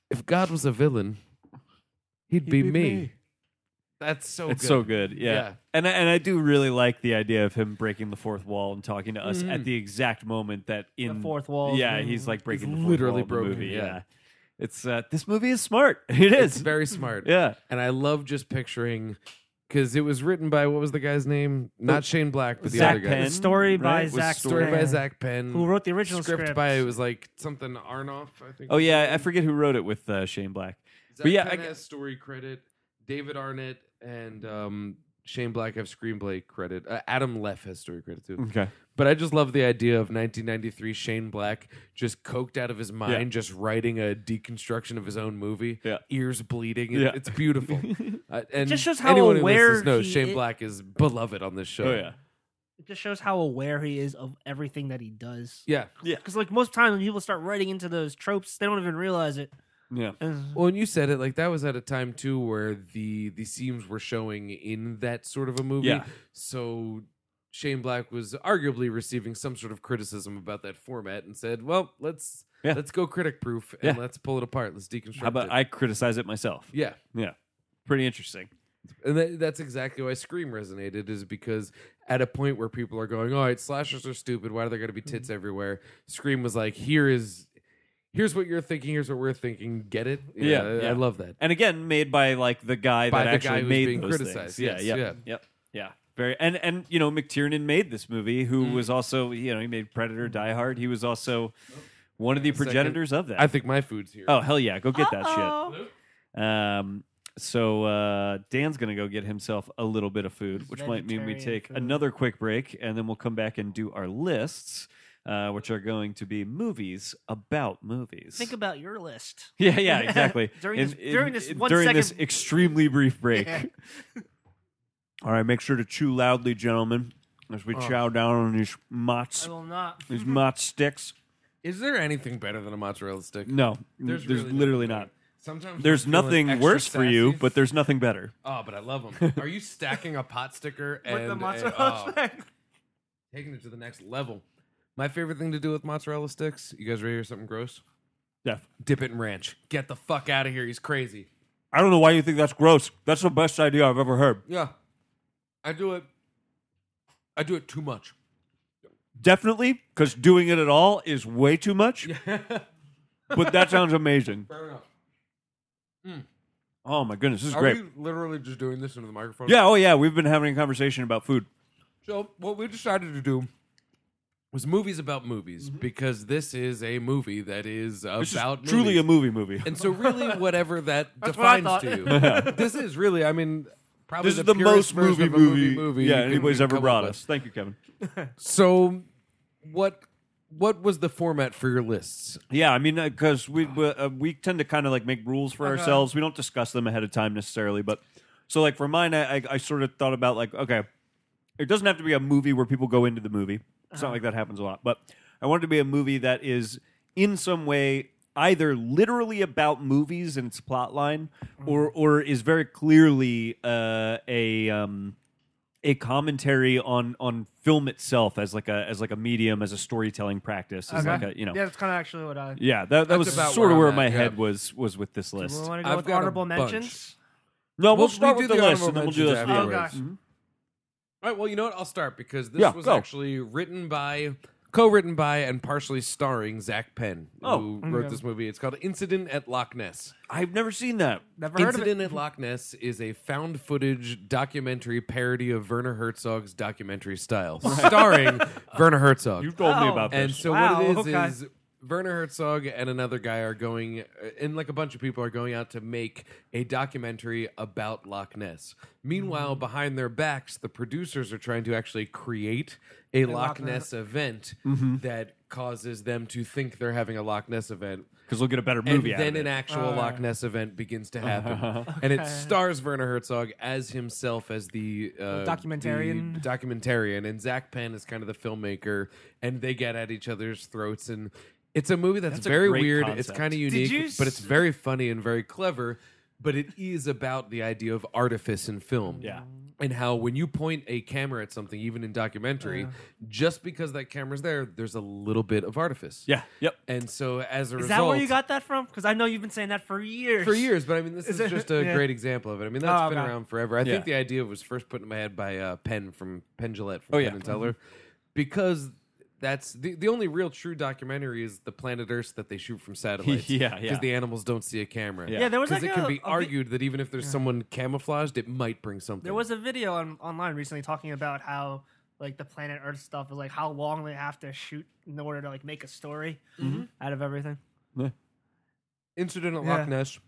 Speaker 3: "If God was a villain, he'd, be,
Speaker 2: be
Speaker 3: me.
Speaker 2: me.
Speaker 3: That's so.
Speaker 2: It's
Speaker 3: good.
Speaker 2: so good, yeah.
Speaker 3: Yeah.
Speaker 2: And I, and I do really like the idea of him breaking the fourth wall and talking to us
Speaker 3: Mm-hmm.
Speaker 2: at the exact moment that in
Speaker 4: fourth wall.
Speaker 2: Yeah,
Speaker 4: Mhm.
Speaker 2: he's like breaking the
Speaker 3: It's
Speaker 2: fourth
Speaker 3: Mm-hmm. literally
Speaker 2: wall in the
Speaker 3: broken,
Speaker 2: movie,
Speaker 3: yeah.
Speaker 2: it's uh, this movie is smart. It is
Speaker 3: It's very smart.
Speaker 2: yeah.
Speaker 3: and I love just picturing because it was written by what was the guy's name? Not Shane Black, but the
Speaker 2: Zach
Speaker 3: other guy.
Speaker 2: Penn.
Speaker 4: Story by
Speaker 2: Right? Was
Speaker 4: Zach.
Speaker 3: Story by
Speaker 4: Penn,
Speaker 3: Zach Penn.
Speaker 4: who wrote the original
Speaker 3: script,
Speaker 4: script.
Speaker 3: by it was like something Arnoff, I think.
Speaker 2: Oh yeah, I forget who wrote it with uh, Shane Black.
Speaker 3: Zach
Speaker 2: but yeah,
Speaker 3: Penn
Speaker 2: I-
Speaker 3: has story credit. David Arnett and um, Shane Black have screenplay credit. Uh, Adam Leff has story credit too.
Speaker 2: Okay.
Speaker 3: But I just love the idea of 1993 Shane Black just coked out of his mind,
Speaker 2: Yeah.
Speaker 3: just writing a deconstruction of his own movie.
Speaker 2: Yeah.
Speaker 3: Ears bleeding. It-
Speaker 2: Yeah.
Speaker 3: It's beautiful. uh, and
Speaker 4: Just shows how
Speaker 3: anyone who
Speaker 4: aware
Speaker 3: listens knows
Speaker 4: he
Speaker 3: Shane
Speaker 4: i-
Speaker 3: Black is beloved on this show.
Speaker 2: Oh yeah.
Speaker 4: It just shows how aware he is of everything that he does.
Speaker 3: Yeah.
Speaker 4: Because like most times when people start writing into those tropes, they don't even realize it.
Speaker 2: Yeah.
Speaker 4: And
Speaker 3: Well, and you said it like that was at a time too where the the seams were showing in that sort of a movie.
Speaker 2: Yeah.
Speaker 3: So Shane Black was arguably receiving some sort of criticism about that format and said, "Well, let's
Speaker 2: Yeah.
Speaker 3: let's go critic proof and
Speaker 2: Yeah.
Speaker 3: let's pull it apart. Let's deconstruct
Speaker 2: How about
Speaker 3: it."
Speaker 2: I criticize it myself?
Speaker 3: yeah.
Speaker 2: Yeah. Pretty interesting.
Speaker 3: And that, that's exactly why Scream resonated, is because at a point where people are going, all right, slashers are stupid. Why are there going to be tits
Speaker 2: Mm-hmm.
Speaker 3: everywhere? Scream was like, here is, here's what you're thinking. Here's what we're thinking. Get it?
Speaker 2: Yeah,
Speaker 3: I,
Speaker 2: yeah.
Speaker 3: I love that.
Speaker 2: And again, made by like the guy that
Speaker 3: By the
Speaker 2: actually
Speaker 3: guy who's
Speaker 2: made
Speaker 3: being
Speaker 2: those
Speaker 3: criticized,
Speaker 2: Things. Yeah,
Speaker 3: yes,
Speaker 2: yeah,
Speaker 3: yeah.
Speaker 2: Yep. Yeah. Very and and you know, McTiernan made this movie who
Speaker 3: Mm-hmm.
Speaker 2: was also, you know, he made Predator Die Hard. He was also one of the
Speaker 3: Oh. Second.
Speaker 2: progenitors of that.
Speaker 3: I think my food's here.
Speaker 2: oh hell yeah, go get that
Speaker 4: Uh-oh.
Speaker 2: shit. Um so uh, Dan's gonna go get himself a little bit of food, which might mean we
Speaker 4: Vegetarian
Speaker 2: take
Speaker 4: food.
Speaker 2: another quick break, and then we'll come back and do our lists, uh, which are going to be movies about movies.
Speaker 4: Think about your list.
Speaker 2: Yeah, yeah, exactly.
Speaker 4: During this- during this one
Speaker 2: during
Speaker 4: second-
Speaker 2: this extremely brief break.
Speaker 4: Yeah.
Speaker 2: All right, make sure to chew loudly, gentlemen, as we chow down on these
Speaker 4: Oh. I Mm-hmm.
Speaker 2: motts,
Speaker 4: will not.
Speaker 2: these mott sticks.
Speaker 3: Is there anything better than a mozzarella stick?
Speaker 2: No, there's,
Speaker 3: really
Speaker 2: literally
Speaker 3: nothing
Speaker 2: not.
Speaker 3: better. Sometimes when
Speaker 2: There's
Speaker 3: I'm feeling
Speaker 2: nothing
Speaker 3: extra
Speaker 2: worse for you,
Speaker 3: sassy-
Speaker 2: but there's nothing better.
Speaker 3: oh, but I love them. Are you stacking a pot sticker and
Speaker 4: With the
Speaker 3: a-
Speaker 4: mozzarella
Speaker 3: oh,
Speaker 4: stick.
Speaker 3: taking it to the next level? My favorite thing to do with mozzarella sticks. You guys ready to hear something gross?
Speaker 2: Yeah.
Speaker 3: Dip it in ranch. Get the fuck out of here. He's crazy.
Speaker 2: I don't know why you think that's gross. That's the best idea I've ever heard.
Speaker 3: Yeah. I do it. I do it too much.
Speaker 2: Definitely, because doing it at all is way too much. but that sounds amazing.
Speaker 3: Fair enough.
Speaker 2: Oh my goodness, this is
Speaker 3: Are
Speaker 2: great.
Speaker 3: we literally just doing this into the microphone?
Speaker 2: Yeah, oh yeah, we've been having a conversation about food.
Speaker 3: So what we decided to do was movies about movies because this is a movie that is about
Speaker 2: Mm-hmm. This is
Speaker 3: movies.
Speaker 2: truly a movie movie.
Speaker 3: And so, really, whatever that
Speaker 4: what I
Speaker 3: defines
Speaker 4: thought.
Speaker 3: to you, this is really, I mean, probably
Speaker 2: This is
Speaker 3: the
Speaker 2: the
Speaker 3: purest
Speaker 2: most movie
Speaker 3: version of a movie
Speaker 2: movie,
Speaker 3: movie.
Speaker 2: yeah
Speaker 3: you can
Speaker 2: anybody's ever
Speaker 3: come up
Speaker 2: brought
Speaker 3: with.
Speaker 2: us. Thank you, Kevin.
Speaker 3: So, what what was the format for your lists?
Speaker 2: Yeah, I mean, because we we- uh, we tend to kind of like make rules for ourselves. We don't discuss them ahead of time necessarily, but so like for mine, I, I I sort of thought about like okay, it doesn't have to be a movie where people go into the movie. It's not like that happens a lot, but I want it to be a movie that is in some way either literally about movies and its plot line, or or is very clearly uh, a um, a commentary on on film itself as like a as like a medium as a storytelling practice as like a you know
Speaker 4: Yeah, that's kind of actually what I.
Speaker 2: yeah, that, that
Speaker 3: That's
Speaker 2: was
Speaker 3: about
Speaker 2: sort
Speaker 3: where
Speaker 2: of
Speaker 3: I'm
Speaker 2: where
Speaker 3: at,
Speaker 2: my
Speaker 3: yeah.
Speaker 2: head was was with this
Speaker 4: We
Speaker 2: list.
Speaker 4: want to go
Speaker 3: I've
Speaker 4: with
Speaker 3: got a
Speaker 4: honorable
Speaker 3: bunch.
Speaker 4: mentions.
Speaker 2: No,
Speaker 3: Well,
Speaker 2: we'll start
Speaker 3: we
Speaker 2: with
Speaker 3: do
Speaker 2: the
Speaker 3: the
Speaker 2: list,
Speaker 3: honorable
Speaker 2: and then we'll do
Speaker 3: mentions
Speaker 2: this.
Speaker 4: Oh
Speaker 3: afterwards.
Speaker 4: gosh.
Speaker 3: All right, well, you know what? I'll start because this
Speaker 2: Yeah,
Speaker 3: was
Speaker 2: go.
Speaker 3: actually written by, co written by, and partially starring Zach Penn,
Speaker 2: Oh,
Speaker 3: who
Speaker 4: Mm-hmm.
Speaker 3: wrote this movie. It's called Incident at Loch Ness.
Speaker 2: I've never seen that.
Speaker 4: Never heard of it.
Speaker 3: Incident at Loch Ness is a found footage documentary parody of Werner Herzog's documentary style, starring Werner Herzog.
Speaker 2: You told me
Speaker 4: Oh.
Speaker 2: about
Speaker 3: And
Speaker 2: this.
Speaker 3: so
Speaker 4: Wow,
Speaker 3: what it is
Speaker 4: okay.
Speaker 3: is Werner Herzog and another guy are going, uh, and like a bunch of people are going out to make a documentary about Loch Ness. Meanwhile, behind their backs, the producers are trying to actually create a Loch
Speaker 4: Loch
Speaker 3: Ness event that causes them to think they're having a Loch Ness event.
Speaker 2: Because we'll get a better
Speaker 3: And
Speaker 2: movie Uh-huh. out
Speaker 3: then
Speaker 2: of
Speaker 3: an
Speaker 2: it.
Speaker 3: actual
Speaker 4: Uh.
Speaker 3: Loch Ness event begins to happen, and it stars Werner Herzog as himself as the uh,
Speaker 5: Documentarian.
Speaker 3: the documentarian, and Zach Penn is kind of the filmmaker, and they get at each other's throats, and it's a movie that's,
Speaker 2: a
Speaker 3: very
Speaker 2: great
Speaker 3: weird. It's
Speaker 2: concept.
Speaker 3: kind of
Speaker 4: Did you
Speaker 3: unique,
Speaker 4: s-
Speaker 3: but it's very funny and very clever. But it is about the idea of artifice in film,
Speaker 2: Yeah.
Speaker 3: and how when you point a camera at something, even in
Speaker 4: Uh.
Speaker 3: documentary, just because that camera's there, there's a little bit of artifice.
Speaker 2: yeah. Yep.
Speaker 3: And so, as a
Speaker 4: Is
Speaker 3: result,
Speaker 4: that where you got that from? Because I know you've been saying that for years.
Speaker 3: for years, but I mean, this is,
Speaker 4: it-
Speaker 3: just a
Speaker 4: yeah.
Speaker 3: great example of it. I mean, that's
Speaker 4: Oh,
Speaker 3: been
Speaker 4: okay.
Speaker 3: around forever. I
Speaker 2: Yeah.
Speaker 3: think the idea was first put in my head by uh, Penn from Penn Gillette from
Speaker 2: Oh,
Speaker 3: Penn
Speaker 2: yeah.
Speaker 3: and Teller, because that's the the only real true documentary is the Planet Earth that they shoot from satellites.
Speaker 2: Yeah, yeah.
Speaker 3: because the animals don't see a camera.
Speaker 2: Yeah.
Speaker 4: Yeah, there was
Speaker 3: Because
Speaker 4: like
Speaker 3: it
Speaker 4: a,
Speaker 3: can be
Speaker 4: a vi-
Speaker 3: argued that even if there's someone camouflaged, it might bring something.
Speaker 4: There was a video on, online recently talking about how like the planet Earth stuff is like how long they have to shoot in order to like make a story
Speaker 3: Mm-hmm.
Speaker 4: out of everything.
Speaker 3: incident at
Speaker 4: Yeah.
Speaker 3: Loch Ness,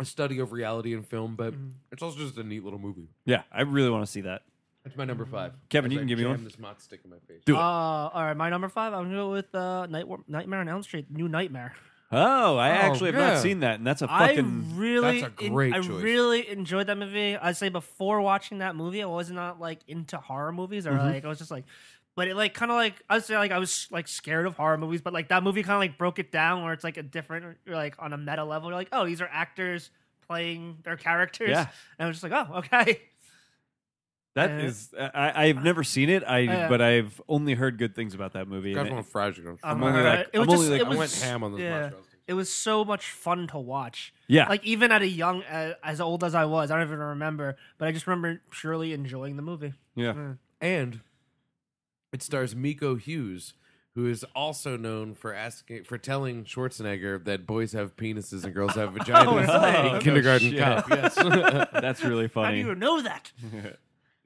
Speaker 3: a study of reality in film, but
Speaker 4: Mm-hmm.
Speaker 3: it's also just a neat little movie.
Speaker 2: Yeah. I really want to see that.
Speaker 3: That's my
Speaker 4: Mm-hmm.
Speaker 3: number five.
Speaker 2: Kevin,
Speaker 3: As
Speaker 2: you
Speaker 3: I
Speaker 2: can give me
Speaker 3: jam
Speaker 2: one.
Speaker 3: This moth stick in my face.
Speaker 2: Do it.
Speaker 4: Uh, all right, my number five. I'm gonna go with uh, Night- Nightmare on Elm Street, New Nightmare.
Speaker 2: Oh, I
Speaker 3: Oh,
Speaker 2: actually have
Speaker 3: yeah.
Speaker 2: not seen that, and that's a
Speaker 4: I
Speaker 2: fucking.
Speaker 4: really,
Speaker 3: That's a
Speaker 4: en-
Speaker 3: great
Speaker 4: I
Speaker 3: choice.
Speaker 4: really enjoyed that movie. I'd say before watching that movie, I was not like into horror movies
Speaker 2: Mm-hmm.
Speaker 4: or like I was just like, but it like kind of like I would say like I was like scared of horror movies, but like that movie kind of like broke it down where it's like a different you're like on a meta level. You're like, oh, these are actors playing their characters,
Speaker 2: Yeah.
Speaker 4: and I was just like, oh, okay,
Speaker 2: That
Speaker 4: Uh,
Speaker 2: is, I, I've never seen it. I,
Speaker 4: yeah.
Speaker 2: but I've only heard good things about that movie.
Speaker 3: Guys
Speaker 2: and
Speaker 3: want fries? You're gonna
Speaker 2: I'm only
Speaker 4: alright.
Speaker 2: like-
Speaker 4: Um, it was
Speaker 2: I'm only
Speaker 4: just,
Speaker 2: like-
Speaker 4: it
Speaker 2: I
Speaker 4: was,
Speaker 3: went ham on this
Speaker 4: yeah.
Speaker 3: mozzarella sticks.
Speaker 4: It was so much fun to watch.
Speaker 2: Yeah.
Speaker 4: like even at a young, uh, as old as I was, I don't even remember, but I just remember surely enjoying the movie.
Speaker 2: yeah.
Speaker 3: and it stars Miko Hughes, who is also known for asking for telling Schwarzenegger that boys have penises and girls have vaginas
Speaker 2: really?
Speaker 3: in
Speaker 2: Oh,
Speaker 3: Kindergarten
Speaker 2: shit.
Speaker 3: Cop. Yes,
Speaker 2: That's really
Speaker 4: How do
Speaker 2: funny.
Speaker 4: you know that?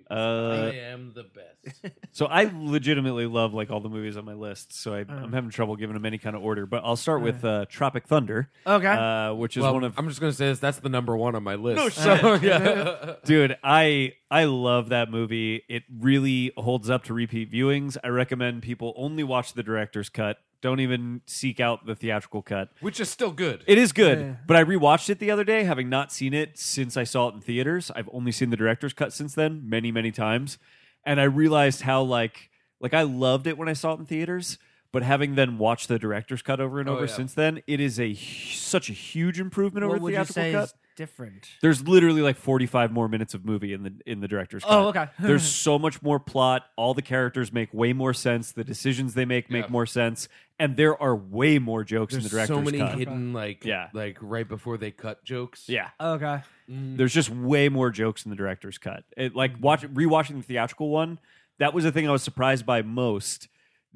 Speaker 2: Uh,
Speaker 3: am the best.
Speaker 2: so I legitimately love like all the movies on my list. So I, I'm having trouble giving them any kind of order. But I'll start with uh, Tropic Thunder,
Speaker 4: Okay.
Speaker 2: uh, which is
Speaker 3: Well,
Speaker 2: one of
Speaker 3: I'm just gonna say this. That's the number one on my list.
Speaker 2: No
Speaker 3: so, yeah.
Speaker 2: dude i i love that movie it really holds up to repeat viewings i recommend people only watch the director's cut don't even seek out the theatrical cut
Speaker 3: which is still good.
Speaker 2: it is good but i rewatched it the other day having not seen it since i saw it in theaters i've only seen the director's cut since then many many times and i realized how like like i loved it when i saw it in theaters but having then watched the director's cut over and
Speaker 3: Oh,
Speaker 2: over
Speaker 3: yeah.
Speaker 2: since then it is a hu- such a huge improvement over
Speaker 4: what
Speaker 2: the
Speaker 4: would you
Speaker 2: theatrical
Speaker 4: say
Speaker 2: cut
Speaker 4: is different?
Speaker 2: there's literally like 45 more minutes of movie in the in the director's cut.
Speaker 4: Oh, okay.
Speaker 2: there's so much more plot. All the characters make way more sense. The decisions they make make
Speaker 3: Yeah.
Speaker 2: more sense, and there are way more jokes in
Speaker 3: There's
Speaker 2: the director's
Speaker 3: so many
Speaker 2: cut.
Speaker 3: hidden like
Speaker 2: Yeah.
Speaker 3: like right before they cut jokes.
Speaker 2: yeah,
Speaker 4: Okay.
Speaker 2: Mm-hmm. there's just way more jokes in the director's cut. It, like watch rewatching the theatrical one, that was the thing I was surprised by most.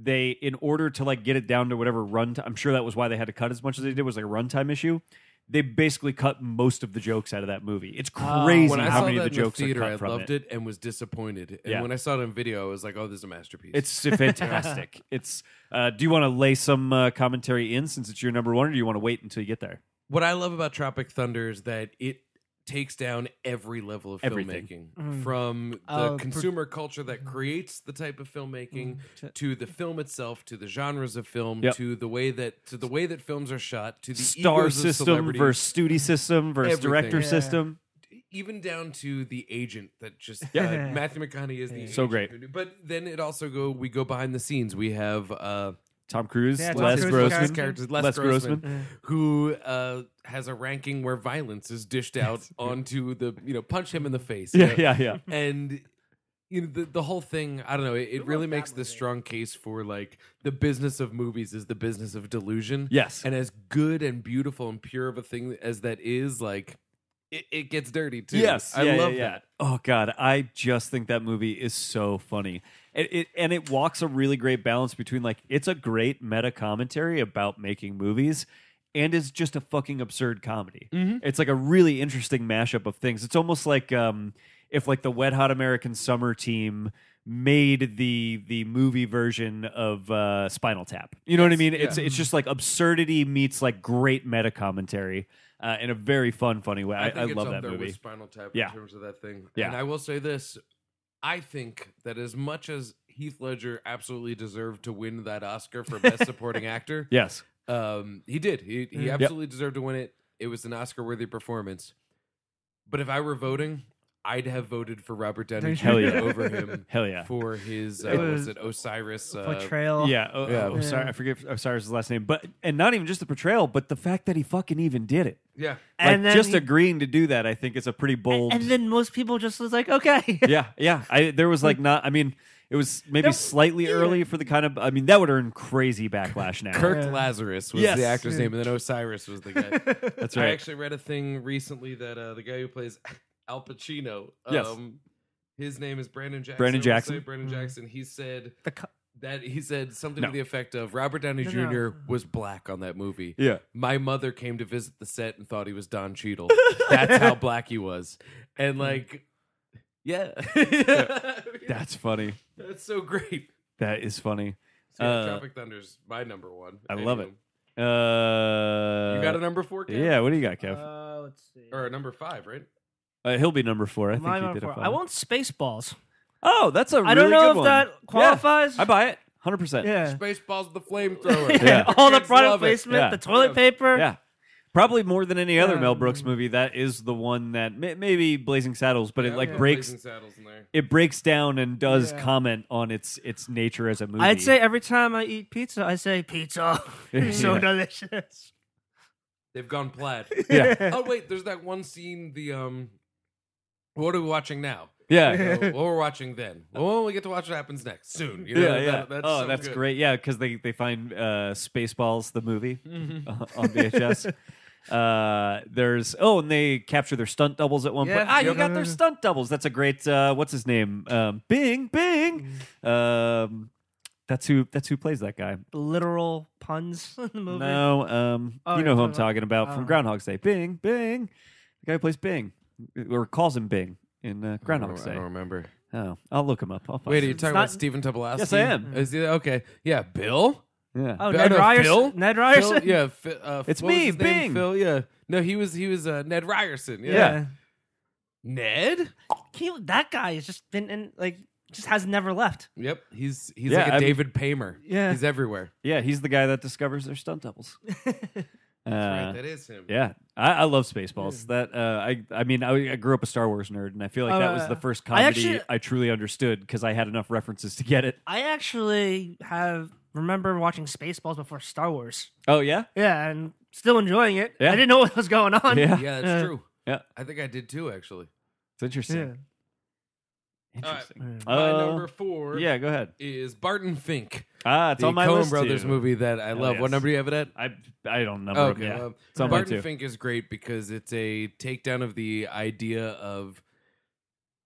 Speaker 2: They in order to like get it down to whatever run I'm sure that was why they had to cut as much as they did was like a runtime issue. They basically cut most of the jokes out of that movie. It's crazy
Speaker 3: Oh, When I
Speaker 2: how
Speaker 3: saw
Speaker 2: many of
Speaker 3: that
Speaker 2: the
Speaker 3: in
Speaker 2: jokes
Speaker 3: the theater,
Speaker 2: are cut
Speaker 3: I
Speaker 2: from
Speaker 3: loved it. and was disappointed. And
Speaker 2: Yeah.
Speaker 3: when I saw it on video, I was like, "Oh, this is a masterpiece."
Speaker 2: It's fantastic. it's. Uh, do you want to lay some uh, commentary in since it's your number one, or do you want to wait until you get there?
Speaker 3: what I love about Tropic Thunder is that it takes down every level of
Speaker 2: Everything.
Speaker 3: filmmaking from the
Speaker 4: Oh, pr-
Speaker 3: consumer culture that creates the type of filmmaking to the film itself to the genres of film
Speaker 2: Yep.
Speaker 3: to the way that to the way that films are shot to the
Speaker 2: Star
Speaker 3: egos of
Speaker 2: system
Speaker 3: celebrities,
Speaker 2: versus studio system versus
Speaker 3: Everything.
Speaker 2: director
Speaker 3: Yeah.
Speaker 2: system.
Speaker 3: even down to the agent that just
Speaker 2: Yeah.
Speaker 3: uh, Matthew McConaughey is the
Speaker 2: So
Speaker 3: agent
Speaker 2: great.
Speaker 3: who knew- But then it also go we go behind the scenes. We have uh
Speaker 2: Tom Cruise,
Speaker 4: Yeah, Tom
Speaker 2: Les
Speaker 4: Cruise,
Speaker 2: Grossman,
Speaker 4: Grossman.
Speaker 3: characters, Les,
Speaker 2: Les
Speaker 3: Grossman,
Speaker 2: Grossman.
Speaker 3: who uh, has a ranking where violence is dished out onto the you know punch him in the face.
Speaker 2: Yeah, yeah, yeah.
Speaker 3: and you know the, the whole thing i don't know it, it really makes this strong case for like the business of movies is the business of delusion
Speaker 2: Yes.
Speaker 3: and as good and beautiful and pure of a thing as that is like it, it gets dirty too
Speaker 2: Yes,
Speaker 3: i
Speaker 2: yeah, yeah,
Speaker 3: love
Speaker 2: yeah.
Speaker 3: that
Speaker 2: Oh god, I just think that movie is so funny. It, it and it walks a really great balance between like it's a great meta commentary about making movies and is just a fucking absurd comedy. It's like a really interesting mashup of things. It's almost like um if like the Wet Hot American Summer team made the the movie version of uh, Spinal Tap. You know what I mean? It's it's just like absurdity meets like great meta commentary uh, in a very fun, funny way. I, I,
Speaker 3: think it's
Speaker 2: love
Speaker 3: up
Speaker 2: that
Speaker 3: there
Speaker 2: movie.
Speaker 3: With Spinal Tap
Speaker 2: Yeah.
Speaker 3: in terms of that thing.
Speaker 2: Yeah.
Speaker 3: And I will say this: I think that as much as Heath Ledger absolutely deserved to win that Oscar for Best Supporting Actor,
Speaker 2: Yes,
Speaker 3: um, he did. He
Speaker 4: Mm.
Speaker 3: he
Speaker 4: Yep.
Speaker 3: absolutely deserved to win it. It was an Oscar-worthy performance. But if I were voting, I'd have voted for Robert Downey Jr.
Speaker 2: Hell yeah.
Speaker 3: over him
Speaker 2: hell yeah.
Speaker 3: for his uh,
Speaker 4: It
Speaker 3: what was
Speaker 4: was
Speaker 3: it Osiris? Uh,
Speaker 4: Portrayal.
Speaker 2: Yeah, oh,
Speaker 3: Yeah.
Speaker 2: oh, I'm sorry, I forget Osiris' last name, but and not even just the portrayal, but the fact that he fucking even did it.
Speaker 3: yeah.
Speaker 4: And
Speaker 2: like
Speaker 4: then
Speaker 2: just
Speaker 4: he-
Speaker 2: agreeing to do that, I think is a pretty bold.
Speaker 4: And then most people just was like, okay.
Speaker 2: yeah, yeah. I there was like not. I mean, it was maybe
Speaker 4: That-
Speaker 2: slightly early for the kind of. I mean, that would earn crazy backlash now.
Speaker 3: Kirk
Speaker 4: Yeah.
Speaker 3: Lazarus was
Speaker 2: Yes.
Speaker 3: the actor's name, and then Osiris was the guy.
Speaker 4: Uh,
Speaker 2: That's
Speaker 3: I
Speaker 2: right.
Speaker 3: actually read a thing recently that uh, the guy who plays Al Pacino, um,
Speaker 2: Yes.
Speaker 3: his name is Brandon Jackson.
Speaker 2: Brandon
Speaker 3: I will
Speaker 2: Jackson.
Speaker 3: say Brandon Jackson. He said
Speaker 4: Mm. The co-
Speaker 3: that he said something
Speaker 2: No.
Speaker 3: to the effect of Robert Downey
Speaker 4: No,
Speaker 3: Jr.
Speaker 4: no.
Speaker 3: was black on that movie.
Speaker 2: yeah.
Speaker 3: My mother came to visit the set and thought he was Don Cheadle. That's how black he was,
Speaker 4: Mm.
Speaker 3: and like, yeah, That's,
Speaker 2: That's funny.
Speaker 3: so great.
Speaker 2: That is funny.
Speaker 3: So, yeah,
Speaker 2: Uh,
Speaker 3: Tropic Thunder's my number one.
Speaker 2: I love it.
Speaker 3: Anyway,
Speaker 2: Uh,
Speaker 3: You got a number four, Kev?
Speaker 2: yeah. What do you got, Kev?
Speaker 4: Uh, let's see.
Speaker 3: or a number five, right?
Speaker 2: Uh, he'll be number four. I think
Speaker 4: My
Speaker 2: he
Speaker 4: number
Speaker 2: did a
Speaker 4: four.
Speaker 2: fun.
Speaker 4: I want Spaceballs.
Speaker 2: Oh, that's a. Really
Speaker 4: I don't know
Speaker 2: good
Speaker 4: if
Speaker 2: one.
Speaker 4: that
Speaker 2: Yeah.
Speaker 4: qualifies.
Speaker 2: I buy it. Hundred percent.
Speaker 4: Yeah.
Speaker 3: Spaceballs the flamethrower.
Speaker 2: Yeah.
Speaker 4: All the
Speaker 3: Kids
Speaker 4: product
Speaker 3: love it.
Speaker 4: placement,
Speaker 2: Yeah.
Speaker 4: the toilet
Speaker 3: Yeah.
Speaker 4: paper.
Speaker 2: Yeah. Probably more than any other Mel
Speaker 3: Um,
Speaker 4: Yeah.
Speaker 2: Brooks movie, that is the one that may- maybe Blazing Saddles, but it
Speaker 3: Yeah,
Speaker 2: like
Speaker 3: we'll put
Speaker 2: breaks
Speaker 3: Blazing saddles in there.
Speaker 2: it breaks down and does
Speaker 4: Yeah.
Speaker 2: comment on its its nature as a movie.
Speaker 4: I'd say every time I eat pizza, I say pizza. It's so
Speaker 2: Yeah.
Speaker 4: delicious.
Speaker 3: They've gone plaid.
Speaker 2: yeah,
Speaker 3: oh wait, there's that one scene. The um, what are we watching now? You
Speaker 2: yeah,
Speaker 3: know, what we're watching then? Well, when we get to watch what happens next soon. You know,
Speaker 2: yeah, yeah.
Speaker 3: that- that's
Speaker 2: oh,
Speaker 3: so
Speaker 2: that's
Speaker 3: good.
Speaker 2: great. Yeah, because they they find uh, Spaceballs the movie
Speaker 3: Mm-hmm.
Speaker 2: uh, on VHS. uh, there's oh, and they capture their stunt doubles at one
Speaker 4: Yeah.
Speaker 2: point. Ah, you
Speaker 4: Yep.
Speaker 2: got their stunt doubles. That's a great. Uh, what's his name? Um, Bing, Bing.
Speaker 3: Mm.
Speaker 2: Um, that's who. That's who plays that guy.
Speaker 4: Literal puns in the movie.
Speaker 2: No, um,
Speaker 4: Oh,
Speaker 2: you know
Speaker 4: you're
Speaker 2: who
Speaker 4: talking
Speaker 2: I'm
Speaker 4: about-
Speaker 2: talking about from
Speaker 4: oh.
Speaker 2: Groundhog's Day. Bing, Bing. The guy who plays Bing, or calls him Bing in uh,
Speaker 3: I
Speaker 2: Groundhog's
Speaker 3: don't, I
Speaker 2: Day.
Speaker 3: don't remember.
Speaker 2: Oh, I'll look him up. I'll find
Speaker 3: Wait, are
Speaker 2: him.
Speaker 3: you talking
Speaker 4: not-
Speaker 3: about Stephen Tobolowsky?
Speaker 2: Yes, I am.
Speaker 3: Is he, okay, yeah, Bill.
Speaker 2: Yeah.
Speaker 4: Oh,
Speaker 3: But-
Speaker 4: Ned
Speaker 3: no, Phil?
Speaker 4: Ryerson. Ned Ryerson.
Speaker 3: Phil, yeah, Fi- uh,
Speaker 2: It's
Speaker 3: what was
Speaker 2: me,
Speaker 3: his name?
Speaker 2: Bing.
Speaker 3: Phil. Yeah, no, he was he was uh, Ned Ryerson. Yeah.
Speaker 2: Yeah.
Speaker 3: Ned.
Speaker 4: Can you- that guy has just been in, like, just has never left.
Speaker 3: Yep, he's he's
Speaker 2: Yeah,
Speaker 3: like a
Speaker 2: I mean-
Speaker 3: David Paymer.
Speaker 4: Yeah.
Speaker 3: he's everywhere.
Speaker 2: yeah, he's the guy that discovers their stunt doubles. Uh,
Speaker 3: That's right, that is him.
Speaker 2: Yeah, I, I love Spaceballs. That uh, I, I mean, I, I grew up a Star Wars nerd, and I feel like that was
Speaker 4: Uh,
Speaker 2: the first
Speaker 4: I
Speaker 2: comedy I,
Speaker 4: actually-
Speaker 2: truly understood because I had enough references to get it.
Speaker 4: I actually have remember watching Spaceballs before Star Wars.
Speaker 2: Oh yeah,
Speaker 4: Yeah, and still enjoying it.
Speaker 2: Yeah.
Speaker 4: I didn't know what was going on.
Speaker 2: yeah,
Speaker 3: Yeah, that's
Speaker 4: Uh,
Speaker 3: true.
Speaker 2: yeah.
Speaker 3: I think I did too, actually.
Speaker 2: It's interesting.
Speaker 3: All right.
Speaker 2: Interesting.
Speaker 3: My
Speaker 2: Uh,
Speaker 3: number four
Speaker 2: yeah, go ahead.
Speaker 3: is Barton Fink,
Speaker 2: Ah, it's
Speaker 3: the
Speaker 2: on my
Speaker 3: Coen
Speaker 2: list
Speaker 3: Brothers
Speaker 2: too.
Speaker 3: movie that I love.
Speaker 2: yes.
Speaker 3: What number do you have it at?
Speaker 2: I I don't number.
Speaker 3: Okay,
Speaker 2: yeah.
Speaker 3: um,
Speaker 2: It's on mine,
Speaker 3: Barton
Speaker 2: too.
Speaker 3: Fink is great because it's a takedown of the idea of.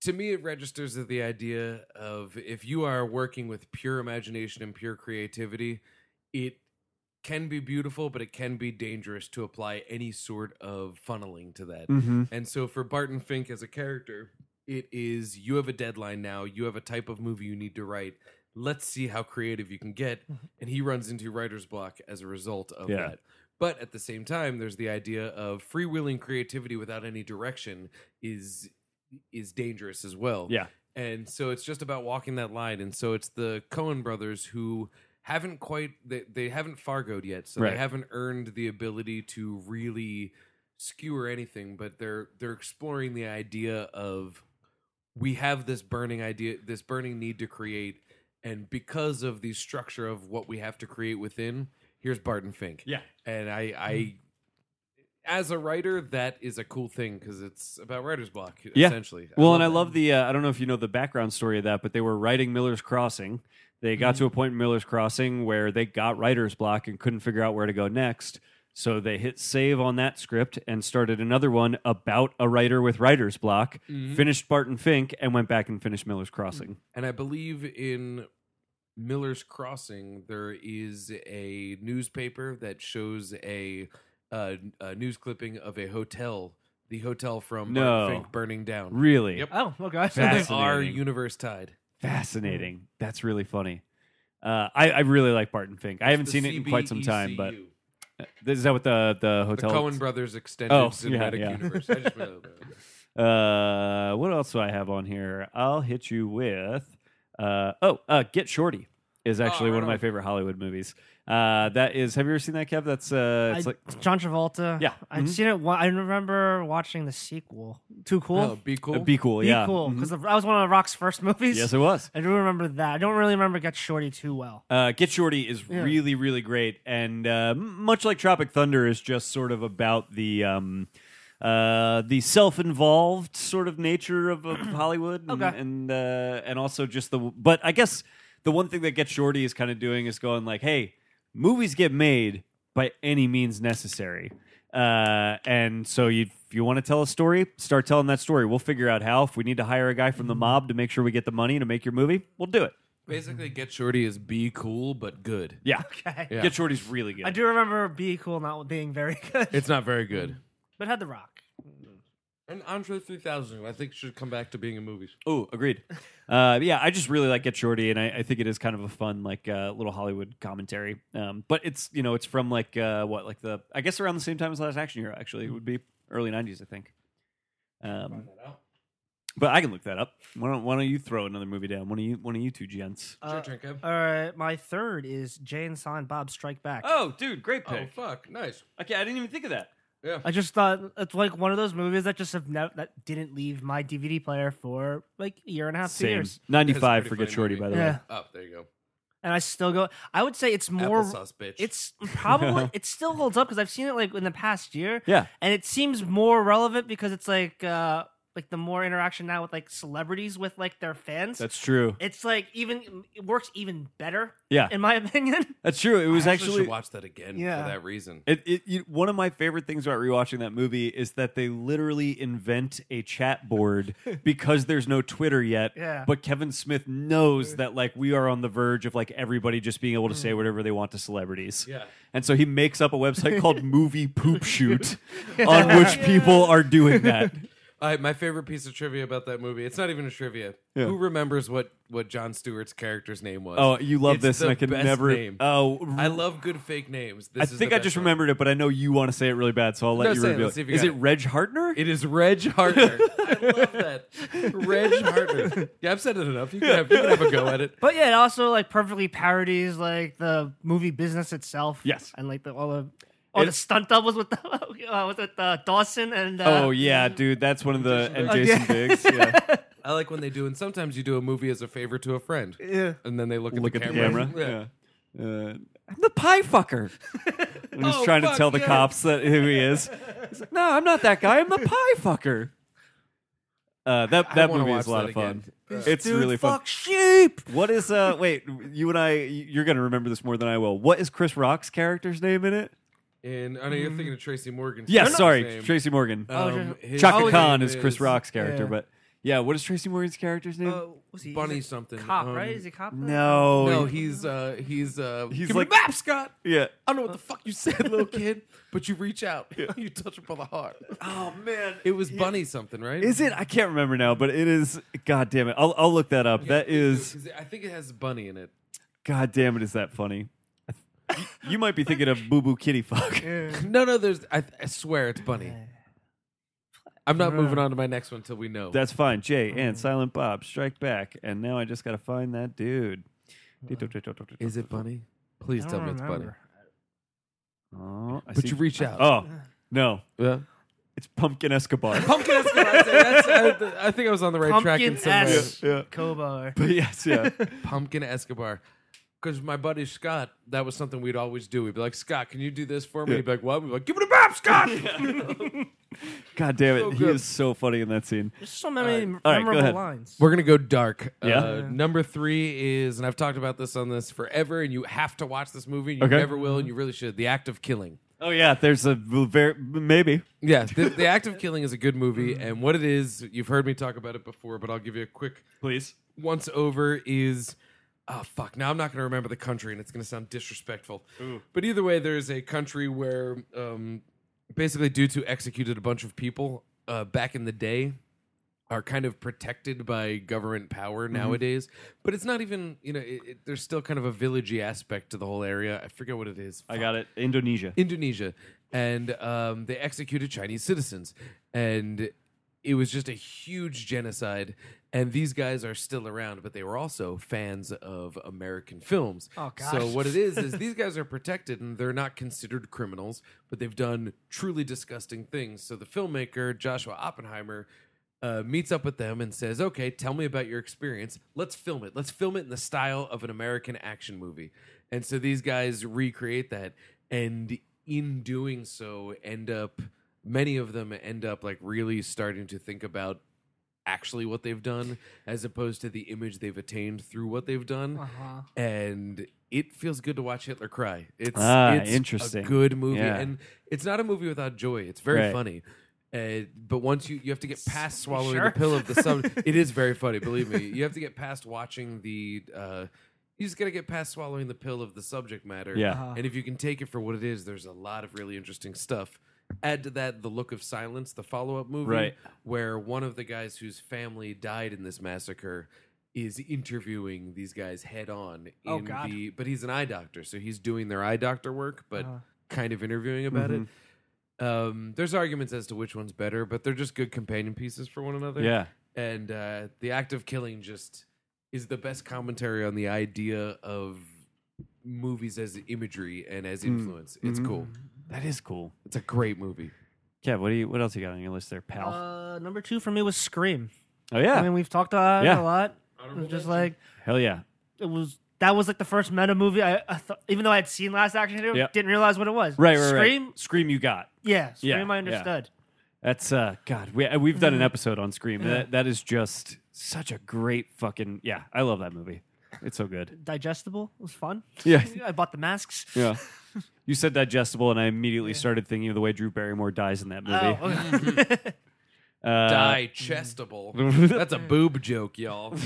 Speaker 3: To me, it registers as the idea of if you are working with pure imagination and pure creativity, it can be beautiful, but it can be dangerous to apply any sort of funneling to that.
Speaker 2: Mhm.
Speaker 3: And so for Barton Fink as a character, it is you have a deadline now, you have a type of movie you need to write. Let's see how creative you can get. And he runs into writer's block as a result of
Speaker 2: Yeah.
Speaker 3: that. But at the same time, there's the idea of freewheeling creativity without any direction is is dangerous as well.
Speaker 2: Yeah.
Speaker 3: And so it's just about walking that line. And so it's the Cohen brothers who haven't quite they, they haven't Fargoed yet, so
Speaker 2: Right.
Speaker 3: they haven't earned the ability to really skewer anything, but they're they're exploring the idea of we have this burning idea, this burning need to create, and because of the structure of what we have to create within, here's Barton Fink.
Speaker 2: Yeah.
Speaker 3: And I
Speaker 2: Hmm.
Speaker 3: I as a writer, that is a cool thing because it's about writer's block,
Speaker 2: Yeah.
Speaker 3: essentially.
Speaker 2: Well, and I
Speaker 3: that.
Speaker 2: love the. Uh, I don't know if you know the background story of that, but they were writing Miller's Crossing. They
Speaker 3: Mm-hmm.
Speaker 2: got to a point in Miller's Crossing where they got writer's block and couldn't figure out where to go next. So they hit save on that script and started another one about a writer with writer's block.
Speaker 3: Mhm.
Speaker 2: Finished Barton Fink and went back and finished Miller's Crossing.
Speaker 3: And I believe in Miller's Crossing, there is a newspaper that shows a, uh, a news clipping of a hotel, the hotel from
Speaker 2: No.
Speaker 3: Barton Fink burning down.
Speaker 2: Really?
Speaker 3: Yep.
Speaker 4: Oh, okay.
Speaker 3: So they are
Speaker 2: Fascinating.
Speaker 3: universe tied.
Speaker 2: Fascinating. That's really funny. Uh, I, I really like Barton Fink. I haven't seen it in quite some time, but is that what the the
Speaker 3: E the
Speaker 2: hotel?
Speaker 3: Cohen Brothers Extended
Speaker 2: Oh, yeah,
Speaker 3: Cinematic
Speaker 2: yeah.
Speaker 3: Universe. I just remember that.
Speaker 2: Uh, what else do I have on here? I'll hit you with. Uh, oh, uh, Get Shorty is
Speaker 4: Oh,
Speaker 2: actually
Speaker 3: right
Speaker 2: one of my
Speaker 3: on.
Speaker 2: favorite Hollywood movies. Uh, that is. Have you ever seen that, Kev? That's uh, it's
Speaker 4: I-
Speaker 2: like
Speaker 4: John Travolta.
Speaker 2: Yeah.
Speaker 4: I've
Speaker 2: Mhm.
Speaker 4: seen it. wa- I remember watching the sequel. Too cool.
Speaker 3: Oh, be cool.
Speaker 2: uh, Be Cool.
Speaker 4: Be
Speaker 2: yeah.
Speaker 4: cool
Speaker 2: Mhm.
Speaker 4: because that was one of Rock's first movies.
Speaker 2: Yes, it was.
Speaker 4: I do remember that. I don't really remember Get Shorty too well.
Speaker 2: Uh, Get Shorty is
Speaker 4: Yeah.
Speaker 2: really, really great, and uh, m- much like Tropic Thunder, is just sort of about the um, uh, the self-involved sort of nature of, of Hollywood, and
Speaker 4: Okay.
Speaker 2: and, uh, and also just the. But I guess the one thing that Get Shorty is kind of doing is going like, "Hey, movies get made by any means necessary," uh, and so you. If you want to tell a story, start telling that story. We'll figure out how. If we need to hire a guy from
Speaker 4: Mm-hmm.
Speaker 2: the mob to make sure we get the money to make your movie, we'll do it.
Speaker 3: Basically, Get Shorty is be cool but good.
Speaker 2: Yeah.
Speaker 4: Okay.
Speaker 3: Yeah.
Speaker 2: Get Shorty's really good.
Speaker 4: I do remember Be Cool not being very good,
Speaker 3: It's not very good.
Speaker 4: but had The Rock.
Speaker 3: And Andre 3000, who I think, should come back to being in movies.
Speaker 2: Oh, agreed. Uh, yeah, I just really like Get Shorty, and I, I think it is kind of a fun, like, uh, little Hollywood commentary. Um, but it's you know, it's from like uh, what, like the I guess around the same time as Last Action Hero. Actually, it would be early '90s, I think. Um, but I can look that up. Why don't Why don't you throw another movie down? One of you One of you two gents.
Speaker 3: It's
Speaker 4: Uh,
Speaker 3: your turn, Kev.
Speaker 4: all right, my third is Jay and Silent Bob Strike Back.
Speaker 2: Oh, dude, great
Speaker 3: oh,
Speaker 2: pick.
Speaker 3: fuck. Nice.
Speaker 2: Okay, I didn't even think of that.
Speaker 3: Yeah.
Speaker 4: I just thought it's like one of those movies that just have never that didn't leave my DVD player for like a year and a half, two
Speaker 2: Same
Speaker 4: years,
Speaker 2: '95
Speaker 3: That's a
Speaker 2: for
Speaker 3: pretty
Speaker 2: Get
Speaker 3: funny
Speaker 2: Shorty,
Speaker 3: movie.
Speaker 2: by the way.
Speaker 4: Yeah.
Speaker 3: Up, Oh, there you go.
Speaker 4: and I still go. I would say it's more.
Speaker 3: Applesauce, bitch.
Speaker 4: It's probably it still holds up because I've seen it like in the past year.
Speaker 2: Yeah.
Speaker 4: and it seems more relevant because it's like uh like the more interaction now with like celebrities with like their fans.
Speaker 2: That's true.
Speaker 4: it's like even it works even better.
Speaker 2: Yeah.
Speaker 4: in my opinion.
Speaker 2: That's true. It was
Speaker 3: I
Speaker 2: actually
Speaker 3: should watch that again
Speaker 4: Yeah.
Speaker 3: for that reason.
Speaker 2: It, it you, one of my favorite things about rewatching that movie is that they literally invent a chat board because there's no Twitter yet.
Speaker 4: Yeah.
Speaker 2: But Kevin Smith knows that like we are on the verge of like everybody just being able to say whatever they want to celebrities.
Speaker 3: Yeah.
Speaker 2: And so he makes up a website called Movie Poop Shoot on which people are doing that.
Speaker 3: All right, my favorite piece of trivia about that movie. It's not even a trivia.
Speaker 2: Yeah.
Speaker 3: Who remembers what what John Stewart's character's name was?
Speaker 2: Oh, you love
Speaker 3: It's
Speaker 2: this, and
Speaker 3: the
Speaker 2: I can
Speaker 3: best
Speaker 2: never.
Speaker 3: name.
Speaker 2: Oh,
Speaker 3: I love good fake names. This
Speaker 2: I
Speaker 3: is the
Speaker 2: think I
Speaker 3: best
Speaker 2: just
Speaker 3: one.
Speaker 2: remembered it, but I know you want to say it really bad, so I'll let
Speaker 3: No,
Speaker 2: you
Speaker 3: say it.
Speaker 2: reveal
Speaker 3: Let's see if you
Speaker 2: Is
Speaker 3: got
Speaker 2: it
Speaker 3: it.
Speaker 2: Reg Hartner?
Speaker 3: It is Reg Hartner. I love that. Reg Hartner. Yeah, I've said it enough. You can have you can have a go at it.
Speaker 4: But yeah, it also like perfectly parodies like the movie business itself.
Speaker 2: Yes.
Speaker 4: and like the all the all the
Speaker 2: It-
Speaker 4: stunt doubles with the uh, with uh, Dawson and uh,
Speaker 2: oh yeah, dude, that's one of the and
Speaker 4: Jason
Speaker 2: Jason Biggs. Yeah.
Speaker 3: I like when they do, and sometimes you do a movie as a favor to a friend.
Speaker 4: Yeah.
Speaker 3: And then they look,
Speaker 2: look
Speaker 3: at the camera. Yeah.
Speaker 2: Yeah. Uh, I'm the pie fucker. And he's
Speaker 3: Oh,
Speaker 2: trying to
Speaker 3: fuck,
Speaker 2: tell the
Speaker 3: yeah.
Speaker 2: cops that who he is. He's like, no, I'm not that guy. I'm the pie fucker. Uh, that that
Speaker 3: wanna
Speaker 2: movie is
Speaker 3: watch
Speaker 2: a lot
Speaker 3: that
Speaker 2: of fun.
Speaker 3: again. Uh,
Speaker 2: it's
Speaker 4: dude,
Speaker 2: really fun.
Speaker 4: fuck sheep.
Speaker 2: What is uh? Wait, you and I, you're gonna remember this more than I will. What is Chris Rock's character's name in it?
Speaker 3: And I know you're thinking of Tracy Morgan.
Speaker 2: Yes,
Speaker 3: His
Speaker 2: sorry,
Speaker 3: name.
Speaker 2: Tracy Morgan.
Speaker 4: Mm-hmm. Oh,
Speaker 3: Um, his
Speaker 2: Chaka
Speaker 3: name
Speaker 2: Khan is Chris Rock's character,
Speaker 4: Yeah.
Speaker 2: but yeah, Oh, what is Tracy Morgan's character's name?
Speaker 4: Uh, was he,
Speaker 3: Bunny
Speaker 4: he's a
Speaker 3: something.
Speaker 4: Cop,
Speaker 3: Um,
Speaker 4: right? Is he a cop? then?
Speaker 2: no,
Speaker 3: No, he's uh he's uh
Speaker 2: He's
Speaker 3: give
Speaker 2: like-
Speaker 3: me a map, Scott.
Speaker 2: yeah.
Speaker 3: I don't know what the fuck you said, little kid, but you reach out, you touch upon the heart.
Speaker 2: Oh man,
Speaker 3: It was Bunny something, right?
Speaker 2: Is it? I can't remember now, but it is. God damn it! I'll, I'll look that up. that is.
Speaker 3: I think it has Bunny in it.
Speaker 2: God damn it! Is that funny? You- you might be thinking of Boo Boo Kitty Fuck.
Speaker 3: No, no, there's. I, I swear it's Bunny. I'm
Speaker 2: Uh.
Speaker 3: not moving on to my next one until we know.
Speaker 2: That's fine. Jay
Speaker 3: Uh-huh.
Speaker 2: and Silent Bob Strike Back, and now I just gotta find that dude.
Speaker 3: is it Bunny? Please
Speaker 4: I
Speaker 3: tell
Speaker 4: don't
Speaker 3: me it's Bunny.
Speaker 4: remember.
Speaker 2: Oh, I
Speaker 3: But
Speaker 2: see-
Speaker 3: you reach out.
Speaker 2: Oh no,
Speaker 3: Yeah.
Speaker 2: it's Pumpkin Escobar.
Speaker 3: Pumpkin Escobar. That's, I, I think I was on the right track in
Speaker 4: Pumpkin
Speaker 3: some way.
Speaker 4: S.
Speaker 2: Yeah, yeah.
Speaker 4: Kobar.
Speaker 2: but yes, yeah.
Speaker 3: Pumpkin Escobar. Because my buddy Scott, that was something we'd always do. We'd be like, Scott, can you do this for me?
Speaker 2: Yeah.
Speaker 3: He'd be like, what? We'd be like, give me the map, Scott!
Speaker 2: God damn it,
Speaker 3: So
Speaker 2: he
Speaker 3: good.
Speaker 2: is so funny in that scene.
Speaker 4: There's so many
Speaker 2: All right, go
Speaker 4: memorable
Speaker 2: ahead.
Speaker 4: lines.
Speaker 3: We're going to go dark.
Speaker 2: Yeah.
Speaker 3: Uh, number three is, and I've talked about this on this forever, and you have to watch this movie, and you
Speaker 2: Okay.
Speaker 3: never will, and you really should. The Act of Killing.
Speaker 2: Oh yeah, there's a very maybe.
Speaker 3: Yeah, the, the Act of Killing is a good movie, and what it is, you've heard me talk about it before, but I'll give you a quick
Speaker 2: Please.
Speaker 3: once over is oh fuck now i'm not going to remember the country and it's going to sound disrespectful but either way there's a country where um, basically due to executed a bunch of people uh, back in the day are kind of protected by government power nowadays. But it's not even you know it, it, there's still kind of a villagey aspect to the whole area. I forget what it is.
Speaker 2: I got it. Indonesia.
Speaker 3: Indonesia, and um, they executed Chinese citizens, and it was just a huge genocide. And these guys are still around, but they were also fans of American films.
Speaker 4: Oh, gosh.
Speaker 3: So what it is is these guys are protected and they're not considered criminals, but they've done truly disgusting things. So the filmmaker Joshua Oppenheimer uh, meets up with them and says, "Okay, tell me about your experience. Let's film it. Let's film it in the style of an American action movie." And so these guys recreate that, and in doing so, end up many of them end up like really starting to think about actually what they've done as opposed to the image they've attained through what they've done
Speaker 4: Uh-huh.
Speaker 3: and it feels good to watch Hitler cry. It's,
Speaker 2: Ah,
Speaker 3: it's
Speaker 2: interesting.
Speaker 3: a good movie,
Speaker 2: Yeah.
Speaker 3: and it's not a movie without joy. It's very
Speaker 2: Right.
Speaker 3: funny. Uh, but once you, you have to get past swallowing
Speaker 4: sure?
Speaker 3: the pill of the sub, it is very funny. Believe me, you have to get past watching the. Uh, you just gotta get past swallowing the pill of the subject matter.
Speaker 2: Yeah.
Speaker 4: Uh-huh.
Speaker 3: and if you can take it for what it is, there's a lot of really interesting stuff. Add to that the look of silence, the follow up movie,
Speaker 2: Right.
Speaker 3: where one of the guys whose family died in this massacre is interviewing these guys head on in
Speaker 4: Oh, God.
Speaker 3: the but he's an eye doctor so he's doing their eye doctor work but
Speaker 4: Uh.
Speaker 3: kind of interviewing about it um, there's arguments as to which one's better but they're just good companion pieces for one another
Speaker 2: Yeah.
Speaker 3: and uh, the act of killing just is the best commentary on the idea of movies as imagery and as influence it's cool
Speaker 2: That is cool.
Speaker 3: it's a great movie
Speaker 2: Kev, what do you? What else you got on your list there, pal?
Speaker 4: Uh, number two for me was Scream.
Speaker 2: oh yeah,
Speaker 4: I mean, we've talked about it
Speaker 2: Yeah.
Speaker 4: a lot. It was just like
Speaker 2: hell yeah.
Speaker 4: it was. That was like the first meta movie I, I thought, even though I had seen Last Action Hero,
Speaker 2: Yep.
Speaker 4: didn't realize what it was.
Speaker 2: Right, right,
Speaker 4: Scream,
Speaker 2: right. Scream, you got.
Speaker 4: yeah,
Speaker 2: Yeah,
Speaker 4: Scream. I
Speaker 2: yeah.
Speaker 4: understood.
Speaker 2: That's uh, God. We we've done an
Speaker 4: Mm-hmm.
Speaker 2: episode on Scream. That that is just such a great fucking yeah. I love that movie. It's so good.
Speaker 4: Digestible it was fun.
Speaker 2: Yeah.
Speaker 4: I bought the masks.
Speaker 2: Yeah. You said digestible, and I immediately started thinking of the way Drew Barrymore dies in that movie.
Speaker 4: Oh, okay.
Speaker 2: Uh,
Speaker 3: digestible that's a boob joke y'all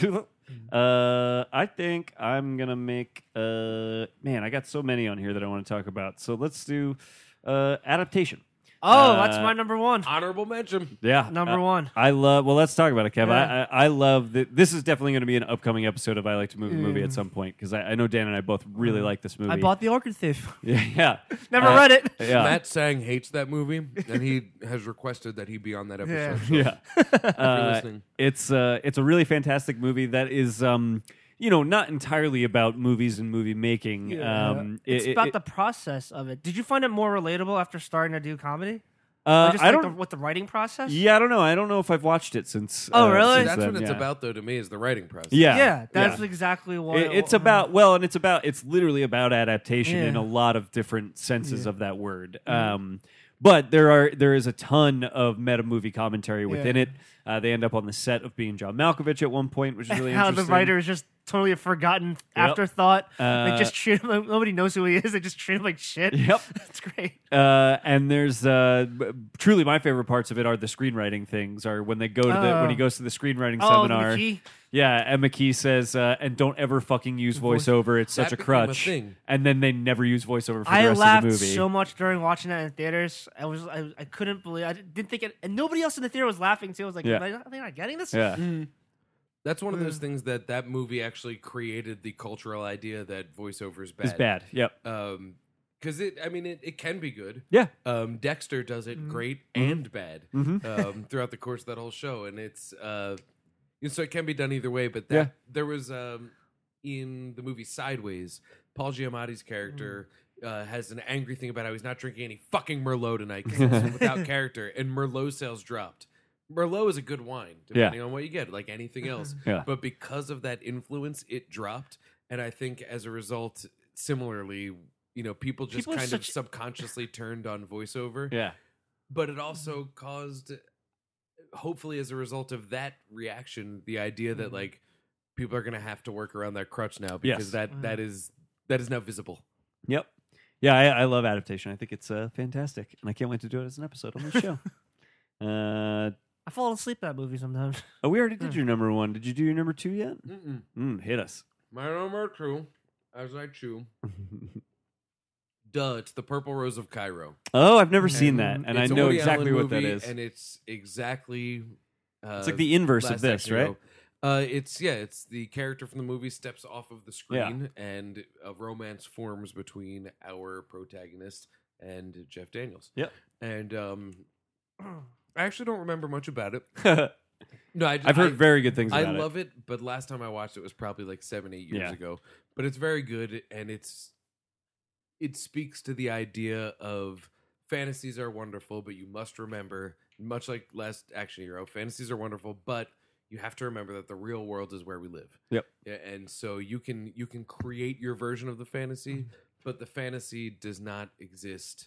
Speaker 2: uh, I think I'm gonna make. Uh, man, I got so many on here that I want to talk about. So let's do uh, adaptation.
Speaker 4: Oh, that's
Speaker 2: Uh,
Speaker 4: my number one.
Speaker 3: honorable mention
Speaker 2: Yeah,
Speaker 4: Number
Speaker 2: uh,
Speaker 4: one.
Speaker 2: I love. Well, let's talk about it, Kev.
Speaker 4: Yeah.
Speaker 2: I, I I love that. This is definitely going to be an upcoming episode of I Like to Move a Movie at some point because I, I know Dan and I both really like this movie.
Speaker 4: Mm. I bought the Orchid Thief.
Speaker 2: Yeah, yeah.
Speaker 4: Never
Speaker 2: Uh,
Speaker 4: read it.
Speaker 2: Yeah,
Speaker 3: Matt Sang hates that movie, and he has requested that he be on that episode. So
Speaker 2: yeah. Uh,
Speaker 3: listening.
Speaker 2: it's uh, it's a really fantastic movie that is. Um, you know, not entirely about movies and movie making. Um,
Speaker 4: it's
Speaker 2: it- it-
Speaker 4: about the process of it. Did you find it more relatable after starting to do comedy?
Speaker 2: Uh,
Speaker 4: Or just
Speaker 2: I
Speaker 4: like
Speaker 2: don't.
Speaker 4: the, with the writing process.
Speaker 2: yeah, I don't know. I don't know if I've watched it since.
Speaker 4: Oh,
Speaker 2: uh,
Speaker 4: really?
Speaker 2: since
Speaker 3: That's
Speaker 2: then,
Speaker 3: what it's
Speaker 2: yeah.
Speaker 3: about, though. To me, is the writing process.
Speaker 2: Yeah,
Speaker 4: Yeah, that's
Speaker 2: yeah.
Speaker 4: exactly what
Speaker 2: It-
Speaker 4: it
Speaker 2: it's
Speaker 4: wa-
Speaker 2: about well, and it's about it's literally about adaptation in a
Speaker 4: Yeah.
Speaker 2: lot of different senses of that word. Um, but there are there is a ton of meta movie commentary within
Speaker 4: Yeah.
Speaker 2: it. Uh, they end up on the set of being John Malkovich at one point, which is really
Speaker 4: how the
Speaker 2: interesting.
Speaker 4: writer is just totally a forgotten afterthought.
Speaker 2: Uh,
Speaker 4: they just treat him. Nobody knows who he is. They just treat him like shit.
Speaker 2: Yep.
Speaker 4: it's great.
Speaker 2: Uh, and there's uh, b- truly my favorite parts of it are the screenwriting things, are when they go to the,
Speaker 4: Oh.
Speaker 2: when he goes to the screenwriting
Speaker 4: Oh, the
Speaker 2: seminar.
Speaker 4: McKee.
Speaker 2: Yeah, and McKee says, uh, and don't ever fucking use voiceover. It's such
Speaker 3: That
Speaker 2: a
Speaker 3: became a
Speaker 2: crutch.
Speaker 3: thing.
Speaker 2: And then they never use voiceover for the
Speaker 4: I
Speaker 2: rest
Speaker 4: laughed
Speaker 2: of the movie.
Speaker 4: so much during watching that in theaters. I was I, I couldn't believe I didn't think it, and nobody else in the theater was laughing too. I was like,
Speaker 2: Yeah.
Speaker 4: am I, not- am I not getting this?
Speaker 2: yeah.
Speaker 3: that's one of those things that that movie actually created the cultural idea that voiceover is bad.
Speaker 2: It's bad. Yep.
Speaker 3: because it. I mean, it, it can be good.
Speaker 2: Yeah.
Speaker 3: Um, Dexter does it great
Speaker 2: Mm-hmm.
Speaker 3: and bad um, throughout the course of that whole show, and it's uh, and so it can be done either way. But that
Speaker 2: Yeah.
Speaker 3: there was um, in the movie Sideways, Paul Giamatti's character.
Speaker 4: Mm.
Speaker 3: Uh, has an angry thing about how he's not drinking any fucking Merlot tonight because it's without character, and Merlot sales dropped. Merlot is a good wine, depending on what you get, like anything else.
Speaker 2: Yeah.
Speaker 3: But because of that influence, it dropped, and I think as a result, similarly, you know, people just
Speaker 4: People are
Speaker 3: kind of
Speaker 4: such-
Speaker 3: subconsciously turned on voiceover.
Speaker 2: Yeah.
Speaker 3: But it
Speaker 2: Mm-hmm.
Speaker 3: also caused, hopefully, as a result of that reaction, the idea that like people are going to have to work around that crutch now because
Speaker 2: Mm-hmm. Yes. Mm-hmm.
Speaker 3: that that is that is now visible.
Speaker 2: Yep. Yeah, I, I love adaptation. I think it's uh, fantastic, and I can't wait to do it as an episode on the show. uh,
Speaker 4: I fall asleep at that movie sometimes.
Speaker 2: oh, we already did
Speaker 3: Hmm.
Speaker 2: your number one. Did you do your number two yet?
Speaker 3: Mm-mm.
Speaker 2: Mm, hit us.
Speaker 3: My number two, as I chew. Duh! It's the Purple Rose of Cairo.
Speaker 2: Oh, I've never seen that,
Speaker 4: Um,
Speaker 2: and I
Speaker 3: It's a
Speaker 2: know
Speaker 3: Woody Allen
Speaker 2: exactly what that
Speaker 3: movie,
Speaker 2: is.
Speaker 3: And it's exactly uh, Uh,
Speaker 2: It's like the inverse of
Speaker 3: last
Speaker 2: this,
Speaker 3: action
Speaker 2: right?
Speaker 3: hero. Uh, it's yeah, it's the character from the movie steps off of the screen, and a romance forms between our protagonist and Jeff Daniels.
Speaker 2: Yep.
Speaker 3: and um, I actually don't remember much about it.
Speaker 2: I've
Speaker 3: No, I,
Speaker 2: heard
Speaker 3: I-
Speaker 2: very good things
Speaker 3: I
Speaker 2: about
Speaker 3: love it. but last time I watched it was probably like seven, eight years
Speaker 2: Yeah.
Speaker 3: ago. But it's very good, and it's it speaks to the idea of fantasies are wonderful, but you must remember, much like Last Action Hero, fantasies are wonderful, but you have to remember that the real world is where we live.
Speaker 2: Yep.
Speaker 3: Yeah, and so you can you can create your version of the fantasy,
Speaker 2: Mm-hmm.
Speaker 3: but the fantasy does not exist,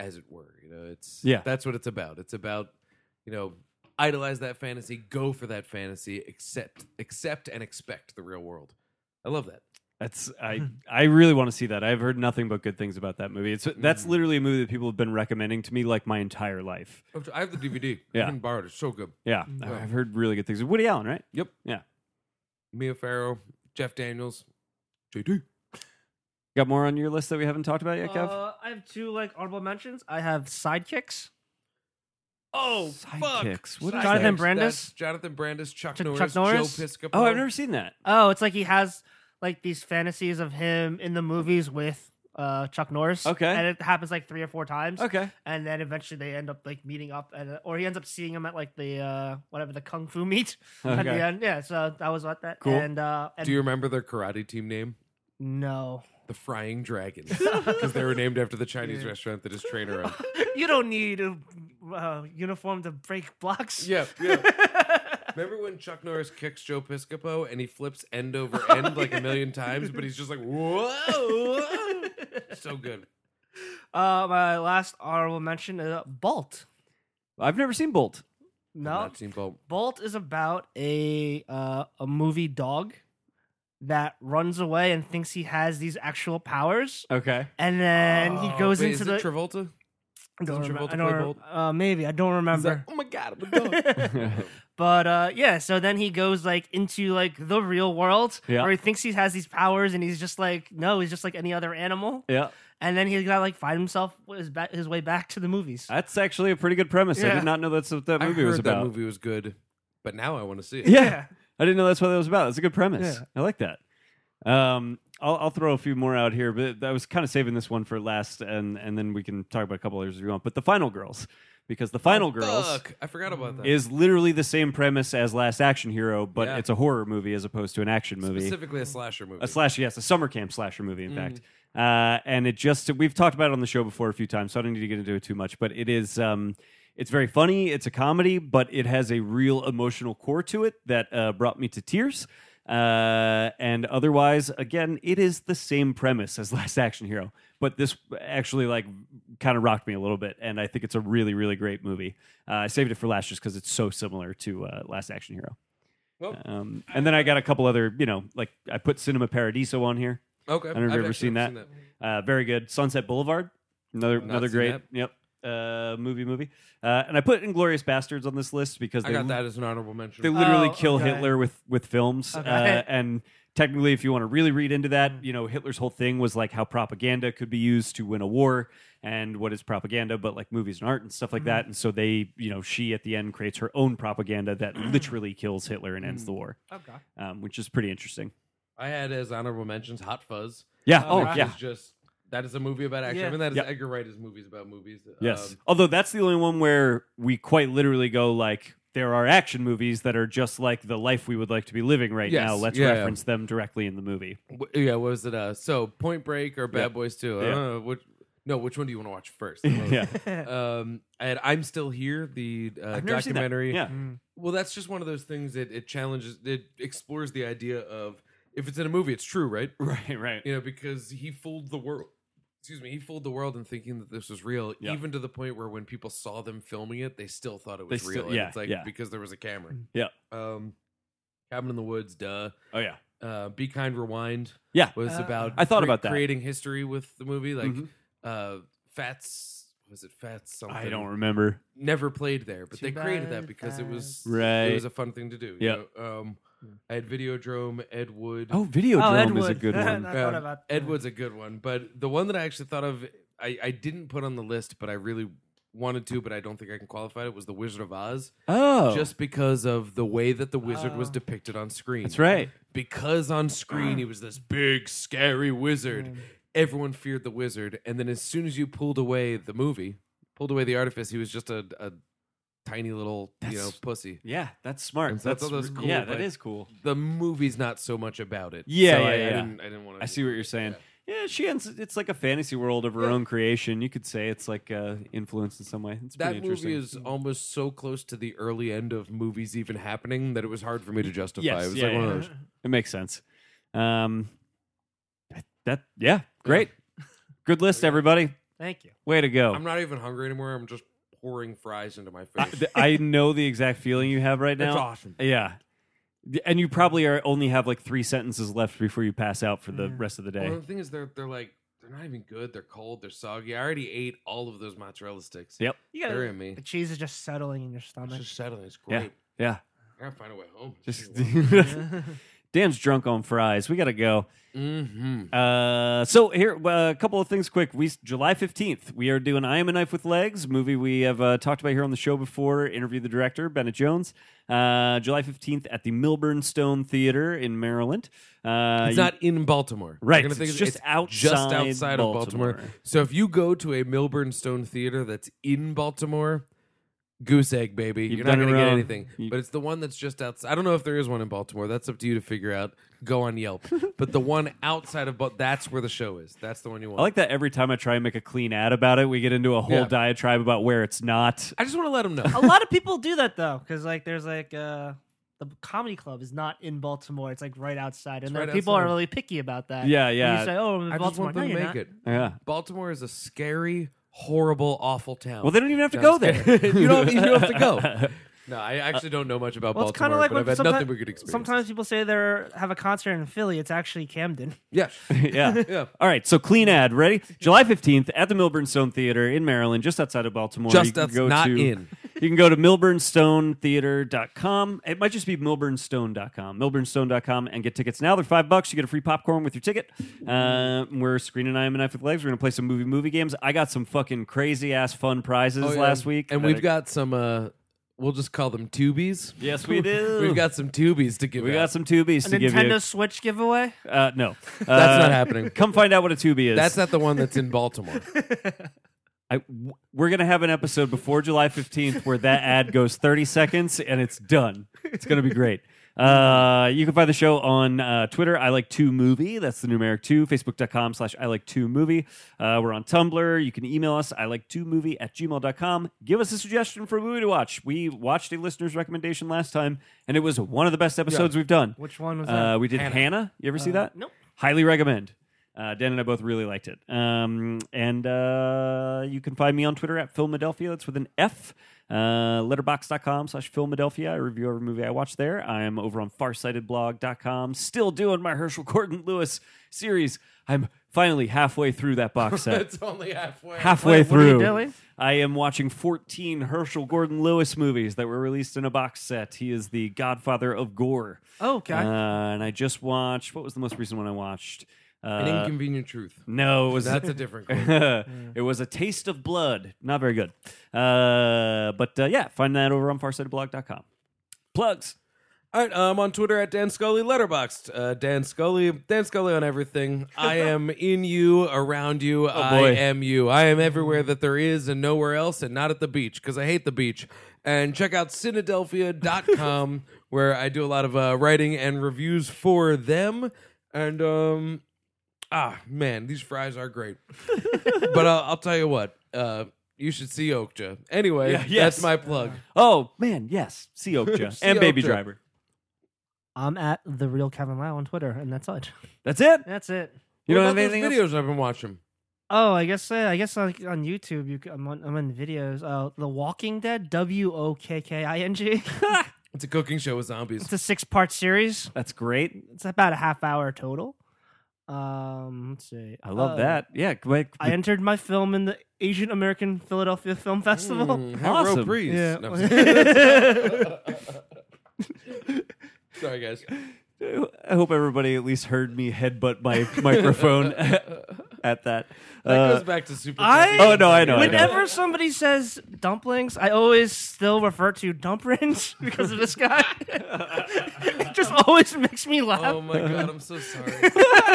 Speaker 3: as it were. You know, it's
Speaker 2: Yeah.
Speaker 3: That's what it's about. It's about you know idolize that fantasy, go for that fantasy, accept accept and expect the real world. I love that.
Speaker 2: That's I I really want to see that. I've heard nothing but good things about that movie. It's that's
Speaker 3: Mm.
Speaker 2: literally a movie that people have been recommending to me like my entire life.
Speaker 3: I have the DVD.
Speaker 2: Yeah.
Speaker 3: I can borrow it. It's so good.
Speaker 2: Yeah,
Speaker 3: Wow.
Speaker 2: I've heard really good things. Woody Allen, right?
Speaker 3: Mm. Yep.
Speaker 2: Yeah.
Speaker 3: Mia Farrow, Jeff Daniels, JD.
Speaker 2: Got more on your list that we haven't talked about yet, Kev?
Speaker 4: Uh, I have two like honorable mentions. I have sidekicks.
Speaker 3: Oh
Speaker 2: Sidekicks. What is
Speaker 4: Jonathan
Speaker 2: that?
Speaker 4: Brandis?
Speaker 3: That's Jonathan Brandis, Chuck,
Speaker 4: Chuck-
Speaker 3: Norris,
Speaker 4: Chuck Norris?
Speaker 3: Joe Piscopo.
Speaker 2: Oh, I've never seen that.
Speaker 4: Oh, it's like he has like these fantasies of him in the movies with uh, Chuck Norris.
Speaker 2: Okay.
Speaker 4: and it happens like three or four times.
Speaker 2: Okay.
Speaker 4: and then eventually they end up like meeting up, and or he ends up seeing him at like the uh, whatever the kung fu meet at the
Speaker 2: Okay.
Speaker 4: end. Yeah, so that was what that.
Speaker 2: Cool.
Speaker 4: And, uh, and
Speaker 3: Do you remember their karate team name?
Speaker 4: no,
Speaker 3: The Frying Dragons, because they were named after the Chinese
Speaker 4: Yeah.
Speaker 3: restaurant that his trainer owned.
Speaker 4: you don't need a uh, uniform to break blocks.
Speaker 3: Yeah, yeah. Remember when Chuck Norris kicks Joe Piscopo and he flips end over end like a million times, but he's just like, whoa, whoa." so good.
Speaker 4: Uh, my last honorable mention is uh, Bolt.
Speaker 2: I've never seen Bolt.
Speaker 4: No,
Speaker 3: I've not seen Bolt.
Speaker 4: Bolt is about a uh, a movie dog that runs away and thinks he has these actual powers,
Speaker 2: Okay.
Speaker 4: and then he
Speaker 3: Oh,
Speaker 4: goes
Speaker 3: wait,
Speaker 4: into
Speaker 3: is
Speaker 4: the.
Speaker 3: it Travolta.
Speaker 4: I don't
Speaker 3: doesn't
Speaker 4: remem-
Speaker 3: Travolta
Speaker 4: I don't
Speaker 3: play
Speaker 4: rem-
Speaker 3: Bolt?
Speaker 4: Uh, maybe I don't
Speaker 3: He's like,
Speaker 4: remember.
Speaker 3: oh my god, I'm a dog.
Speaker 4: but uh, yeah, so then he goes like into like the real world
Speaker 2: Yeah.
Speaker 4: where he thinks he has these powers, and he's just like no, he's just like any other animal.
Speaker 2: yeah.
Speaker 4: And then he's got to like find himself his, ba- his way back to the movies.
Speaker 2: That's actually a pretty good premise. I
Speaker 4: Yeah.
Speaker 2: did not know that's what that
Speaker 3: I
Speaker 2: movie
Speaker 3: heard
Speaker 2: was about.
Speaker 3: that movie was good, but now I want to see it.
Speaker 2: Yeah. I didn't know that's what that was about. That's a good premise.
Speaker 4: Yeah.
Speaker 2: I like that. Um, I'll, I'll throw a few more out here, but I was kind of saving this one for last, and and then we can talk about a couple others if you want. But the Final Girls, because the Final Girls
Speaker 3: Fuck, I forgot about that.
Speaker 2: is literally the same premise as Last Action Hero, but
Speaker 3: Yeah.
Speaker 2: it's a horror movie as opposed to an action movie.
Speaker 3: specifically a slasher movie.
Speaker 2: A slasher, yes, a summer camp slasher movie, in fact. Uh, and it just we've talked about it on the show before a few times, so I don't need to get into it too much. But it is um, it's very funny. It's a comedy, but it has a real emotional core to it that uh, brought me to tears. Uh, and otherwise, again, it is the same premise as Last Action Hero, but this actually like kind of rocked me a little bit, and I think it's a really, really great movie. Uh, I saved it for last just because it's so similar to uh, Last Action Hero.
Speaker 3: Well,
Speaker 2: Um, and then I got a couple other, you know, like I put Cinema Paradiso on here.
Speaker 3: okay, I
Speaker 2: don't know if you've ever seen that. Uh, very good. Sunset Boulevard, another
Speaker 3: Not
Speaker 2: another
Speaker 3: seen
Speaker 2: great,
Speaker 3: that.
Speaker 2: yep, uh, movie movie. Uh, and I put Inglorious Bastards on this list because
Speaker 3: I
Speaker 2: they
Speaker 3: got that as an honorable mention.
Speaker 2: they literally
Speaker 4: Oh,
Speaker 2: kill
Speaker 4: okay.
Speaker 2: Hitler with with films.
Speaker 4: Okay.
Speaker 2: Uh, and technically, if you want to really read into that, you know, Hitler's whole thing was like how propaganda could be used to win a war, and what is propaganda, but like movies and art and stuff like that. And so they, you know, she at the end creates her own propaganda that literally kills Hitler and ends the war,
Speaker 4: Okay.
Speaker 2: um, which is pretty interesting.
Speaker 3: I had as honorable mentions Hot Fuzz.
Speaker 2: Yeah.
Speaker 4: Oh,
Speaker 2: oh,
Speaker 3: which
Speaker 2: yeah.
Speaker 3: Uh, is just that is a movie about action.
Speaker 4: Yeah.
Speaker 3: I mean, that is
Speaker 2: Yep.
Speaker 3: Edgar Wright's movies about movies.
Speaker 2: Yes.
Speaker 3: Um,
Speaker 2: Although that's the only one where we quite literally go like there are action movies that are just like the life we would like to be living right
Speaker 3: Yes.
Speaker 2: now. Let's
Speaker 3: Yeah, yeah.
Speaker 2: reference them directly in the movie.
Speaker 3: Wh- yeah, what was it? Uh, so Point Break or Bad
Speaker 2: Yeah.
Speaker 3: Boys Two? I
Speaker 2: Yeah.
Speaker 3: don't know which. No, which one do you want to watch first?
Speaker 2: yeah.
Speaker 3: Um, I had I'm Still Here, the uh,
Speaker 2: I've never seen that.
Speaker 3: documentary.
Speaker 2: Yeah.
Speaker 3: Well, that's just one of those things that it challenges. It explores the idea of if it's in a movie, it's true, right?
Speaker 2: Right, right.
Speaker 3: You know, because he fooled the world. Excuse me, he fooled the world in thinking that this was real,
Speaker 2: Yeah.
Speaker 3: even to the point where when people saw them filming it, they still thought it
Speaker 2: They
Speaker 3: was real.
Speaker 2: still-
Speaker 3: and
Speaker 2: yeah,
Speaker 3: it's like
Speaker 2: yeah.
Speaker 3: because there was a camera.
Speaker 4: Mm.
Speaker 2: Yeah.
Speaker 3: Um, Cabin in the Woods, duh.
Speaker 2: Oh yeah.
Speaker 3: Uh, Be Kind, Rewind
Speaker 2: Yeah.
Speaker 3: was
Speaker 4: Uh,
Speaker 3: about
Speaker 2: I thought
Speaker 3: cre-
Speaker 2: about that.
Speaker 3: creating history with the movie, like
Speaker 2: Mhm.
Speaker 3: uh, Fats. Was it Fats? Something
Speaker 2: I don't remember.
Speaker 3: never played there, but
Speaker 4: Too
Speaker 3: they created
Speaker 4: bad
Speaker 3: that because it was
Speaker 2: Right.
Speaker 3: it was a fun thing to do. you
Speaker 2: Yep.
Speaker 3: know? Um,
Speaker 4: Mm.
Speaker 3: I had Videodrome, Ed Wood.
Speaker 2: Oh, Video
Speaker 4: oh, Ed
Speaker 2: Drum is a
Speaker 4: Wood.
Speaker 2: good
Speaker 4: I
Speaker 2: one.
Speaker 4: thought
Speaker 3: Yeah,
Speaker 4: about
Speaker 3: Ed Wood's a good one, but the one that I actually thought of, I, I didn't put on the list, but I really wanted to, but I don't think I can qualify it, was The Wizard of Oz.
Speaker 2: Oh,
Speaker 3: Just because of the way that the wizard was
Speaker 4: Oh.
Speaker 3: depicted on screen.
Speaker 2: that's right.
Speaker 3: Because on screen he was this big, scary wizard.
Speaker 4: Mm.
Speaker 3: Everyone feared the wizard. And then as soon as you pulled away the movie, pulled away the artifice, he was just a, a tiny little, you know,
Speaker 2: That's-
Speaker 3: pussy.
Speaker 2: Yeah, that's smart.
Speaker 3: And so I
Speaker 2: that's
Speaker 3: thought that was cool,
Speaker 2: Yeah, that
Speaker 3: but-
Speaker 2: is cool.
Speaker 3: The movie's not so much about it.
Speaker 2: Yeah,
Speaker 3: So
Speaker 2: yeah,
Speaker 3: I,
Speaker 2: yeah.
Speaker 3: I didn't, I didn't want to.
Speaker 2: I see what you're saying. Yeah, she ends. It's like a fantasy world of her own creation. You could say it's like uh, influenced in some way. It's pretty
Speaker 3: That
Speaker 2: interesting.
Speaker 3: movie is almost so close to the early end of movies even happening that it was hard for me to justify.
Speaker 2: Yes,
Speaker 3: it was
Speaker 2: yeah,
Speaker 3: like one
Speaker 2: yeah.
Speaker 3: of those.
Speaker 2: It makes sense. Um, I- that yeah, great, good list,
Speaker 3: Oh,
Speaker 2: everybody.
Speaker 4: Thank you.
Speaker 2: Way to go.
Speaker 3: I'm not even hungry anymore. I'm just pouring fries into my
Speaker 2: I,
Speaker 3: face.
Speaker 2: th- I know the exact feeling you have right now.
Speaker 3: That's awesome.
Speaker 2: Yeah. D- And you probably are only have like three sentences left before you pass out for the
Speaker 4: Yeah.
Speaker 2: rest of the day.
Speaker 3: Well, the thing is, they're they're like they're not even good. They're cold. They're soggy. I already ate all of those mozzarella sticks.
Speaker 2: Yep.
Speaker 4: You
Speaker 3: They're
Speaker 4: got
Speaker 3: in me.
Speaker 4: the cheese is just settling in your
Speaker 3: It's
Speaker 4: stomach.
Speaker 3: just settling. It's
Speaker 2: Yeah.
Speaker 3: great.
Speaker 2: Yeah.
Speaker 3: I gotta find a way home.
Speaker 2: Just Dan's drunk on fries. We gotta go.
Speaker 3: mm-hmm.
Speaker 2: Uh, so here, uh, a couple of things quick. We July fifteenth, we are doing "I Am a Knife with Legs" movie we have uh, talked about here on the show before. Interviewed the director Bennett Jones. Uh, July fifteenth at the Milburn Stone Theater in Maryland. Uh,
Speaker 3: It's
Speaker 2: you-
Speaker 3: not in Baltimore.
Speaker 2: Right,
Speaker 3: You're gonna
Speaker 2: it's just
Speaker 3: just
Speaker 2: outside
Speaker 3: outside of Baltimore.
Speaker 2: Baltimore.
Speaker 3: So if you go to a Milburn Stone Theater that's in Baltimore, goose egg, baby.
Speaker 2: You've
Speaker 3: You're not
Speaker 2: done it
Speaker 3: going to get
Speaker 2: wrong.
Speaker 3: anything.
Speaker 2: You-
Speaker 3: But it's the one that's just outside. I don't know if there is one in Baltimore. That's up to you to figure out. Go on Yelp. but the one outside of Baltimore, that's where the show is. That's the one you want.
Speaker 2: I like that every time I try and make a clean ad about it, we get into a whole
Speaker 3: Yeah.
Speaker 2: diatribe about where it's not.
Speaker 3: I just want to let them know.
Speaker 4: a lot of people do that though, because like there's like uh the comedy club is not in Baltimore; it's like right outside, and
Speaker 3: It's
Speaker 4: then
Speaker 3: right
Speaker 4: people are
Speaker 3: outside.
Speaker 4: really picky about that.
Speaker 2: Yeah,
Speaker 4: And
Speaker 2: yeah.
Speaker 4: You say, "Oh, I'm in
Speaker 3: I just
Speaker 4: Baltimore."
Speaker 3: want them
Speaker 4: No,
Speaker 3: to
Speaker 4: you're
Speaker 3: make
Speaker 4: not.
Speaker 3: it.
Speaker 2: Yeah.
Speaker 3: Baltimore is a scary, horrible, awful town.
Speaker 2: Well, they don't even have to go there.
Speaker 3: you don't. You don't have to go. No, I actually don't know much about
Speaker 4: Well, it's kind
Speaker 3: Baltimore,
Speaker 4: of like
Speaker 3: but I've
Speaker 4: when
Speaker 3: had
Speaker 4: someti-
Speaker 3: nothing but good experience.
Speaker 4: sometimes people say they are have a concert in Philly. It's actually Camden.
Speaker 3: yeah,
Speaker 2: yeah.
Speaker 3: yeah.
Speaker 2: All right, so clean ad, ready? July 15th at the Milburn Stone Theater in Maryland, just outside of Baltimore.
Speaker 3: Just
Speaker 2: You can
Speaker 3: outs-
Speaker 2: go
Speaker 3: not
Speaker 2: to-
Speaker 3: in.
Speaker 2: You can go to milburnstonetheater.com. It might just be milburnstone.com, milburnstone.com, and get tickets now. They're five bucks. You get a free popcorn with your ticket. Uh, we're screening I Am a Knife with Legs. We're going to play some movie movie games. I got some fucking crazy ass fun prizes
Speaker 3: Oh, yeah.
Speaker 2: last week.
Speaker 3: and
Speaker 2: that
Speaker 3: we've
Speaker 2: I-
Speaker 3: got some. uh We'll just call them tubies.
Speaker 2: Yes, we do.
Speaker 3: we've got some tubies to give.
Speaker 2: We
Speaker 3: out.
Speaker 2: got some tubies
Speaker 4: A
Speaker 2: to give
Speaker 4: Nintendo
Speaker 2: you.
Speaker 4: Switch giveaway.
Speaker 2: Uh, no, that's
Speaker 3: That's not happening.
Speaker 2: Come find out what a Tubi is.
Speaker 3: That's not the one that's in Baltimore.
Speaker 2: I, w- we're gonna have an episode before July fifteenth where that ad goes thirty seconds and it's done. It's gonna be great. Uh, you can find the show on uh, Twitter. I like two movie. That's the numeric two. Facebook.com slash I like two movie. Uh, we're on Tumblr. You can email us. I like two movie at gmail.com. Give us a suggestion for a movie to watch. We watched a listener's recommendation last time and it was one of the best episodes we've done.
Speaker 4: Which one was that?
Speaker 2: Uh, we did Hannah. You ever see that?
Speaker 4: nope.
Speaker 2: Highly recommend. Uh, Dan and I both really liked it. Um, and uh, you can find me on Twitter at Filmadelphia. That's with an F. Uh, letterbox.com slash Filmadelphia. I review every movie I watch there. I am over on farsightedblog.com. Still doing my Herschel Gordon Lewis series. I'm finally halfway through that box set.
Speaker 3: it's only halfway.
Speaker 2: halfway
Speaker 4: Wait, what are
Speaker 2: through.
Speaker 4: you doing?
Speaker 2: I am watching 14 Herschel Gordon Lewis movies that were released in a box set. He is the godfather of gore.
Speaker 4: Oh, okay.
Speaker 2: Uh, and I just watched. What was the most recent one I watched?
Speaker 3: An
Speaker 2: Uh,
Speaker 3: inconvenient truth.
Speaker 2: no, it was
Speaker 3: That's a different. Quote.
Speaker 2: it was a taste of blood. Not very good. Uh, but uh, yeah, find that over on farsightedblog.com. Plugs.
Speaker 3: All right, I'm um, on Twitter at Dan Scully, letterboxed uh, Dan Scully, Dan Scully on everything. I am in you, around you. I
Speaker 2: boy.
Speaker 3: am you. I am everywhere that there is and nowhere else, and not at the beach because I hate the beach. And check out Cynadelphia.com where I do a lot of uh, writing and reviews for them. And um, ah, man, these fries are great. but I'll, I'll tell you what, uh, you should see Okja. Anyway,
Speaker 2: Yeah, yes.
Speaker 3: that's my plug.
Speaker 2: Oh man, yes, see Oakja
Speaker 3: See
Speaker 2: and Baby
Speaker 3: Oakja.
Speaker 2: Driver.
Speaker 4: I'm at the real Kevin Lau on Twitter, and that's it.
Speaker 2: That's it.
Speaker 4: That's it.
Speaker 2: You
Speaker 3: What
Speaker 2: don't
Speaker 3: about
Speaker 2: have
Speaker 3: those
Speaker 2: anything. else?
Speaker 3: videos I've been watching.
Speaker 4: Oh, I guess uh, I guess on, on YouTube, you, c- I'm on I'm on videos. Uh, the Walking Dead, W O K K I N G.
Speaker 3: It's a cooking show with zombies.
Speaker 4: It's a six part series.
Speaker 2: That's great.
Speaker 4: It's about a half hour total. Um, let's see.
Speaker 2: I love
Speaker 4: Uh,
Speaker 2: that. Yeah, like,
Speaker 4: I entered my film in the Asian American Philadelphia Film Festival.
Speaker 3: Mm, have
Speaker 2: Awesome.
Speaker 3: reprise.
Speaker 4: Yeah.
Speaker 3: No, I'm sorry. sorry, guys.
Speaker 2: I hope everybody at least heard me headbutt my microphone. at that.
Speaker 3: That
Speaker 2: Uh,
Speaker 3: goes back to Super.
Speaker 4: I-
Speaker 2: Oh, no, I know, I know.
Speaker 4: Whenever somebody says dumplings, I always still refer to dumplings because of this guy. it just always makes me laugh.
Speaker 2: Um,
Speaker 3: Oh my god, I'm so sorry.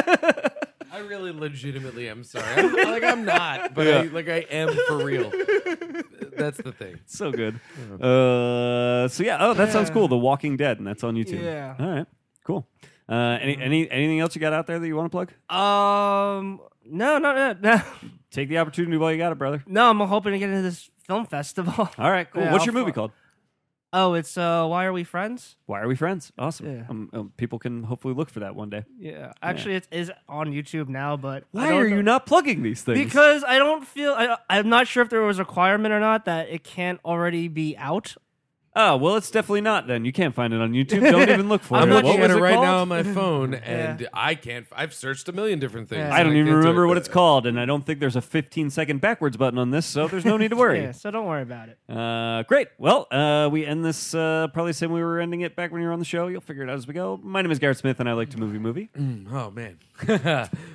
Speaker 3: I really legitimately am sorry. I'm, like I'm not, but I,
Speaker 2: Yeah.
Speaker 3: like I am for real. That's the thing.
Speaker 2: so good. Uh, so yeah. Oh, that sounds cool. The Walking Dead, and that's on YouTube.
Speaker 4: Yeah.
Speaker 2: All right. Cool. Uh, any, any anything else you got out there that you want to plug?
Speaker 4: Um, no, no, no, no,
Speaker 2: Take the opportunity while you got it, brother.
Speaker 4: no. I'm hoping to get into this film festival.
Speaker 2: All right. Cool.
Speaker 4: Yeah,
Speaker 2: What's
Speaker 4: I'll
Speaker 2: your movie
Speaker 4: fu-
Speaker 2: called?
Speaker 4: Oh, it's uh, why are we friends?
Speaker 2: Why are we friends? Awesome.
Speaker 4: Yeah.
Speaker 2: Um, um, people can hopefully look for that one day.
Speaker 4: Yeah, actually, it is on YouTube now, but I
Speaker 2: Why
Speaker 4: don't
Speaker 2: are
Speaker 4: know-
Speaker 2: you not plugging these things?
Speaker 4: Because I don't feel I, I'm not sure if there was a requirement or not that it can't already be out.
Speaker 2: oh well, it's definitely not. Then you can't find it on YouTube. Don't even look for
Speaker 3: I'm
Speaker 2: it.
Speaker 3: looking
Speaker 2: What
Speaker 3: at
Speaker 2: was
Speaker 3: it
Speaker 2: it
Speaker 3: right
Speaker 2: called?
Speaker 3: now on my phone, and I can't. I've searched a million different things.
Speaker 4: Yeah.
Speaker 2: I
Speaker 3: and
Speaker 2: don't even
Speaker 3: can't do
Speaker 2: remember
Speaker 3: it.
Speaker 2: what it's called, and I don't think there's a 15 second backwards button on this, so there's no need to worry.
Speaker 4: Yeah, so don't worry about it.
Speaker 2: Uh, great. Well, uh, we end this uh, probably the same way we were ending it back when you were on the show. You'll figure it out as we go. My name is Garrett Smith, and I like to movie movie.
Speaker 3: Oh man.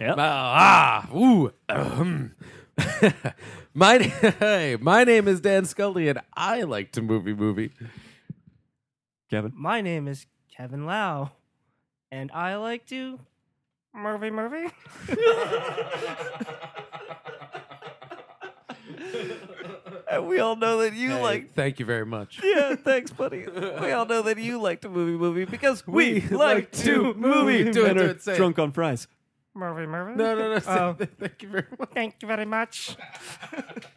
Speaker 3: Ah. Ooh. Ahem. my hey, my name is Dan Scully, and I like to movie movie.
Speaker 2: Kevin,
Speaker 4: My name is Kevin Lau, and I like to Murphy Murphy.
Speaker 2: Uh, we all know that you
Speaker 3: Hey, thank you very much.
Speaker 2: Yeah, thanks, buddy. We all know that you like to movie movie because
Speaker 3: we We like like to to movie. movie. Do it,
Speaker 2: and
Speaker 3: do
Speaker 2: are
Speaker 3: it, say it.
Speaker 2: drunk on fries.
Speaker 4: Murphy Murphy.
Speaker 3: No, no, no. say-
Speaker 4: Oh.
Speaker 3: thank you very much.
Speaker 4: Thank you very much.